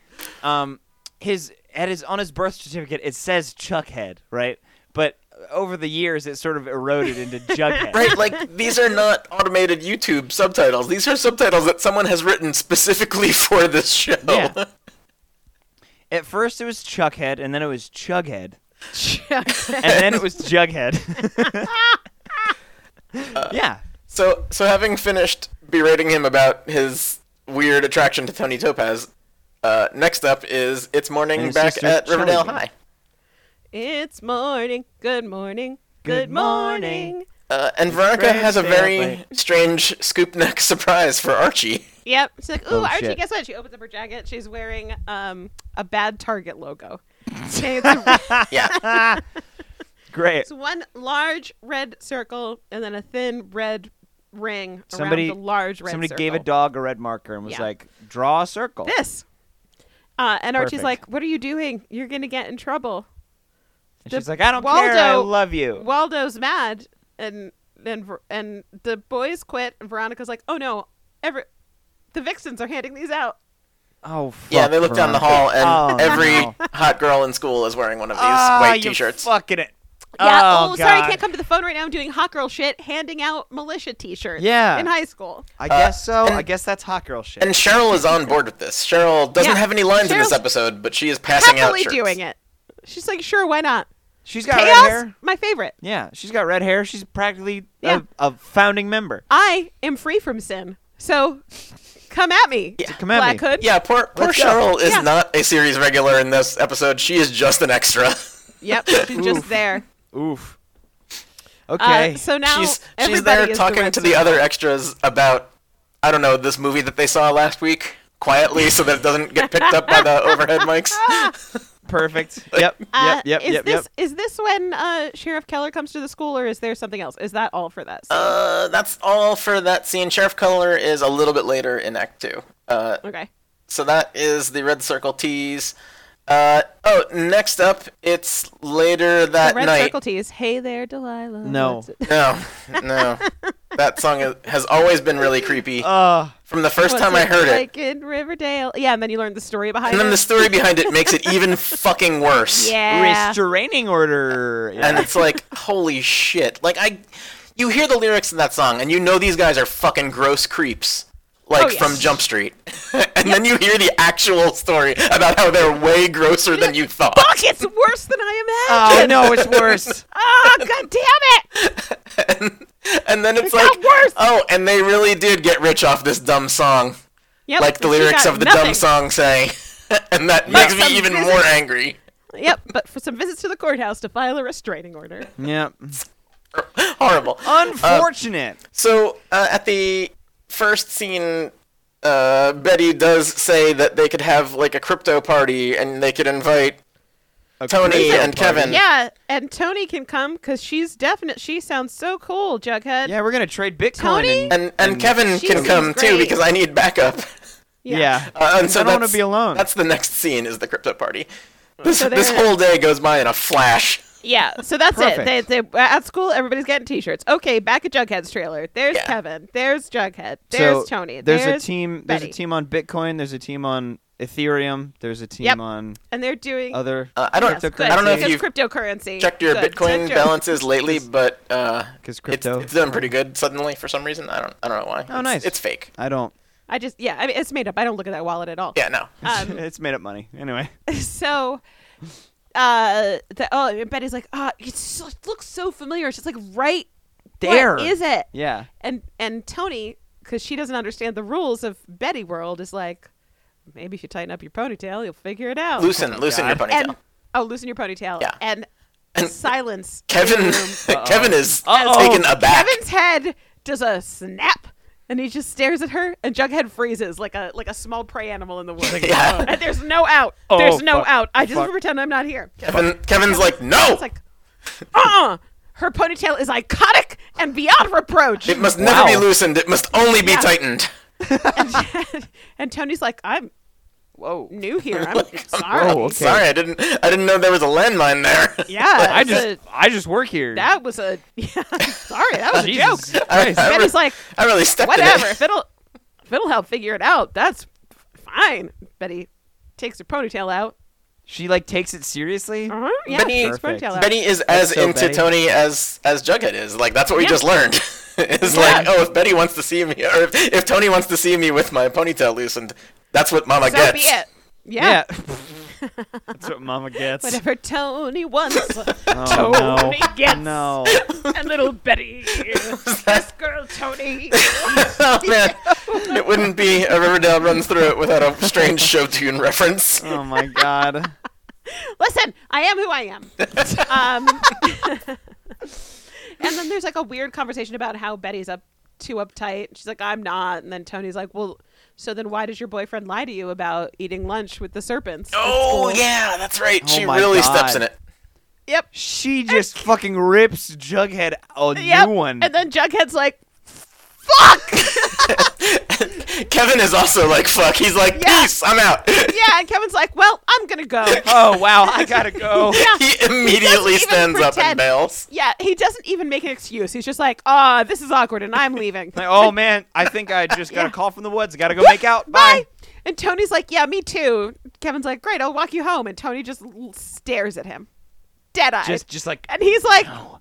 Um his at his on his birth certificate it says Chuckhead, right? But over the years it sort of eroded
(laughs)
into Jughead.
Right, like these are not automated YouTube subtitles. These are subtitles that someone has written specifically (laughs) for this show.
Yeah. At first it was Chuckhead and then it was
(laughs)
Chughead.
Jughead.
and then it was Jughead. (laughs) yeah.
(laughs) So, so having finished berating him about his weird attraction to Tony Topaz, uh, next up is it's morning
And his
back
sister
at
Charlie
Riverdale
Day.
High.
(laughs) it's morning. Good morning.
Good morning.
Uh, and Veronica
Friends
has a
stay
very
up late.
strange scoop neck (laughs) surprise for Archie.
Yep. She's like, ooh,
Oh,
Archie,
shit.
guess what? She opens up her jacket. She's wearing um, a bad Target
(laughs)
logo. it's, a-
Yeah,
Great.
it's one large red circle and then a thin red ring
Somebody-
around the large red
Somebody
circle.
gave a dog a red marker and was
Yeah.
like, draw a circle.
this. Uh, and Archie's
Perfect.
like, What are you doing? You're going to get in trouble.
And
the
she's like, I don't care. I
Waldo-
love you.
Waldo's mad. And and, Ver- and the boys quit. And Veronica's like, Oh no, every- the Vixens are handing these out.
Oh, fuck,
Yeah, they look down the
Veronica.
hall, and
Oh,
every
no.
hot girl in school is wearing one of these
Ah,
white
you
T-shirts.
Fucking it.
Yeah.
Oh,
Oh, sorry, I
God.
can't come to the phone right now. I'm doing hot girl shit, handing out militia T-shirts.
Yeah.
In high school.
I guess so.
and-
I guess that's hot girl shit.
and Cheryl is on board with this. Cheryl doesn't
Yeah,
have any lines in this
Cheryl's
episode, but she is passing out
Happily
shirts.
doing it. She's like, sure, why not?
she's got red
Chaos,
hair.
my favorite.
Yeah, she's got red hair. She's practically
Yeah.
a, a founding member.
I am free from sin, so come at me.
Come at
Black
me.
Hood.
Yeah, poor poor
Let's go.
Cheryl is
Yeah.
not a series regular in this episode. She is just an extra. (laughs)
Yep. (laughs) She's just there.
Oof.
Uh,
Okay.
so now
she's she's
everybody
there
is
talking
Red
to the
Circle.
other extras about I don't know this movie that they saw last week quietly so that it doesn't get picked up
(laughs)
by the overhead mics.
Perfect. Yep.
Uh,
Yep. Yep.
is
yep.
this
Yep.
is this when uh, Sheriff Keller comes to the school, or is there something else? Is that all for that? scene?
Uh, that's all for that scene. Sheriff Color is a little bit later in Act Two. Uh,
okay.
so that is the Red Circle tease. Uh, oh, next up, it's later that
The red
night.
circle tees. Hey there, Delilah.
No.
What's
(laughs)
it-
No,
(laughs)
no, that song is, has always been really creepy.
Uh,
From the first
what's
time I heard it,
Like in Riverdale. Yeah, and then you learn the story behind
and then
it.
the story behind it makes it
(laughs)
even fucking worse.
yeah.
restraining order. Yeah.
and it's like holy shit like i you hear the lyrics in that song and you know these guys are fucking gross creeps like
Oh, yes.
from jump street (laughs) and then you hear the actual story about how they're way grosser than you thought
Fuck, it's Oh, worse than I
oh
imagined.
no, it's
(laughs)
worse.
Ah, (laughs) god damn it.
and then it's
It got
like
worse.
oh and they really did get rich off this dumb song
Yep,
(laughs) like the
she
lyrics
got
of the
nothing.
dumb song say (laughs) and that makes
some
me even
business-
more angry
Yep, but for some visits to the courthouse to file a restraining order.
Hmm.
yep.
horrible
Oh.
Unfortunate.
So uh, at the first scene, uh, Betty does say that they could have like a crypto party and they could invite.
A
Tony
crypto
and
party.
Kevin.
Yeah, and Tony can come because she's definite. She sounds so cool, Jughead.
Yeah, we're gonna trade Bitcoin.
Tony?
And,
And and, Kevin
she
can
seems
come too
great.
because I need backup.
yeah.
Uh, and
(laughs)
so
I don't wanna
that's-
be alone.
That's the next scene is the crypto party. This,
So
this
they're-
whole day goes by in a flash.
Yeah, so that's
Perfect.
it. They, they, at school, everybody's getting T-shirts. Okay, back at Jughead's trailer. There's
Yeah.
Kevin. There's Jughead.
So
There's Tony.
There's,
There's,
a team. There's
Betty.
a team on Bitcoin. There's a team on Ethereum. There's a team
Yep.
on
and they're doing.
other
Uh, I don't
yes, good,
I don't know if
because
you've
cryptocurrency.
checked your
Good, (laughs)
Bitcoin
good.
balances lately, but uh,
because
it's,
crypto. Oh,
it's doing pretty good suddenly for some reason. I don't I don't know why. It's-
nice.
It's fake.
I don't.
I just yeah, I mean it's made up. I don't look at that wallet at all.
Yeah, no.
(laughs)
Um,
it's made up money anyway.
(laughs) so uh the oh and Betty's like, ah, it's so- it looks so familiar. It's just like right
There.
What is it?
Yeah.
And and Tony, because she doesn't understand the rules of Betty World, is like, maybe if you tighten up your ponytail, you'll figure it out.
Loosen loosen your ponytail.
and oh, loosen your ponytail.
Yeah.
And, silence.
Kevin (laughs)
in the room.
Kevin is
Uh-oh.
taken aback.
Kevin's head does a snap, and he just stares at her, and Jughead freezes like a like a small prey animal in the woods.
(laughs) Yeah.
And there's no out.
Oh,
there's no
fuck.
out. I just
Fuck.
pretend I'm not here.
Kevin, Kevin's like, no,
It's like, uh, uh her ponytail is iconic and beyond reproach.
it must never be
Wow.
loosened. It must only be
Yeah.
tightened.
and, (laughs) and Tony's like, I'm whoa oh, new (laughs) here. I'm sorry.
(laughs)
Whoa, Oh, okay.
Sorry, I didn't, I didn't know there was a landmine there. (laughs)
Yeah, that
I
was
just
a-
I just work here.
that was a (laughs) yeah. Sorry, that was a joke.
Jesus Christ.
I,
Betty's
re-
like,
I really
(laughs)
stepped
whatever.
in it.
if it'll if it'll help figure it out, that's fine. Betty takes her ponytail out.
she like takes it seriously.
Uh-huh, yeah,
Betty-
takes her ponytail out.
Benny is as
so
into
Betty.
Tony as as Jughead is. Like that's what we
Yeah.
just learned. (laughs) it's like, oh, if Betty wants to see me, or if, if Tony wants to see me with my ponytail loosened, that's what Mama
so
gets.
be it. Yeah.
Yeah. (laughs) That's what
(laughs)
Mama gets.
Whatever Tony wants,
(laughs) Oh,
Tony
(laughs)
gets.
No.
and little (laughs) Betty, this girl (laughs) Tony.
(laughs) oh man, it wouldn't be a Riverdale runs through it without a strange show tune reference.
Oh my God.
Listen, I am who I am. um, (laughs) and then there's like a weird conversation about how Betty's up too uptight. She's like, I'm not. And then Tony's like, Well, so then why does your boyfriend lie to you about eating lunch with the serpents? at
Oh
school?"
yeah, that's right.
Oh
she
my
really
God.
steps in it.
Yep.
She just fucking rips Jughead a
Yep.
new one.
And then Jughead's like, Fuck!
Kevin is also like, fuck. He's like,
Yeah.
peace, I'm out. (laughs)
(laughs) yeah. And Kevin's like, Well, I'm going
(laughs)
to go.
oh wow, I gotta
(laughs)
go.
Yeah.
He immediately
even
stands up and
pretend.
bails.
Yeah, he doesn't even make an excuse. He's just like, "Ah,
(laughs)
this is awkward, and I'm leaving." (laughs)
Like, oh man, I think I just got
Yeah.
a call from the woods. Gotta go make out.
Bye.
Bye.
And Tony's like, "Yeah, me too." Kevin's like, "Great, I'll walk you home." And Tony just l- stares at him, dead eyed,
Just, just
(laughs)
like
and he's like,
no.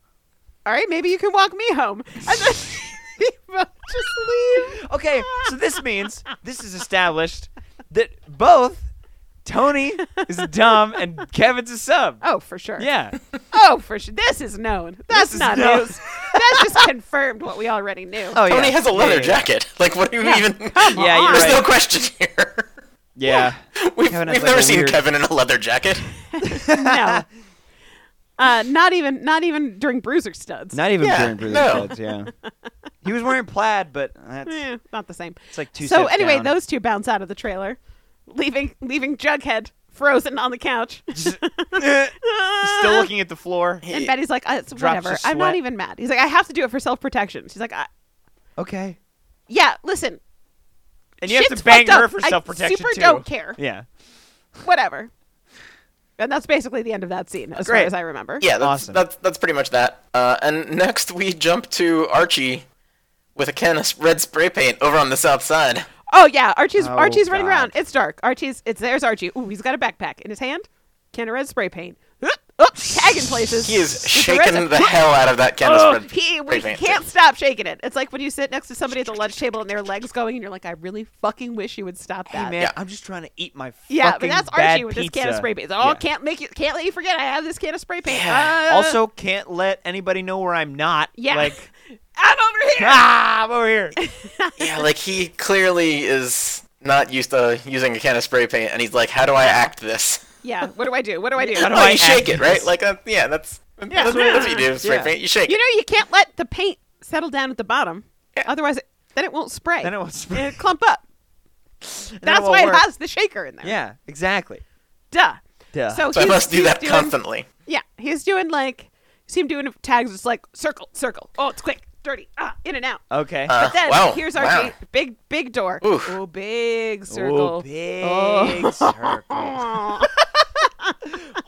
"All right, maybe you can walk me home." And then (laughs) they both just leave.
Okay, so this means this is established that both Tony is dumb and Kevin's a sub.
Oh, for sure.
Yeah.
Oh, for sure. This is known. That's
is
not
known.
news. That's just confirmed what we already knew.
Oh
Tony
yeah.
has a
Yeah,
leather
yeah, yeah.
jacket. Like, what do you
Yeah.
even?
Come
Yeah, you're
on.
(laughs) There's
right.
no question here. (laughs)
Yeah.
We've,
Kevin has,
we've
like,
never
a
seen
weird-
Kevin in a leather
(laughs)
jacket.
no. Uh, not even not even during Bruiser studs.
Not even
Yeah,
during Bruiser
no.
Studs, yeah. He was wearing plaid, but that's
Eh, not the same.
it's like two
so
steps
anyway,
down.
those two bounce out of the trailer, leaving leaving Jughead frozen on the couch.
Just- (laughs) eh, still looking at the floor.
And Betty's like, uh, it's
Drops
whatever.
a
I'm not
sweat.
even mad. He's like, I have to do it for self protection. She's like, I,
Okay.
yeah, listen.
And you have
shit's
to bang
fucked
her
up.
for
I
self protection
super
too.
don't care.
Yeah.
Whatever. And that's basically the end of that scene, as far
Great.
as I remember.
Yeah, that's
Awesome.
that's, that's pretty much that. Uh, and next we jump to Archie with a can of red spray paint over on the south side.
Oh yeah, Archie's
Oh,
Archie's running
God.
around. It's dark. Archie's it's there's Archie. Ooh, he's got a backpack in his hand. Can of red spray paint. Oop, oop, tagging places.
He is
with
shaking
resin.
the hell out of that can of
Oh,
red
he,
spray
we
paint.
can't stop shaking it. It's like when you sit next to somebody at the lunch table and their legs going, and you're like, I really fucking wish you would stop that.
Hey man,
Yeah.
I'm just trying to eat my
yeah, but
fucking
that's
bad
Archie with this can of
pizza.
spray paint. He's like, Oh,
Yeah.
can't make you, can't let you forget I have this can of spray paint.
Yeah.
Uh,
Also, can't let anybody know where I'm not.
yeah, (laughs)
Like,
I'm over
(laughs)
here. (laughs)
ah, I'm over here.
Yeah, like he clearly is not used to using a can of spray paint, and he's like, "How do I act this?"
Yeah, what do I do? What do I do?
How do
oh,
I
you shake
act
it,
this?
right? Like, uh, yeah, that's that's,
Yeah.
what- that's what you do with spray
Yeah.
paint. You
(laughs)
shake.
You
it.
know, you can't let the paint settle down at the bottom. Otherwise, it, then it won't spray.
Then it won't spray.
(laughs)
(laughs)
It'll clump up.
And that
That's
won't
why
work.
it has the shaker in there.
Yeah, exactly.
Duh.
Duh.
So,
so I
he's-
must do
he's
that
doing-
constantly.
Yeah. He's doing like, you see him doing tags. It's like circle, circle. Oh, it's quick, dirty. Ah, in and out.
okay.
Uh,
But then
wow,
here's our
wow.
big, big door.
Oof.
Oh, big circle.
Oh, big
(laughs) Oh.
circle.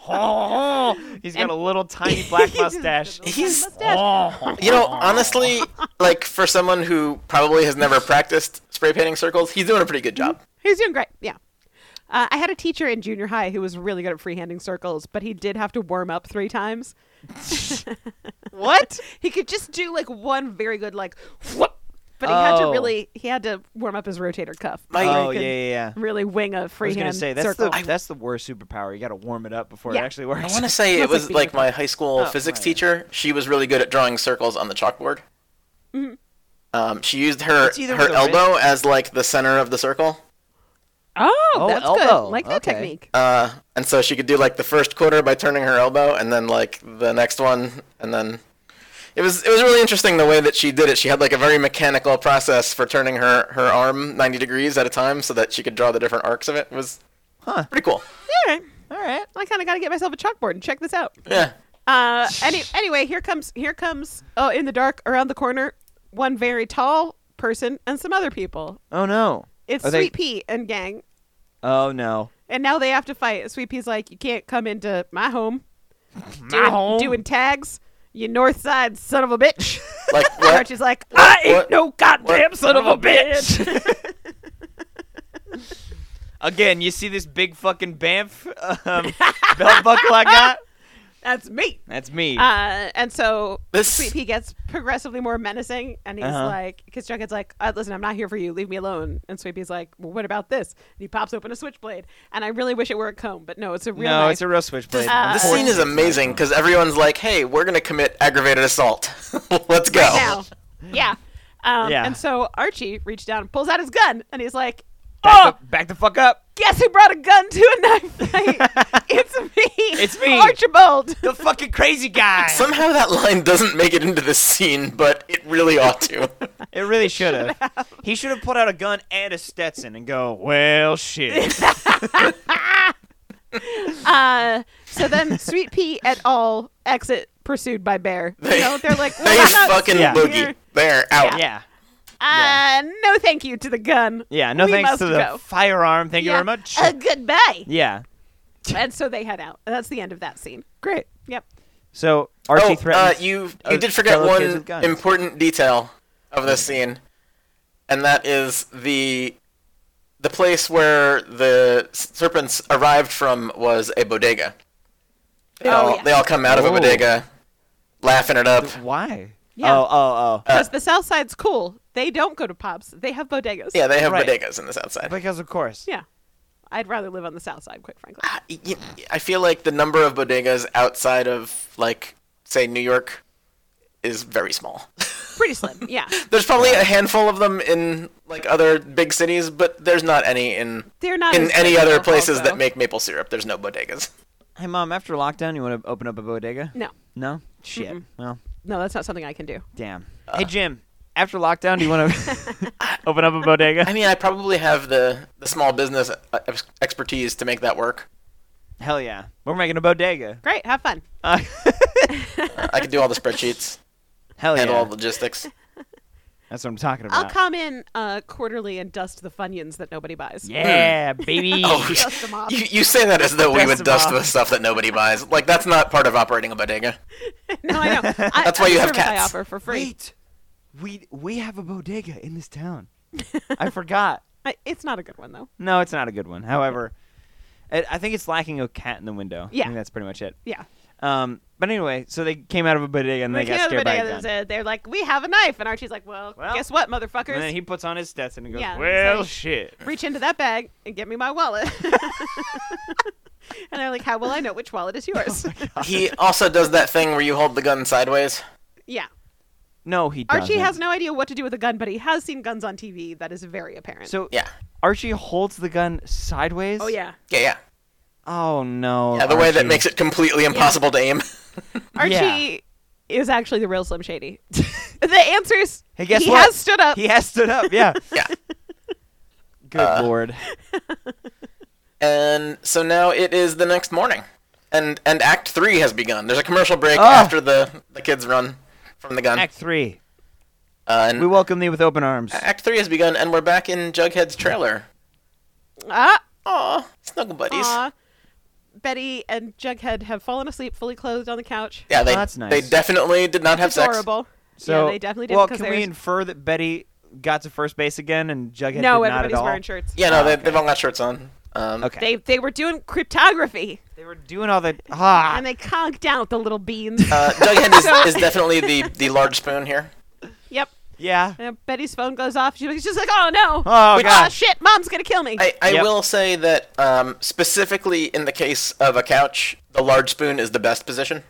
Oh, he's got
And-
a little tiny
(laughs)
black
He's-
mustache.
He's-
mustache.
You know, honestly, like for someone who probably has never practiced spray painting circles, he's doing a pretty good job.
He's doing great. Yeah. Uh, I had a teacher in junior high who was really good at freehanding circles, but he did have to warm up three times.
(laughs) what?
(laughs) He could just do like one very good like whoop, but he had to
Oh.
really he had to warm up his rotator cuff.
My-
before he
Oh
could
yeah, yeah, yeah.
Really wing a
I was
freehand
gonna say that's
circle.
the that's the worst superpower. You got to warm it up before
Yeah.
it actually
I
works. (laughs)
want to say it
Smells like
was like
beaver.
my high school
Oh,
physics
right.
teacher. She was really good at drawing circles on the chalkboard. Um, she used her
Mm-hmm. It's either
her
with a writ-
elbow as like the center of the circle,
oh,
Oh,
that's
elbow.
good. Like that
Okay.
technique.
uh, and so she could do like the first quarter by turning her elbow, and then like the next one, and then it was it was really interesting the way that she did it. She had like a very mechanical process for turning her her arm ninety degrees at a time, so that she could draw the different arcs of it. It was
Huh.
pretty cool.
All right.
All right.
I kind of got to get myself a chalkboard and check this out.
Yeah.
Uh, any, anyway, here comes here comes oh in the dark around the corner one very tall person and some other people.
Oh no.
It's
Are they-
Sweet Pea and gang,
Oh no.
and now they have to fight. Sweet Pea's like, you can't come into my home.
My
doing,
home.
doing tags. You north side son of a bitch. (laughs)
Like
And
what?
Archie's like, I ain't
What?
no goddamn
What?
son of a bitch.
Again, you see this big fucking Banff (laughs) um,
(laughs)
belt buckle I got?
(laughs) That's me.
That's me.
Uh, and so
This-
Sweet Pea gets progressively more menacing, and he's
Uh-huh.
like, because Jughead's like, uh, listen, I'm not here for you. Leave me alone. And Sweet Pea's like, well, what about this? And he pops open a switchblade, and I really wish it were a comb, but no, it's a real
no,
knife.
it's a real switchblade.
Uh,
This scene is amazing because everyone's like, "Hey, we're gonna commit aggravated assault. (laughs) Let's go."
now. yeah. Um,
Yeah.
And so Archie reached down and pulls out his gun, and he's like,
back,
oh,
the, back the fuck up.
guess who brought a gun to a
(laughs)
knife fight? it's me.
It's me.
Archibald.
The fucking crazy
(laughs)
guy.
Somehow that line doesn't make it into this scene, but it really ought to.
It really should have. He should have pulled out a gun and a Stetson and go, well,
(laughs)
shit.
Uh, so then Sweet Pea et al. exit pursued by Bear. You know, they're like,
they
well, I'm not
fucking
Yeah.
boogie. They're out.
yeah.
Uh, no thank you to the gun.
Yeah. No
We
thanks
must
to the
go.
firearm. Thank you
Yeah.
very much.
Uh, goodbye.
yeah.
And so they head out. And That's the end of that scene.
Great.
Yep.
So
Oh,
Archie
uh,
threatens.
you
uh,
you did forget
fellow kids
one
with guns. Mm-hmm.
important detail of this scene, and that is the the place where the serpents arrived from was a bodega. They,
Oh,
all,
yeah.
they all come out of
Oh.
a bodega, laughing it up.
Why?
Yeah.
Oh, oh, oh.
Because the South Side's cool. They don't go to pubs. They have bodegas.
Yeah, they have
Right.
bodegas in the South Side.
Because of course.
Yeah. I'd rather live on the South Side, quite frankly.
Ah, Y- y- I feel like the number of bodegas outside of, like, say, New York is very small. (laughs)
Pretty slim. Yeah.
There's probably a handful of them in, like, other big cities, but there's not any in,
(laughs) They're not
(laughs) in
as
any
big as
other places
Buffalo.
that make maple syrup. There's no bodegas.
Hey, mom. After lockdown, you want to open up a bodega?
No.
No. Shit. Well,
No, that's not something I can do.
damn.
Uh.
hey, Jim. After lockdown, do you
(laughs)
want to open up a bodega?
I mean, I probably have the, the small business uh, ex- expertise to make that work.
Hell yeah. We're making a bodega.
Great. Have fun.
Uh,
I can do all the spreadsheets,
(laughs) hell yeah.
handle all the logistics.
That's what I'm talking about.
I'll come in uh, quarterly and dust the funyuns that nobody buys.
Yeah, baby.
Oh,
(laughs) Dust 'em off.
(laughs) you, you say that as though we
Dust
would
'em
dust
off.
the stuff that nobody buys. Like, that's not part of operating a bodega.
(laughs) no, I know. I,
That's why
I'm
you have
service I
cats.
offer for free.
Wait, we we have a bodega in this town. I forgot.
I, it's not a good one though.
No, it's not a good one. However, I I think it's lacking a cat in the window. I
Yeah.
think that's pretty much it.
Yeah.
Um, but anyway, so they came out of a bodega and they
Like, you
got
know, the
scared by
video
a
that
gun.
said- they're like, we have a knife, and Archie's like, well,
Well,
guess what,
And then
motherfuckers?
he puts on his Stetson and goes,
Yeah, he's
"Well,
like-
shit."
Reach into that bag and get me my wallet. (laughs) and they're like, how will I know which
(laughs)
wallet
Oh
is yours?
He also does that thing where you hold the gun sideways.
(laughs) yeah.
No, he doesn't.
Archie has no idea what to do with a gun, but he has seen guns on TV. That is very apparent.
So
Yeah,
Archie holds the gun sideways.
oh yeah,
yeah, yeah.
Oh no.
Yeah, the way that
Archie.
makes it completely impossible to aim.
Archie
Yeah.
is actually the real Slim Shady. (laughs) the answers.
Hey, guess
he
what?
has stood up.
He has stood up. Yeah.
(laughs) Yeah. Uh.
Good lord.
And so now it is the next morning, and and Act Three has begun. There's a commercial break
Ah.
after the the kids run from the gun.
Act three.
uh, and
We welcome thee with open arms.
Act Three has begun, and we're back in Jughead's trailer.
ah,
Aw, snuggle buddies.
aw. Betty and Jughead have fallen asleep, fully clothed on the couch.
Yeah, they
Oh, that's nice.
they definitely did not have
It's adorable.
So
yeah, they definitely did
Well,
because
can we
there's-
infer that Betty got to first base again and Jughead
no,
did not
everybody's
at all?
wearing shirts.
sex. Yeah, no, they, they've all got shirts on. Um,
Oh, Okay.
They they were doing cryptography
They were doing all the ah.
and they conked out the little beans.
Uh, Jughead
(laughs)
is, is definitely the, the large spoon here.
yep.
yeah.
And Betty's phone goes off. She- She's just like, oh no.
Oh
Ah,
gosh.
shit, mom's gonna kill me.
I, I
Yep.
will say that um, specifically in the case of a couch, the large spoon is the best position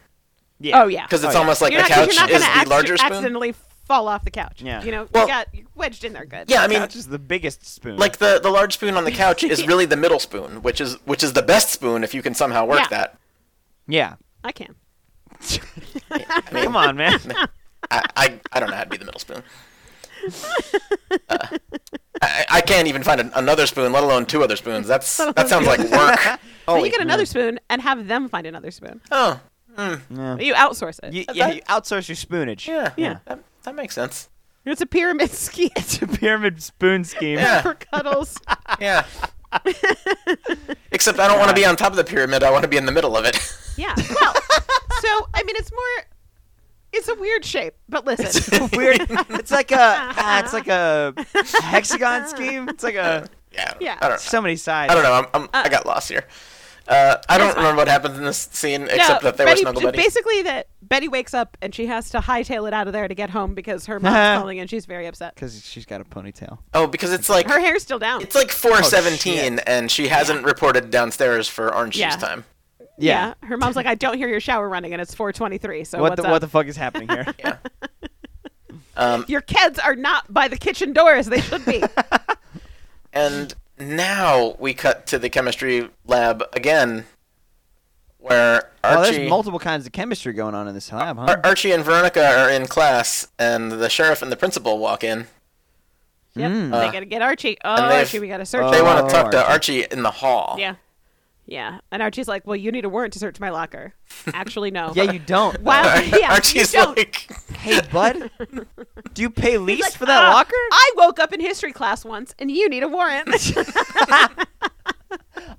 Yeah.
oh yeah.
because it's
Oh, yeah.
almost like
you're
the
not, 'cause
couch
you're not
is
gonna
the
acci-
larger spoon.
accidentally fall off the couch.
Yeah.
You know,
Well-
you got you wedged in there good.
Yeah, I mean,
Couch is the biggest spoon.
like the, the large spoon on the
(laughs)
couch is really the middle spoon, which is which is the best spoon if you can somehow work
Yeah.
that.
(laughs) yeah.
I can.
Come on,
(laughs)
man.
I, I, I don't know how to be the middle spoon. Uh, I, I can't even find an, another spoon, let alone two other spoons. That's that sounds like work.
But you
Holy,
get another spoon and have them find another spoon.
oh,
You outsource it.
you, yeah, you outsource your spoonage.
yeah, hmm,
Yeah.
that, that makes sense.
It's a pyramid (laughs)
(laughs)
scheme
It's a (laughs) pyramid spoon scheme.
(laughs)
Yeah.
for cuddles.
Yeah. Except I don't want to be on top of the pyramid. I want to be in the middle of it. (laughs)
yeah. Well, so I mean, it's more. It's a weird shape, but listen.
Weird. (laughs) It's like a. ah, it's like
(laughs)
a hexagon scheme. It's like a.
yeah. I don't-
Yeah.
I don't.
So many sides.
I don't know. I'm, I'm, I got lost here. Uh, I don't remember what happens in this scene (laughs) except that they
Betty,
were snuggle buddies.
Basically, that Betty wakes up and she has to hightail it out of there to get home because her
Uh-huh.
mom's calling and she's very upset.
Because she's got a ponytail.
oh, because it's like
Her hair's still down.
it's like 4:17, and she hasn't reported downstairs for orange
Yeah.
juice time.
yeah. Her mom's like, I don't hear your shower running, and it's 4:23. So
What
what's
the
up?
what the fuck is happening (laughs) here?
Yeah. um,
your kids are not by the kitchen door as they should (laughs) be.
and now we cut to the chemistry lab again, where
Well,
Archie.
there's multiple kinds of chemistry going on in this lab, huh?
Ar- Archie and Veronica are in class, and the sheriff and the principal walk in.
yep.
Uh,
they gotta get Archie. Oh,
and they've-
Archie, we gotta search.
They
Oh,
him.
want to talk to
Archie.
Archie in the hall. (laughs)
Yeah. Yeah. And Archie's like, Well, you need a warrant to search my locker. Actually, (laughs) no.
yeah, you don't.
Wow. Yeah,
Archie's
you don't.
like,
Hey, bud. Do you pay lease
Like,
for that
"Uh,
locker?
I woke up in history class once, and you need a warrant. (laughs)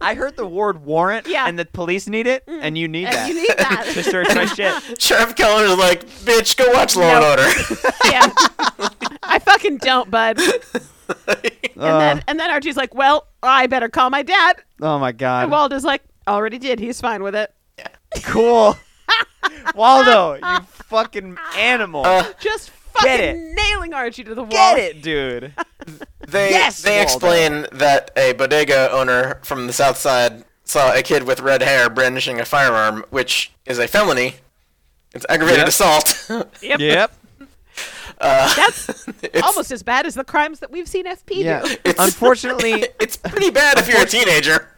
I heard the word warrant,
Yeah. Mm.
and the police need it, and you need that (laughs)
and you need (laughs)
to
that.
search my shit.
Sheriff
(laughs)
Keller's like, bitch, go watch Law and Order.
yeah. I fucking don't, bud. (laughs) and then and then Archie's like, "Well, I better call my dad."
Oh my god.
And Waldo's like, "Already did. He's fine with it. (laughs)
cool. Waldo, you fucking animal.
Uh,
Just fucking
it.
nailing Archie to the wall."
Get it, dude.
They
Yes,
they
Waldo.
explain that a bodega owner from the south side saw a kid with red hair brandishing a firearm, which is a felony. It's aggravated
Yep.
assault. (laughs)
Yep. (laughs)
yep.
That's
it's,
almost as bad as the crimes that we've seen FP
Yeah.
do.
Unfortunately,
it's pretty bad if you're a teenager.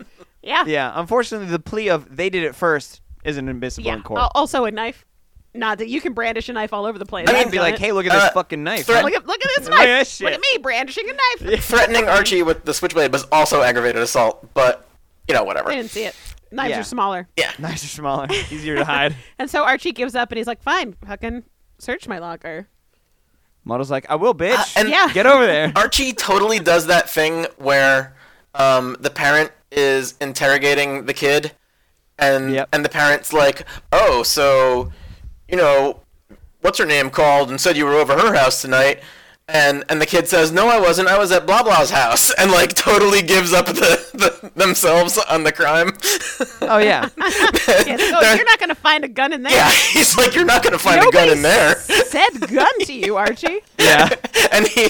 Yeah.
yeah. Unfortunately, the plea of they did it first isn't admissible
Yeah. Oh,
in court.
Al- Also, a knife. Not that you can brandish a knife all over the place.
I
I've
mean, be
done
like,
it.
hey, look at this
Uh,
fucking knife.
threat-
look at look at
(laughs)
this
Look at
knife.
this
Look
shit.
at me brandishing a knife. (laughs)
Threatening Archie with the switchblade was also aggravated assault, but you know whatever.
They didn't see it. Knives
Yeah.
are smaller.
Yeah.
Knives are
(laughs)
smaller, easier to hide.
And so Archie gives up and he's like, fine, fucking search
(laughs)
my locker.
Model's like, I will, bitch.
Uh, and-
Yeah.
Get over
(laughs)
there.
Archie totally does that thing where um, the parent is interrogating the kid, and
Yep.
and the parent's like, "Oh, so, you know, what's her name called and said you were over her house tonight." And, and the kid says, "No, I wasn't. I was at blah blah's house," (laughs) and like totally gives up the, the themselves on the crime. (laughs)
Oh yeah. (laughs)
Yeah, so you're not going to find a gun in there.
yeah, (laughs) he's like, "You're not gonna find
Nobody
a gun
(laughs)
in there."
said gun to you,
(laughs)
Archie.
Yeah.
(laughs) and he,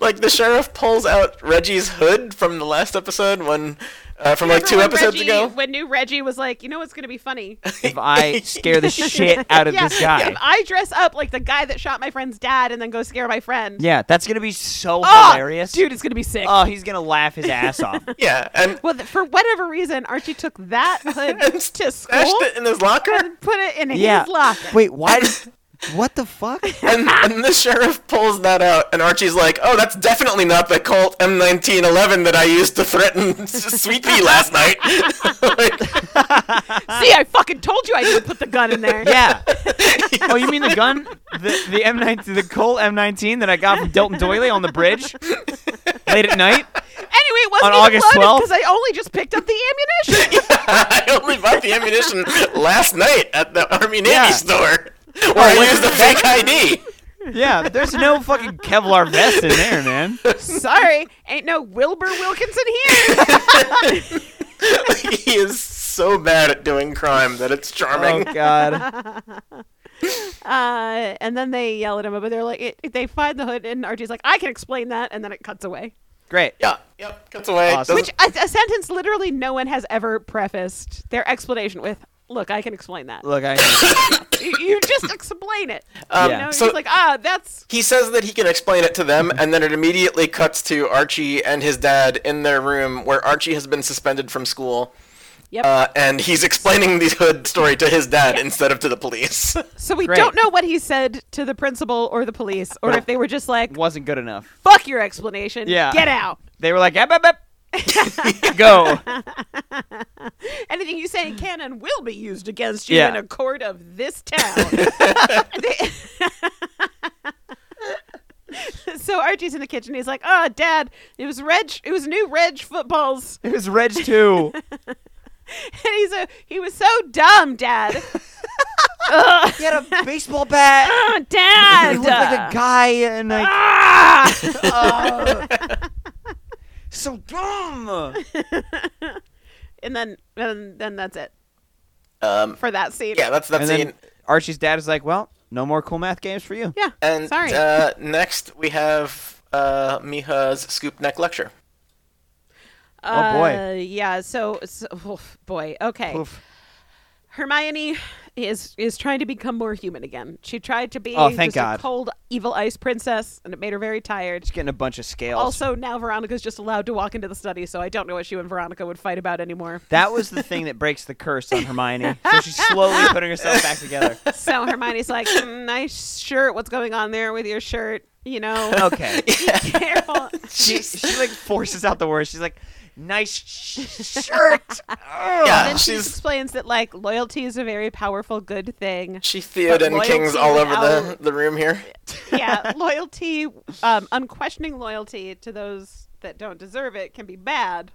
like, the sheriff pulls out Reggie's hood from the last episode when, uh, from like
Remember
two
when
episodes
Reggie-
ago.
When new Reggie was like, you know what's going to be funny?
If I scare the (laughs) shit (laughs) out of
yeah,
this guy.
If I dress up like the guy that shot my friend's dad and then go scare my friend.
Yeah, that's gonna be so
Oh,
hilarious.
Dude, it's going to be sick.
Oh, he's gonna laugh his ass (laughs) off.
Yeah, and
well, th- for whatever reason, Archie took
(laughs)
that hood
And
to
stashed
school
it in his locker.
and put it in
yeah.
his locker.
Wait, (laughs) why? Did, what the fuck?
And,
(laughs)
and the sheriff pulls that out, and Archie's like, "Oh, that's definitely not the Colt M1911 that I used to threaten (laughs) S- Sweet Pea last night." (laughs) Like, (laughs) Uh,
See, I fucking told you I didn't put the gun in
(laughs)
there.
Yeah. (laughs) Oh, you mean the gun, the the M nineteen, the Colt M nineteen that I got from Delton Doily on the bridge late at night?
Anyway, it wasn't
On
even
August
loaded
12th?
because I only just picked up the
(laughs)
ammunition.
I only bought the ammunition last night at the Army Navy
Yeah.
store, where I used the fake ID.
Yeah, there's no fucking Kevlar vest in there, man. Oh,
Sorry, ain't no Wilbur Wilkinson here.
(laughs) he is so bad at doing crime that it's
Oh
charming.
god.
Uh, and then they yell at him, but they're like, it, it- they find the hood, and Archie's like, I can explain that, and then it cuts away.
Great.
Yeah, yep, cuts away.
Awesome.
doesn't-
Which a, a sentence literally no one has ever prefaced their explanation with. Look, I can explain that.
Look, I
you, you just explain it.
Um,
you know,
so-
he's like, ah, that's
he says that he can explain it to them, and then it immediately cuts to Archie and his dad in their room, where Archie has been suspended from school,
yep.
uh, and he's explaining the hood story to his dad instead of to the police. (laughs)
so we
great.
don't know what he said to the principal or the police, or if they were just like,
wasn't good enough.
fuck your explanation.
Yeah.
Get out.
They were like, "Ep, ep, (laughs) ep." go.
Anything you say can and will be used against you
Yeah.
in a court
(laughs)
of this town. (laughs) They- so Archie's in the kitchen. He's like, "Oh, Dad, it was Reg. It was new Reg footballs, (laughs)
It was Reg too.
and he's a he was so
(laughs)
dumb, Dad.
He had a baseball (laughs) bat.
Oh, Dad,
He looked like a guy and like
Ah! (laughs)
so dumb.
and then and then that's it
Um,
for that scene.
yeah, that's that
And
scene.
then Archie's dad is like, "Well, no more cool math games for you."
yeah.
and
sorry.
Uh, next we have uh, Miha's scoop neck lecture.
oh, boy.
Uh, yeah. So, so oof, boy. Okay.
Oof.
Hermione is is trying to become more human again. She tried to be
Oh, thank
just
God.
a cold, evil ice princess, and it made her very tired.
Just getting a bunch of scales.
Also, now Veronica's just allowed to walk into the study, so I don't know what she and Veronica would fight about anymore.
that was the thing that breaks the curse on Hermione. So she's
(laughs)
slowly putting herself back together.
so
(laughs)
Hermione's like, mm, "Nice shirt. What's going on there with your shirt?
(laughs)
You know,
Okay.
careful." (laughs)
She she like forces out the words. She's like, "Nice sh-
(laughs)
shirt." Ugh.
Yeah,
then she
she's-
explains that like loyalty is a very powerful, good thing.
She Theoden
loyalty
King's all over the,
without-
the room here.
(laughs)
yeah, loyalty, um, unquestioning loyalty to those that don't deserve it can be bad.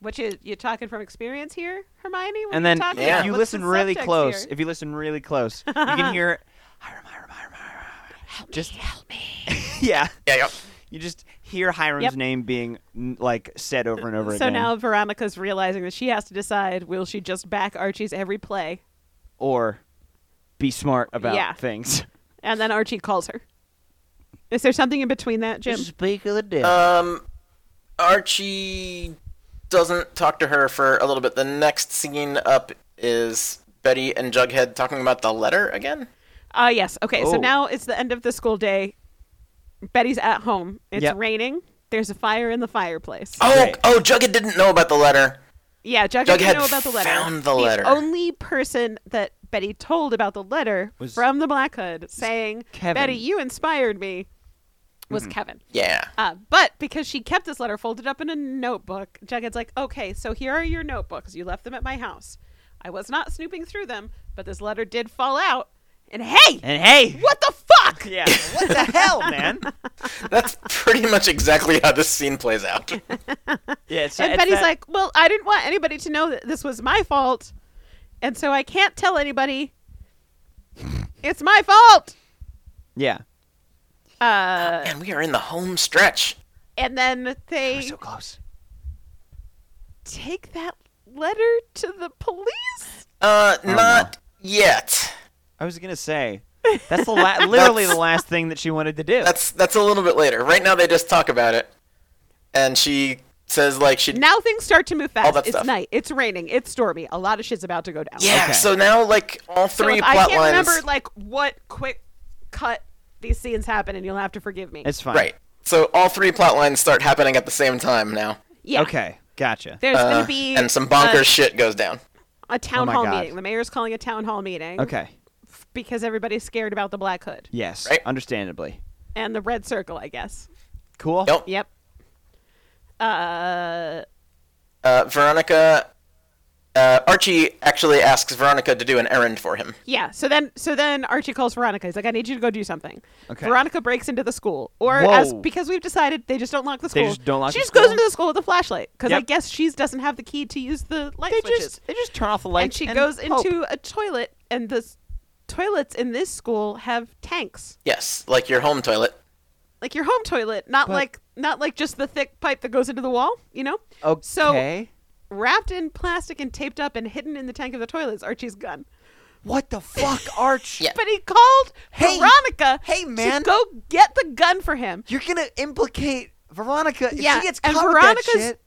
Which is you talking from experience here, Hermione? What
And
are you
then
talking
Yeah.
about?
if you
What's
listen
the
really
subtext
close,
here?
if you listen really close, you
(laughs)
can hear Hiram, Hiram, Hiram, Hiram, Hiram. Just help me. (laughs) yeah.
Yeah, yeah.
You just hear Hiram's
Yep.
name being n- like said over and over
so
again.
now Veronica's realizing that she has to decide will she just back Archie's every play?
or be smart about
Yeah.
things.
And then Archie calls her. Is there something in between that, Jim?
Speak of the devil.
Um, Archie doesn't talk to her for a little bit. The next scene up is Betty and Jughead talking about the letter again.
Uh yes. Okay, so
Oh.
now it's the end of the school day. Betty's at home. It's
Yep.
raining. There's a fire in the fireplace.
Oh,
Right.
oh, Jughead didn't know about the letter.
Yeah, Jughead,
Jughead
didn't know about the letter.
found the letter.
only person that Betty told about the letter
Was-
from the Black Hood saying,
Kevin.
Betty, you inspired me, was Kevin.
(laughs) Yeah.
Uh, but because she kept this letter folded up in a notebook, Jughead's like, okay, so here are your notebooks. You left them at my house. I was not snooping through them, but this letter did fall out. And hey,
and hey,
what the fuck?
yeah, what the hell, man?
That's pretty much exactly how this scene plays out.
Yeah, it's,
and
it's
Betty's
that-
like, well, I didn't want anybody to know that this was my fault, and so I can't tell anybody. it's my fault.
yeah,
Uh,
Man, we are in the home stretch.
and then they
we're so close.
take that letter to the police.
Uh, not yet.
I was gonna
(laughs)
say that's the la- literally the last thing that she wanted to do.
That's that's a little bit later. Right now, they just talk about it, and she says like she.
Now things start to move fast.
that
It's
stuff. night.
night. It's raining. It's stormy. A lot of shit's about to go down.
Yeah.
Okay.
So now, like all
So
three
if I
plot
can't
lines.
remember like what quick cut these scenes happen, and you'll have to forgive me.
It's fine.
Right. So all three plot lines start happening at the same time now.
yeah.
Okay. Gotcha.
There's
Uh,
gonna be
and some bonkers Oh
a-
shit goes down.
a, town
my
hall
God.
meeting. The mayor's calling a town hall meeting.
Okay.
because everybody's scared about the black hood
Yes.
Right.
Understandably.
and the red circle, I guess.
Cool.
Yep.
Yep. Uh,
Uh, Veronica. Uh, Archie actually asks Veronica to do an errand for him.
yeah. So then, so then Archie calls Veronica. He's like, "I need you to go do something."
Okay.
Veronica breaks into the school, or
Whoa.
as because we've decided they just don't lock the
They
school.
just don't lock
She
the
just goes
school?
into the school with a flashlight because I
Yep.
guess she doesn't have the key to use the light
They
switches.
just they just turn off the lights.
and she goes
hope.
into a toilet, and the s- toilets in this school have tanks,
Yes, like your home toilet.
like your home toilet, not
But-
like not like just the thick pipe that goes into the wall. You know. So
Okay.
wrapped in plastic and taped up and hidden in the tank of the toilet is Archie's gun.
what the fuck, Arch? (laughs)
Yeah.
But he called
Hey,
Veronica
hey, man.
to go get the gun for him.
You're gonna implicate Veronica. If
Yeah,
she gets
and
caught with
Veronica's-
that shit.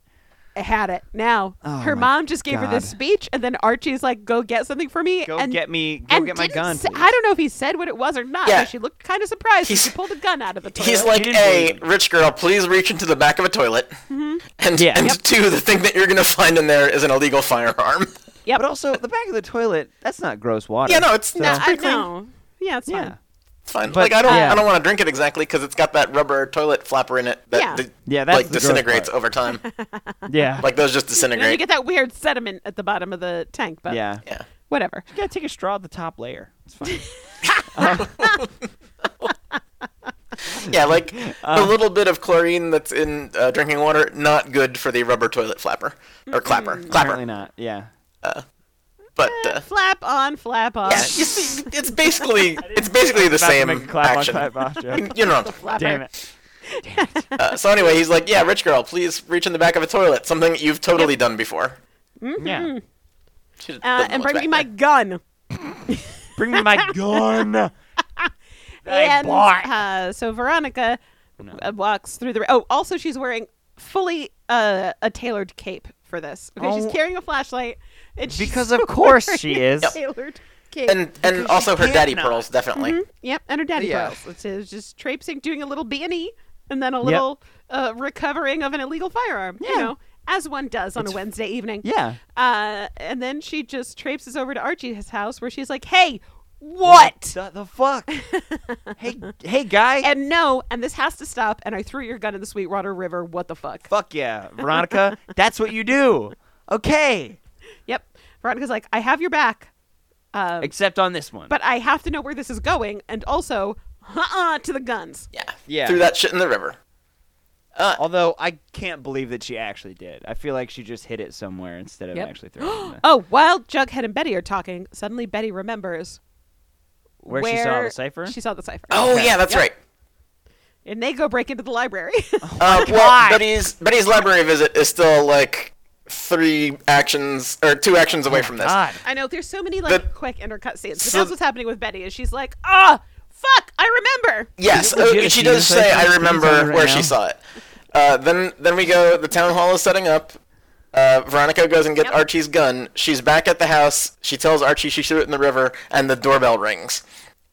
Had it. Now
Oh,
her
my
mom just gave her
God.
this speech, and then Archie's like, "Go get something for me."
Go
and,
get me. Go
and
get my
didn't
gun.
say-
please.
I don't know if he said what it was or not.
Yeah.
but she looked kind of surprised when
He's-
she pulled a gun out of the toilet.
He's like,
didn't believe
A, rich girl, please reach into the back of a toilet.
Mm-hmm.
And,
Yeah.
and
Yep.
two, the thing that you're going to find in there is an illegal firearm.
"Yep."
But also, the back of the toilet. That's not gross water.
(laughs) yeah,
(laughs)
no, it's,
no,
it's
I
pretty clean.
know. Yeah, it's
Yeah.
fine.
It's fine.
But-
like, I don't,
yeah.
I don't want to drink it exactly because it's got that rubber toilet flapper in it that,
Yeah.
di-
Yeah, that's
like
the gross
disintegrates
part.
over time.
Yeah.
like,
(laughs)
those just
And then you
disintegrate.
get that weird sediment at the bottom of the tank, but
yeah.
yeah.
whatever.
You gotta take a straw at the top layer. It's
(laughs)
fine.
Yeah,
(laughs)
like
Uh.
the little bit of chlorine that's in uh, drinking water, not good for the rubber toilet flapper or clapper,
Apparently
clapper.
not. Yeah.
But uh,
Flap on, flap
Uh,
on.
yeah, you see, it's
(laughs)
basically it's basically the same
About to make a clap on
action.
clap off joke.
(laughs) You know.
Flapper.
Damn it.
Uh, so anyway, he's like, "Yeah, rich girl, please reach in the back of a toilet. Something that you've totally done before."
(laughs)
Yeah.
She just
Uh,
doesn't
and
look
bring me my
back
gun.
Bring me my gun.
(laughs)
that I
and
bought.
uh, so Veronica uh, walks through the. Oh, also she's wearing fully uh, a tailored cape for this. Okay,
Oh.
she's carrying a flashlight. And she's
because
(laughs)
of course she is.
wearing a tailored cape.
there. (laughs) And and also her
can't
daddy
not.
pearls definitely.
yep, and her daddy
Yeah.
yeah. It's uh, just traipsing, doing a little B and E, and then a
Yep.
little uh, recovering of an illegal firearm. You
Yeah.
know, as one does on a Wednesday evening.
Yeah.
Uh, and then she just traipses over to Archie's house, where she's like, "Hey, what?"
The, the
(laughs)
fuck. hey, hey, guy.
and no, and this has to stop. And I threw your gun in the Sweetwater River. What the fuck?
fuck yeah, Veronica. that's what you do. Okay.
Yep. Veronica's like, I have your back, Um,
Except on this one.
but I have to know where this is going, and also, uh-uh, to the guns.
Yeah.
Yeah.
Threw that shit in the river.
Although I can't believe that she actually did. I feel like she just hit it somewhere instead of
Yep.
actually throwing it. in the-
(gasps) Oh, while Jughead and Betty are talking, suddenly Betty remembers
Where, she saw the cipher.
She saw the cipher.
Oh yeah, that's right.
and they go break into the library. (laughs)
Uh,
God.
well, Betty's Betty's library visit is still like three actions or two actions away from this.
Oh, God.
I know there's so many like
But-
quick intercut scenes, but
So-
that's what's happening with Betty. Is she's like, ah, fuck, I remember.
Yes,
Is it legit
uh,
if
she
she
does
is like
say
that? Can
I
you
remember
tell me right
where
now?"
she saw it. Uh, then then we go. The town hall is setting up. Uh, Veronica goes and gets
Yep.
Archie's gun. She's back at the house. She tells Archie she shoot it in the river, and the doorbell rings.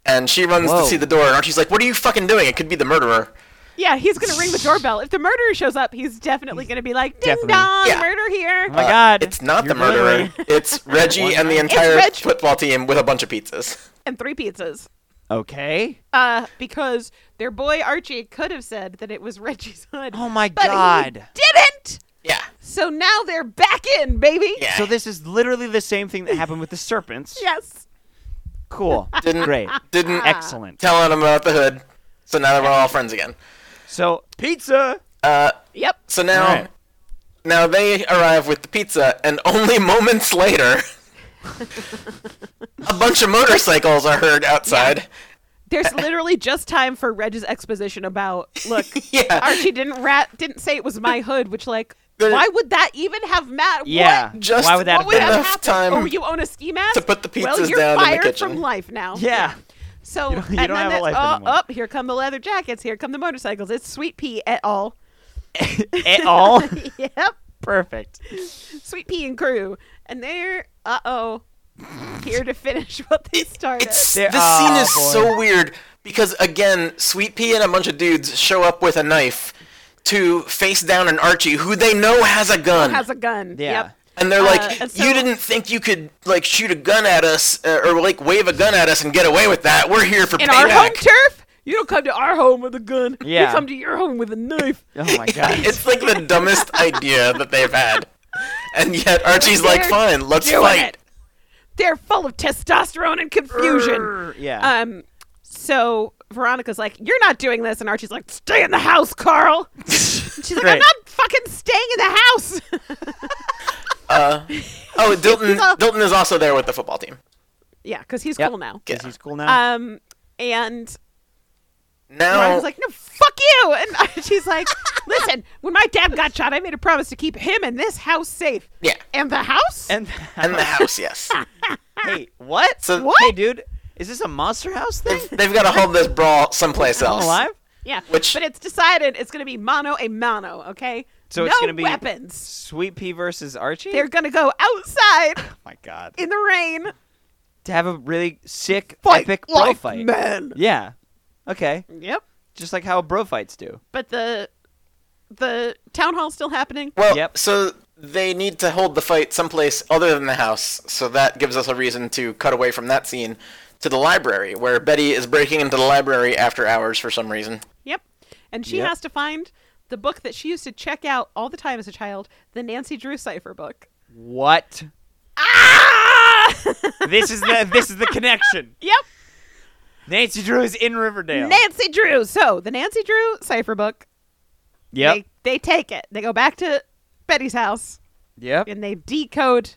And she runs
Whoa.
to see the door, and Archie's like, "What are you fucking doing? It could be the murderer."
Yeah, he's gonna ring the doorbell. If the murderer shows up, he's definitely gonna be like, ding
Definitely.
dong,
Yeah.
murder here.
Oh my God.
Uh, It's not
You're
the murderer.
murdering.
(laughs) It's Reggie and the entire
Reg.
football team with a bunch of pizzas.
and three pizzas.
Okay.
Uh, because their boy Archie could have said that it was Reggie's hood.
Oh my
but he
God.
didn't.
Yeah.
So now they're back in, baby.
Yeah.
So this is literally the same thing that happened with the serpents.
Yes.
Cool.
(laughs) Didn't-
Great.
Ah.
Didn't
Excellent.
telling him about the hood. So now that we're all friends again.
So pizza.
Yep.
So now,
Alright.
now they arrive with the pizza, and only (laughs) moments later,
(laughs)
a bunch of motorcycles are heard outside.
There's
(laughs)
literally just time for Reg's exposition about look,
Yeah,
Archie didn't rat didn't say it
(laughs)
was my hood, which like
There-
why would that even have mattered?
Yeah.
Just-
Why would that have
What would
been?
have
Enough
happened?
time
oh, you own a ski mask?
to put the
well,
pizzas
you're
down in the
fired
kitchen.
from life now.
Yeah.
So
You don't- you don't
and then
have a
that's-
life
oh,
anymore.
oh, here come the leather jackets. Here come the motorcycles. It's Sweet Pea et al.
At all.
(laughs) yep,
Perfect.
Sweet Pea and crew, and they're uh oh, here to finish what they started.
It's,
There-
this scene
oh,
is
boy.
so weird because again, Sweet Pea and a bunch of dudes show up with a knife to face down an Archie who they know has a gun.
has a gun.
Yeah.
Yep.
and they're
Uh,
like,
and so-
"You didn't think you could like shoot a gun at us uh, or like wave a gun at us and get away with that? We're here for
In
payback."
our home turf, you don't come to our home with a gun.
Yeah.
You come to your home with a knife.
Oh my god.
it's like the
(laughs)
dumbest idea that they've had. And yet Archie's like,
They're
fine, let's
Doing
fight.
it. They're full of testosterone and confusion.
Yeah.
Um, so Veronica's like, "You're not doing this," and Archie's like, "Stay in the house, Carl." She's like,
Great.
"I'm not fucking staying in the house." (laughs)
Oh, Dilton
all-
Dilton is also there with the football team.
yeah, because he's
Yep.
cool now.
Because
yeah.
he's cool now.
Um, and
Oh.
Now
Veronica's like, "No, fuck you," and (laughs) she's like, "Listen, when my dad got shot, I made a promise to keep him and this house safe."
Yeah.
and the house.
and
(laughs) and the
(laughs)
house, yes.
(laughs)
(laughs)
hey, what?
So
Hey,
What?
dude. Is this a Monster House thing?
they've, they've got to hold this brawl someplace
Oh,
I'm
else.
alive.
yeah,
Which-
but it's decided it's gonna be mono a mono. Okay,
So
no
it's gonna be-
weapons.
Sweet Pea versus Archie.
They're gonna go outside
oh my god.
in the rain.
to have a really sick epic bro
like
fight.
men.
Yeah. Okay.
Yep.
Just like how bro fights do.
but the the town hall's still happening.
Well,
Yep.
so they need to hold the fight someplace other than the house. So that gives us a reason to cut away from that scene to the library, where Betty is breaking into the library after hours for some reason.
Yep. And she
Yep.
has to find the book that she used to check out all the time as a child, the Nancy Drew cipher book.
What?
Ah!
(laughs)
(laughs)
this is the this is the connection.
yep.
Nancy Drew is in Riverdale.
Nancy Drew. So, the Nancy Drew cipher book,
yep.
they they take it. They go back to Betty's house
yep.
and they decode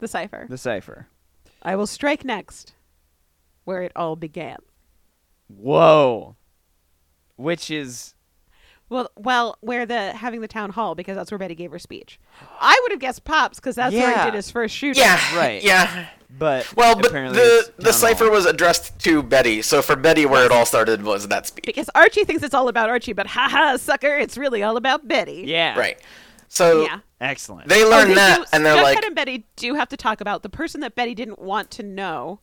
the cipher.
The cipher.
I will strike next where it all began.
Whoa. Which is
Well, well, where the having the town hall because that's where Betty gave her speech. I would have guessed Pops because that's where
Yeah.
he did his first shooting.
Yeah.
Right.
Yeah.
but
Well, but
apparently
the
it's
the
town
cipher
hall.
was addressed to Betty. So for Betty, where it all started was that speech.
Because Archie thinks it's all about Archie, but haha, sucker, it's really all about Betty.
Yeah.
Right. So
Yeah.
Excellent.
they
Oh,
learn
they
that,
do-
and they're
Jughead
like,
and Betty do have to talk about the person that Betty didn't want to know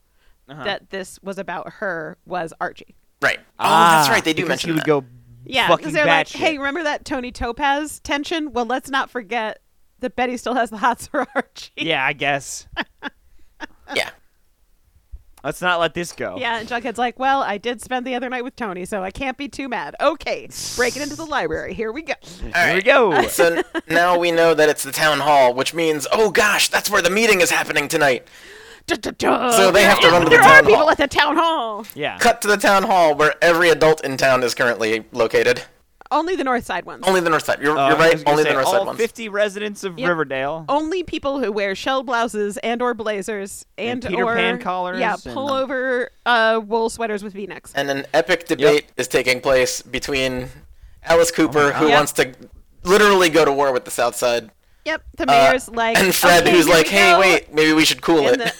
Uh-huh.
that this was about her was Archie.
right. Oh, that's
Ah,
right. They do
because
mention
he would
(laughs)
that.
go
Yeah,
fucking
because they're like,
batshit.
hey, remember that Tony Topaz tension? Well, let's not forget that Betty still has the hots for (laughs) Archie.
Yeah, I guess.
Yeah.
Let's not let this
Oh.
go.
Yeah, and Jughead's like, well, I did spend the other night with Tony, so I can't be too mad. Okay, breaking into the library. Here we
(laughs)
go.
Here we go.
So n- now we know that it's the town hall, which means, oh gosh, that's where the meeting is happening tonight.
So
they have to run to the
there
town
are people
hall.
at the town hall.
yeah.
Cut to the town hall, where every adult in town is currently located.
only the north side ones.
Only the north side. You're,
Uh,
you're
I
right.
was gonna
Only
say,
the north
all
side ones.
50 residents of
Yep.
Riverdale.
only people who wear shell blouses and or blazers and,
And Peter
or
Pan collars
yeah
and-
pullover uh, wool sweaters with v-necks
And an epic debate is taking place between Alice
Oh
Cooper, who
Yep.
wants to literally go to war with the South Side,
yep the
uh,
mayor's like
and Fred,
"Okay,
who's
here
like,
we
"Hey,
go."
wait, maybe we should cool
and
it."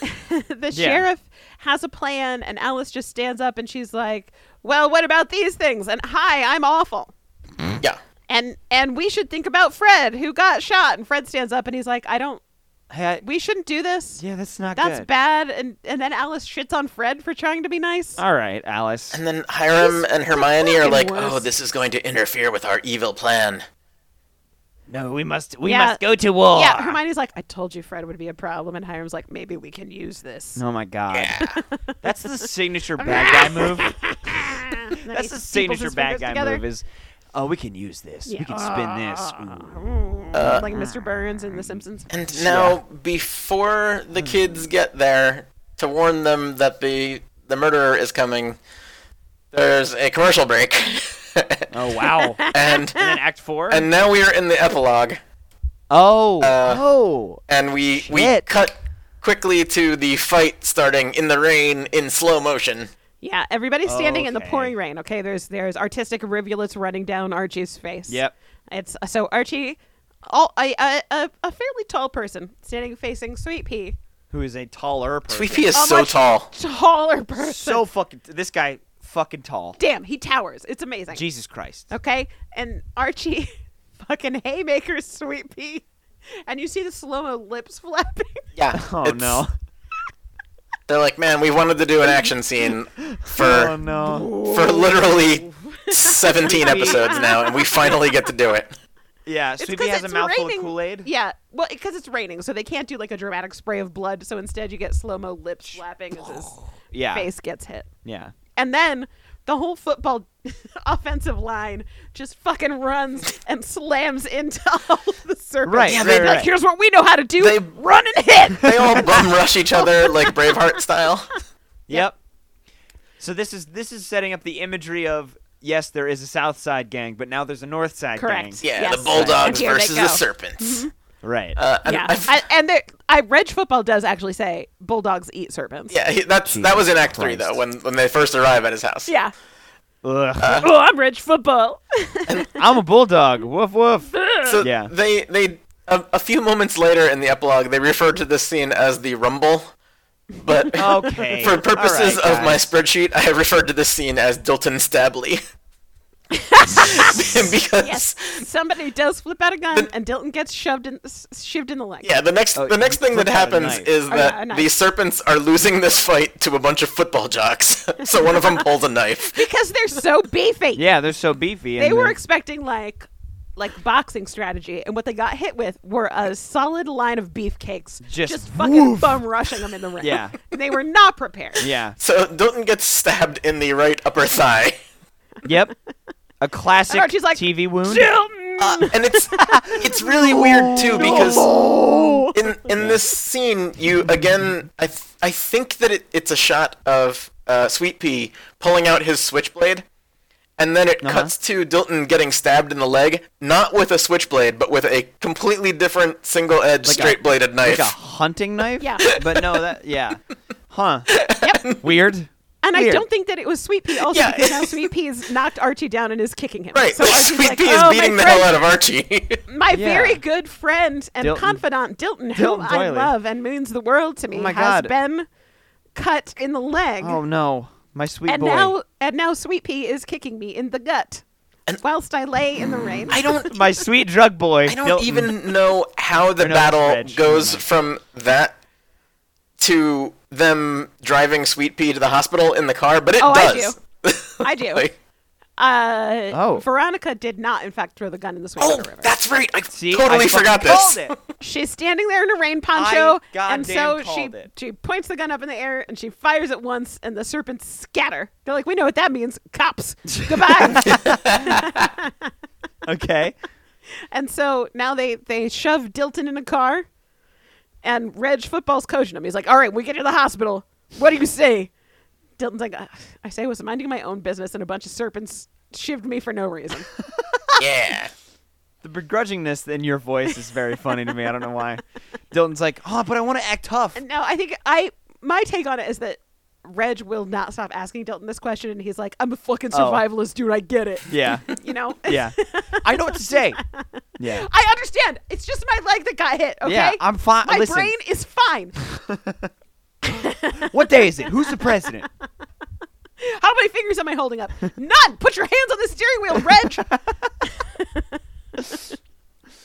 the, (laughs) the
Yeah.
sheriff has a plan and alice just stands up and she's like well what about these things and hi i'm awful
yeah.
and and we should think about fred who got shot and fred stands up and he's like i don't
Hey, I-
we shouldn't do this
yeah, that's not
that's
good.
bad and and then alice shits on fred for trying to be nice
All right, Alice.
And then Hiram and Hermione are
fucking
like,
worse.
"Oh, this is going to interfere with our evil plan."
No, we must we
Yeah.
must go to war.
Yeah, Hermione's like, I told you Fred would be a problem, and Hiram's like, maybe we can use this.
Oh my god.
(laughs)
Yeah.
That's the signature bad guy move.
And then
That's
he
the
steeples
signature
his
bad
fingers
guy
together.
move is oh we can use this. We can spin this. Ooh.
Mm, like Mr. Burns in The Simpsons.
And now, before the kids get there to warn them that the the murderer is coming, there's a commercial break, (laughs)
Oh
(laughs)
wow. and
and
then act 4.
and now we are in the epilogue.
oh.
Uh,
oh.
and we we
Shit.
cut quickly to the fight starting in the rain in slow motion.
Yeah, everybody's standing in the
Okay.
pouring rain. Okay, there's there's artistic rivulets running down Archie's face.
Yep.
It's so Archie, all a a, a, a fairly tall person standing facing Sweet Pea,
Who is a taller person.
Sweet Pea is
How
so
much-
tall.
taller person.
so fucking this guy fucking tall.
damn, Oh, he towers. It's amazing.
Jesus Christ.
Okay? And Archie (laughs) fucking haymakers sweet pea. And you see the slow mo lips (laughs) flapping.
Yeah.
Oh
it's-
no.
They're like, man, we wanted to do an action scene
Oh
Um,
for
no.
(laughs)
for literally 17 episodes now, and we finally get to do it.
Yeah, Sweet Pea
'cause
has a
it's
mouthful
raining.
of Kool-Aid.
Yeah. Well, because it's raining, so they can't do like a dramatic spray of blood. So instead, you get slow mo lips flapping as his
(sighs) Yeah.
face gets hit.
Yeah.
And then the whole football (laughs) offensive line just fucking runs and slams into (laughs) all of the serpents.
Right,
Yeah,
right,
they-
Like,
right.
here's what we know how to do
They-
run and
(laughs)
hit.
They all (laughs) bum rush each other like Braveheart style.
Yep. So this is this is setting up the imagery of yes, there is a South Side gang, but now there's a North Side
Correct.
gang.
Yeah,
Yes.
the bulldogs
Here they
versus
go.
the serpents.
Right.
Uh, and
yeah,
I've-
I, and there, I Reg football does actually say bulldogs eat serpents.
yeah, he- that's that was in Act Three
Christ.
though, when when they first arrive at his house.
yeah.
Ugh.
uh,
Oh, I'm Reg football.
I'm a bulldog. Woof
(laughs)
woof.
So
Yeah.
they they a, a few moments later in the epilogue they referred to this scene as the rumble,
(laughs)
but
Okay.
(laughs) for purposes
All right,
of my
guys.
spreadsheet, I have referred to this scene as Dilton
(laughs)
Stabley. (laughs) because
yes, (laughs) somebody does flip out a gun, and Dilton gets shoved in, s- shoved in the leg.
yeah, the next
Oh,
the next thing that
flip out a
happens
knife.
is
Or
that
not Oh, a knife.
the serpents are losing this fight to a bunch of football jocks. (laughs) so one of them pulls a knife.
because they're so
(laughs)
beefy.
Yeah, they're so beefy. And
they were
they're-
expecting like, like boxing strategy, and what they got hit with were a solid line of beefcakes,
Just
fucking bum rushing them
(laughs)
in the ring.
Yeah.
they were not prepared.
(laughs) Yeah.
So Dilton gets stabbed in the right upper thigh.
Yep. A classic
Archie's like,
TV wound.
Dilton!
Uh, and it's it's really weird too because in in this scene you again I th- I think that it, it's a shot of uh, Sweet Pea pulling out his switchblade, and then it
Uh-huh.
cuts to Dilton getting stabbed in the leg, not with a switchblade, but with a completely different single-edged
Like a-
straight-bladed knife.
Like a hunting knife.
Yeah.
(laughs) But no, that yeah. Huh. Yep. Weird.
And I
Weird.
don't think that it was Sweet Pea also
Yeah.
because now Sweet Pea has knocked Archie down and is kicking him.
Right, (laughs)
So Archie's
Sweet
like,
Pea is
oh,
beating
my,
the
friend,
hell out of Archie.
my
Yeah.
very good friend and
Dilton-
confidant Dilton, whom
Dilton
I
Doily.
love and means the world to me,
Oh my
has
God.
been cut in the leg.
Oh no, my sweet
and
boy.
now and now Sweet Pea is kicking me in the gut whilst (laughs) I lay in the rain.
I don't
my sweet drug boy.
I don't
Dilton.
even know how the
Or no,
battle
Reg,
goes
never mind.
from that to them driving Sweet Pea to the hospital in the car, but it
Oh, I
does.
I do.
(laughs) Like,
Uh,
Oh.
Veronica did not, in fact, throw the gun in the Sweet
oh,
River.
that's right. I
See,
totally
I fucking
forgot this.
called it.
She's standing there in a rain poncho,
I
and so
goddamn
she
called it.
she points the gun up in the air and she fires at once, and the serpents scatter. They're like, "We know what that means, cops.
(laughs)
Goodbye."
(laughs)
Okay.
and so now they they shove Dilton in a car, and Reg football's coaching him. He's like, "All right, we get to the hospital. What do you say?"
(laughs)
Dilton's like, "Ugh, "I say I was minding my own business, and a bunch of serpents shivved me for no reason."
(laughs) yeah.
The begrudgingness in your voice is very funny to me. I don't know
(laughs)
why. Dilton's like, oh, but I want to act tough.
No, I think I my take on it is that Reg will not stop asking Dilton this question, and he's like, "I'm a fucking
Oh.
survivalist, dude. I get it.
Yeah,
You know,
(laughs) yeah. I know what to say. Yeah,
(laughs) I understand. It's just my leg that got hit. Okay,
yeah. I'm fine.
my
Listen,
brain is fine.
what day is it? Who's the president?
How many fingers am I holding up? None. Put your hands on the steering wheel, Reg.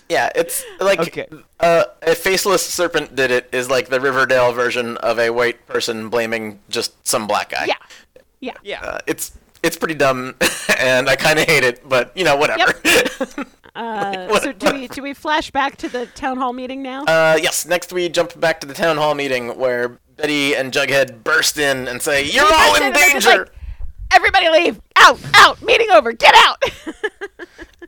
Yeah, it's like
Okay.
uh, a faceless serpent did it is like the Riverdale version of a white person blaming just some black guy.
yeah, yeah.
Yeah.
Uh, it's it's pretty dumb, (laughs) and I kind of hate it, but you know whatever. (laughs)
Uh,
what-
so do we do we flash back to the town hall meeting now?
uh, yes, next we jump back to the town hall meeting where Betty and Jughead burst in and say, "You're
He
all
burst
in
and they're just
danger."
like, Everybody leave! Out! Out! Meeting over! Get out! (laughs)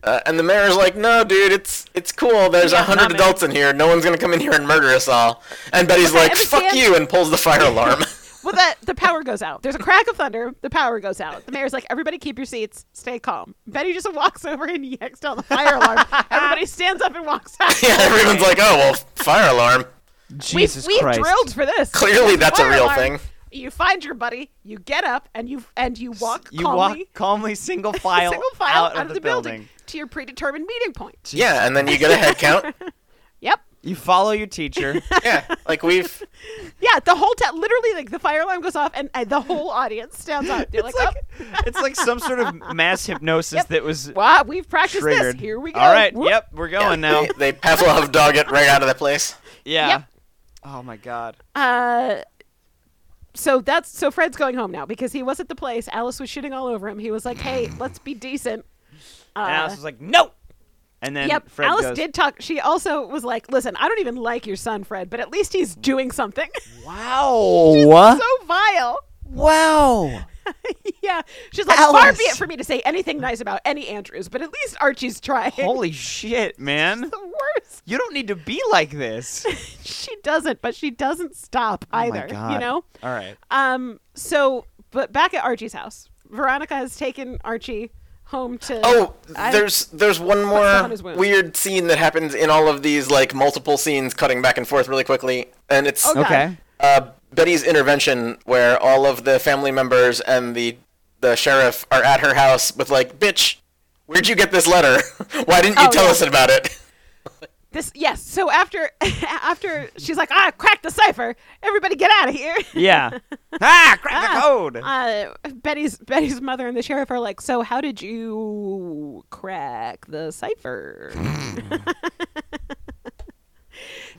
Uh, and the mayor's like, "No, dude, it's it's cool. There's a
Yeah,
hundred
not me.
adults in here. No one's gonna come in here and murder us all." And Betty's
Okay,
like,
I
"Fuck
understand."
you!" and pulls the
(laughs)
fire alarm. (laughs)
well, that the power goes out. There's a crack of thunder. The power goes out. The mayor's like, "Everybody, keep your seats. Stay calm." Betty just walks over and yanks down the fire
(laughs)
alarm. Everybody stands up and walks out.
yeah, everyone's like, "Oh well, fire alarm."
We
Jesus
we
Christ.
drilled for this.
Clearly, that's a
Fire
real
alarm.
thing.
You find your buddy. You get up and you and you walk
you
calmly,
walk calmly, single (laughs) file,
single file
out, of the, building.
to your predetermined meeting point.
Yeah, and then you get a
(laughs)
head count.
Yep.
You follow your
(laughs)
teacher.
Yeah, like we've
Yeah, the whole town, literally, like the fire alarm goes off and uh, the whole audience stands up. They're like,
it's like it's like some sort of mass hypnosis that was
oh, wow, we've practiced
triggered.
this. Here we go.
All right.
Whoop.
Yep. We're going now.
(laughs)
they, they Pavlov dog it right out of the place.
Yeah.
Yep.
Oh my God.
Uh, so that's so Fred's going home now because he was at the place. Alice was shitting all over him. He was like, "Hey, let's be decent." Uh,
and Alice was like, "No." And then
yep.
Fred
Alice
goes,
did talk. She also was like, "Listen, I don't even like your son, Fred, but at least he's doing something." (laughs)
"Wow,
so vile. (laughs)
wow."
yeah. She's like, "Far
Alice.
be it for me to say anything nice about any Andrews, but at least
(laughs)
Archie's trying." (laughs)
Holy shit, man!
the worst.
You don't need to be like this.
she doesn't, but she doesn't stop
Oh my
either. You
God.
know.
(laughs) All right.
Um. So, but back at Archie's house, Veronica has taken Archie home to.
Oh,
I-
there's there's one
salt on
more
his wound.
weird scene that happens in all of these like multiple scenes cutting back and forth really quickly, and it's
Oh, God.
Okay.
uh, Betty's intervention where all of the family members and the the sheriff are at her house with like, "Bitch, where'd you get this letter? (laughs) Why didn't you
Oh,
tell
yeah.
us about it?" (laughs)
This yes. So after (laughs) after she's like, ah, cracked the cipher. Everybody get out of here.
(laughs) Yeah. ah, crack
Ah,
the code.
Uh, Betty's Betty's mother and the sheriff are like, so how did you crack the cipher? (laughs)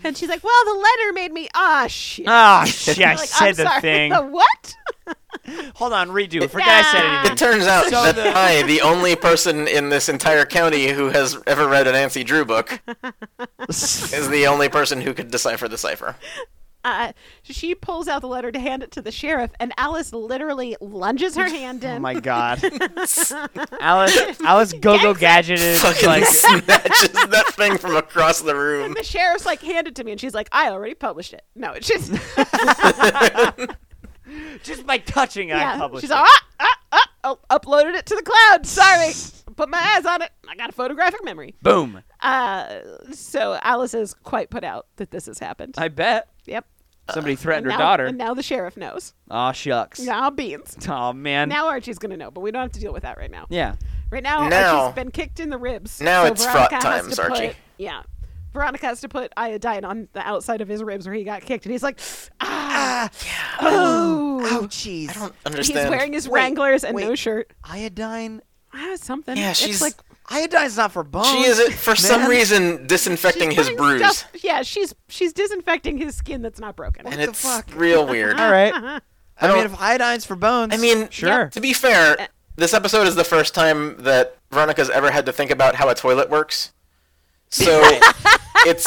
and she's like, well, the letter made me ah shit.
(laughs) Ah, shit! I
You're like,
said
I'm
the
sorry. (laughs)
thing.
what?
Hold on, redo. I forgot I said
Nah.
anything.
It turns out
So
that
the-
I, the only person in this entire county who has ever read an Nancy Drew book,
(laughs)
is the only person who could decipher the cipher.
uh, she pulls out the letter to hand it to the sheriff, and Alice literally lunges her hand in.
Oh my (laughs) god. Alice Alice go go
Gangsta.
gadget is
Fucking
like
(laughs) snatches that thing from across the room.
the sheriff's like, hand it to me, and she's like, I already published it. No,
(laughs)
it's just
(laughs) just by touching I
(laughs) yeah.
published.
She's
it.
like, ah, ah, ah, oh, uploaded it to the cloud. Sorry, put my eyes on it. I got a photographic memory.
Boom.
Uh, so Alice is quite put out that this has happened.
I bet. Uh,
yep.
Somebody threatened
and
her
now,
daughter.
And now the sheriff knows.
Aw shucks.
Now beans.
Oh man.
Now Archie's gonna know, but we don't have to deal with that right now.
yeah.
Right now,
Now-
Archie's been kicked in the ribs.
Now
so
it's fraught
Veronica has
times,
to put-
Archie.
Yeah. Veronica has to put iodine on the outside of his ribs where he got kicked, and he's like, ah, oh.
jeez.
He's
Understand?
wearing his
Wait,
Wranglers and no
wait.
shirt.
Iodine.
Ah, something.
Yeah,
It's
she's
like
Iodine's not for bones.
she
(laughs)
is uh, for some
man.
reason disinfecting
she's
his
putting
bruise,
stuff- Yeah, she's she's disinfecting his skin that's not broken.
and
the
it's
fuck?
real weird.
All right. I,
don't-
mean, if iodine's for bones.
I mean,
sure.
To be
Uh,
fair, this episode is the first time that Veronica's ever had to think about how a toilet works. So
(laughs)
it's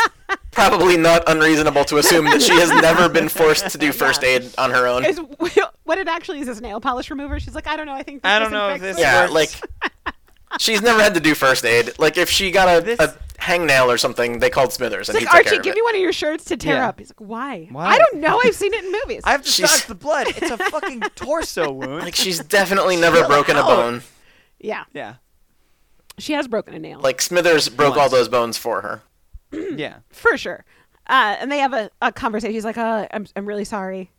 probably not unreasonable to assume that she has never been forced
(laughs)
to do first aid on her own.
Is- (laughs) what it actually is is nail polish remover. She's like, I don't know. I think this
I don't know if
disinfects
this
it."
Yeah,
works.
like she's never had to do first aid. Like if she got a,
This-
a hangnail or something, they called Smithers and
It's
he
like
took
Archie,
care of
give
it.
me one of your shirts to tear
Yeah.
up. He's like, why?
Why?
I don't know. I've seen it in movies.
I have to
She's-
dodge the blood. It's a
(laughs)
fucking torso wound.
Like she's definitely never broken a
out.
bone.
yeah.
yeah.
She has broken a nail.
Like Smithers broke all those bones for her.
yeah.
for sure. Uh, and they have a, a conversation. He's like, uh, I'm, I'm really sorry.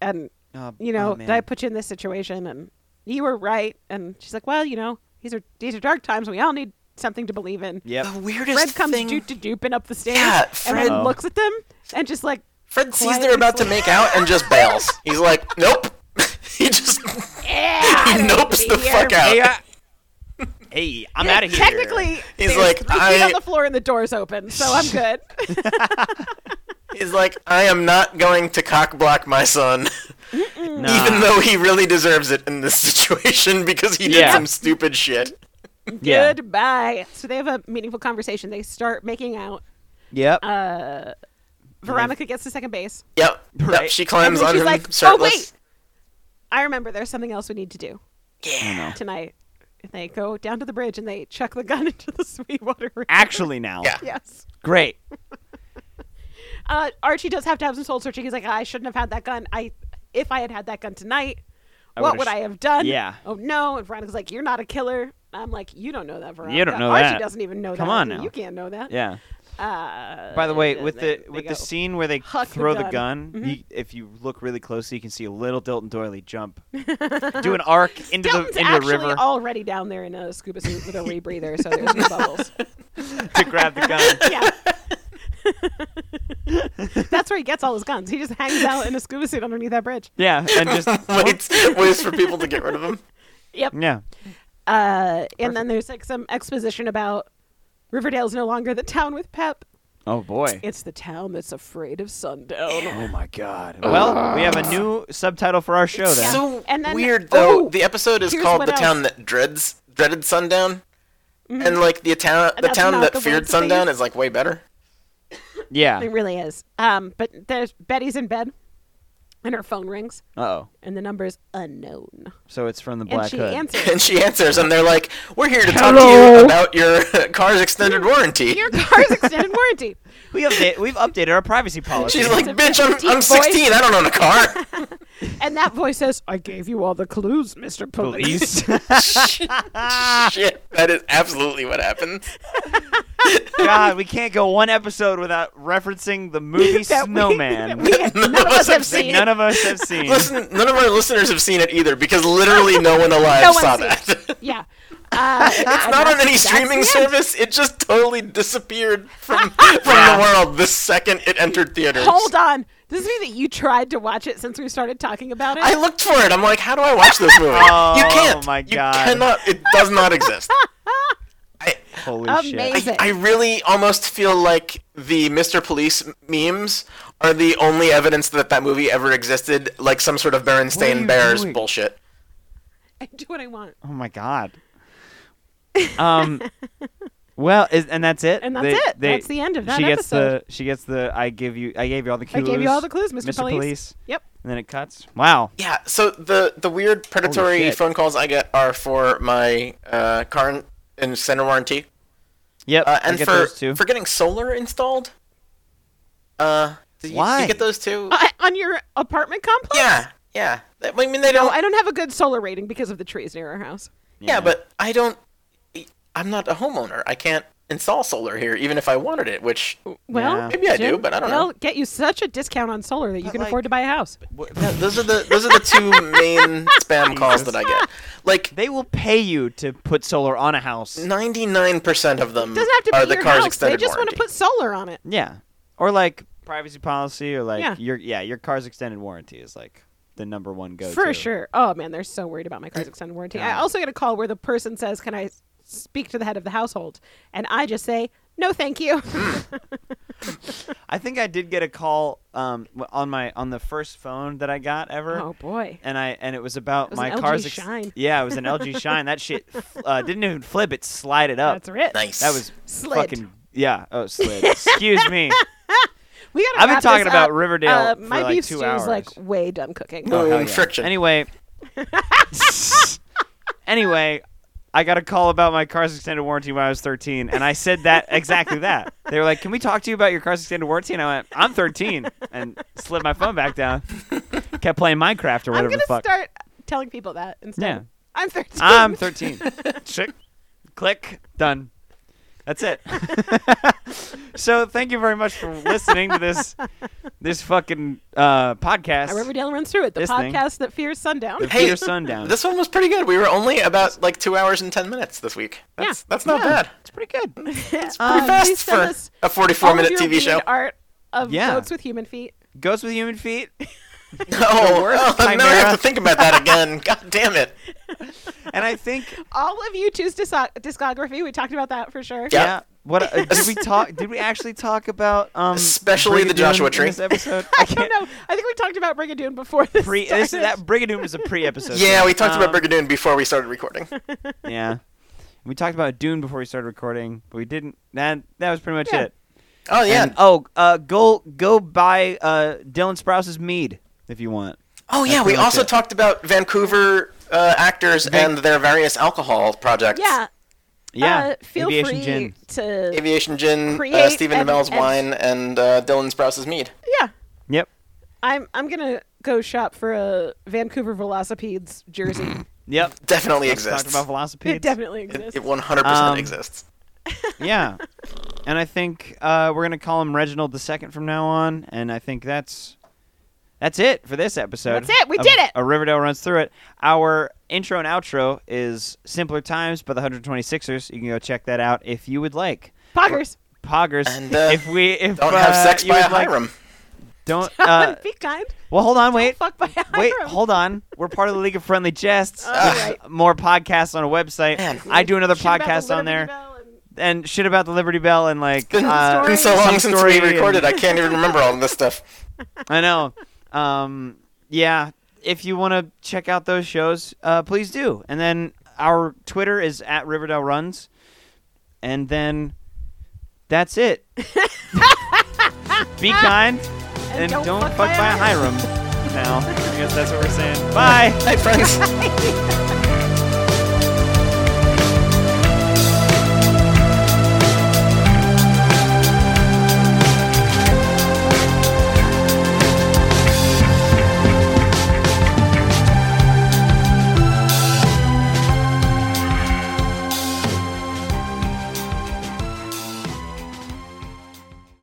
And,
Oh,
you
oh,
know, did
man.
I put you in this situation? And you were right. And she's like, well, you know, these are these are dark times. We all need something to believe in.
Yep.
The weirdest
Fred comes
thing.
doop to dooping up the stairs
Yeah,
and
Fred-
then looks at them and just like,
Fred sees
quietly
they're about to make out and just
(laughs)
bails. He's like, nope. (laughs) he just (laughs)
yeah,
he nopes the
here.
fuck out.
Hey,
(laughs)
uh, hey, I'm out of here.
Technically,
He's
there's
like,
three feet
I-
on the floor and the door's open, so
(laughs)
I'm good.
He's like, I am not going to cock block my son, (laughs)
Nah.
even though he really deserves it in this (laughs) situation because he did
Yeah.
some stupid shit.
yeah.
Goodbye. So they have a meaningful conversation. They start making out.
Yep.
Veronica gets to second base.
Yep.
Right.
Yep. She climbs
and then
on
she's
him
like,
shirtless.
"Oh wait, I remember. There's something else we need to do
Oh.
tonight." And they go down to the bridge and they chuck the gun (laughs) into the Sweetwater. River.
Actually, now.
Yeah.
Yes.
Great.
Uh, Archie does have to have some soul searching. He's like, "I shouldn't have had that gun. I, if I had had that gun tonight, what
would've
would
sh-
I have done?"
Yeah.
Oh no! And Veronica's like, "You're not a killer." I'm like, "You don't know that, Veronica.
You don't know
Archie
that.
doesn't even know
Come
that.
on
You
now.
can't know that."
Yeah.
Uh,
By the way,
and
with
they-
the
they
with
go.
the scene where they
Huck the
throw the
gun.
gun, you, if you look really closely, you can see a little Dilton Doily jump, do an arc into
Dalton's
the into the
actually
river
already down there in a scuba
(laughs)
suit with a rebreather, so there's no bubbles.
to grab the gun. (laughs)
Yeah. (laughs) That's where he gets all his guns. He just hangs out in a scuba suit underneath that bridge.
Yeah, and just
(laughs) waits, waits for people to get
(laughs)
rid of him.
Yep.
yeah,
Uh, and then there's like some exposition about Riverdale's no longer the town with Pep.
oh boy.
It's the town that's afraid of sundown.
Oh my god. Well, we have a new subtitle for our show then.
So
And then-
weird though.
oh,
the episode is
here's
called
what
"The
else. Mm-hmm.
Town That Dreads Dreaded Sundown," and like the town the
That's
town
not
that
the
feared
words that they
sundown
use.
is like way better.
yeah.
It really is. Um, but there's Betty's in bed, and her phone rings,
Oh,
and the number's unknown.
so it's from the
And
Black
she
Hood.
answers.
(laughs) And she answers, and they're like, "We're here to talk to
Hello?
you about your (laughs) car's extended warranty."
Your car's extended warranty.
we update, we've updated our
(laughs)
privacy policy.
She's like,
It's a
"Bitch, I'm,
deep
I'm
voice.
16. I don't own
(laughs)
a car." (laughs)
And that voice says, I gave you all the clues, Mr. Police. (laughs)
Police.
Shit, that is absolutely what happened.
God, we can't go one episode without referencing the movie
That we-
Snowman.
that (laughs) we had- none
(laughs)
of us have seen.
None of us
(laughs)
have seen.
Listen, none of our listeners have seen it either because literally no one alive
No one's
saw
seen
that. it's
Yeah. Uh, it's
(laughs) not on any streaming
the end.
service. It just totally
(laughs)
disappeared from from
Yeah.
the world the second it entered theaters.
Hold on. Does this mean that you tried to watch it since we started talking about it?
I looked for it. I'm like, how do I watch
(laughs)
this movie?
Oh,
you can't.
my
You
God.
cannot. It does not exist. I,
Holy shit.
Amazing.
I, I really almost feel like the Mr. Police memes are the only evidence that that movie ever existed, like some sort of
What are
Berenstain
you
Bears
doing?
bullshit.
(laughs) I do what I want.
Oh my god.
(laughs)
Um. well, is, and that's it.
And that's
They-
it.
they-
That's the end of that
She gets
episode.
the. She gets the. I give you. I gave you all the
I
clues.
gave you all the clues, Mr.
Mr.
Police.
Police.
Yep.
And then it cuts. Wow.
Yeah. So the the weird predatory
shit.
phone calls I get are for my uh, car in- in center warranty,
Yep.
uh,
I
and
get
for
those two.
for getting solar installed. Uh, do you,
Why?
you get those too?
Uh, on your apartment complex?
yeah, yeah. I mean, they
No,
don't.
I don't have a good solar rating because of the trees near our house.
Yeah, but I don't. I'm not a homeowner. I can't install solar here, even if I wanted it. Which
Well,
Yeah.
Maybe I do,
Jim,
but I don't
they'll
know.
get you such a discount on solar that you can
like-
afford to buy a house.
th- those are the those are
(laughs)
the two main spam calls that I get. Like
they will pay you to put solar on a house.
99% of them
doesn't have to be
are the
your
car's
house. They
extended
just want
warranty.
to put solar on it.
Yeah. Or like privacy policy, or like
Yeah.
your yeah your car's extended warranty is like the number one go.
For sure. Oh man, they're so worried about my car's extended warranty. I
Yeah.
also get a call where the person says, "Can I s- speak to the head of the household?" And I just say, "No, thank you."
I think I did get a call um w- on my on the first phone that I got ever.
(laughs) oh boy.
and I and it was about
was
my
an LG
car's ex-
Shine.
Yeah, it was an
(laughs)
LG Shine. That shit uh, didn't even flip; it slided up.
That's it.
nice.
That was
Slid.
fucking yeah. Oh, slid. Excuse me.
We gotta
I've been
wrap
talking
this
about
up.
Riverdale
Uh,
for
my
like
beef
two
stew
hours.
is like way done cooking.
Oh,
hell yeah.
(laughs)
friction.
Anyway. anyway, I got a call about my car's extended warranty when I was 13, and I said that exactly that. They were like, "Can we talk to you about your car's extended warranty?" And I went, "I'm 13," and slid my phone back down. Kept playing Minecraft or
I'm
whatever
gonna
the fuck.
start telling people that instead.
Yeah.
(laughs) I'm 13.
I'm 13. Chick. Click. Done. That's it. (laughs) so thank you very much for listening to this this fucking uh, podcast.
Riverdale runs through it. The
This thing.
podcast that fears sundown.
Hey, Peter Sundown.
This one was pretty good. We were only about like two hours and ten minutes this week. That's, that's not bad.
It's pretty (laughs) good.
It's
Pretty fast for a forty-four minute
your
TV
weird
show.
Art of
Yeah.
goats with human feet.
Goats with human feet.
Oh,
worst
oh (laughs) now I
chimera.
have to think about that again. God damn it.
And I think
All of you choose disco- discography. We talked about that for sure.
yeah.
Yeah.
What uh, did
(laughs)
we talk? Did we actually talk about um
Especially the
Brigadoon
Joshua
in
tree.
this
(laughs)
episode?
(laughs) I don't know. I think we talked about Brigadoon before this.
Pre, this,
started.
that Brigadoon was a pre-episode.
Yeah, we talked
Um,
about Brigadoon before we
(laughs)
started recording.
Yeah. We talked about Dune before we started recording, but we didn't. That that was pretty much
Yeah.
it.
Oh yeah.
And- oh, uh, go go buy uh, Dylan Sprouse's mead if you want.
oh yeah.
pretty
We
much
also
it.
talked about Vancouver uh, actors and their various alcohol projects.
yeah.
Yeah,
Uh, feel
aviation
free
gin.
to.
Aviation Gin, uh,
Create
Stephen
and-
Amell's
and-
wine, and uh, Dylan Sprouse's mead.
yeah.
Yep.
I'm I'm gonna go shop for a Vancouver Velocipedes jersey.
Yep.
Definitely
Talked
exists.
about velocipedes.
it definitely
It
exists.
it 100%
Um,
exists.
yeah. And I think uh, we're gonna call him Reginald the Second from now on, and I think that's that's it for this episode.
That's it. We
of-
did it.
A Riverdale runs through it. Our intro and outro is "Simpler Times" by the 126ers. You can go check that out if you would like.
Poggers.
Poggers.
And, uh,
if we if
Don't
uh,
have sex
you
by a
would like-
Hiram.
(laughs)
Don't. Uh,
Be kind.
well, hold on. Wait.
Fuck by
Wait,
Hiram.
hold on. We're part of the League of Friendly Jests.
Alright.
There's More podcasts on a website.
Man.
I do another
Shit about the
podcast on
Liberty
there
Bell and-
and shit about the Liberty Bell and like
Been,
uh,
(laughs) been so
some
long since
story
we
and-
recorded, I can't even remember all of this stuff.
I know. Um, yeah. If you want to check out those shows, uh, please do. And then our Twitter is at Riverdale Runs. And then that's it. Be
(laughs)
kind and,
don't
don't,
fuck
fuck
by a
by a Hiram. now, I guess that's what we're saying. Bye.
Hi, friends.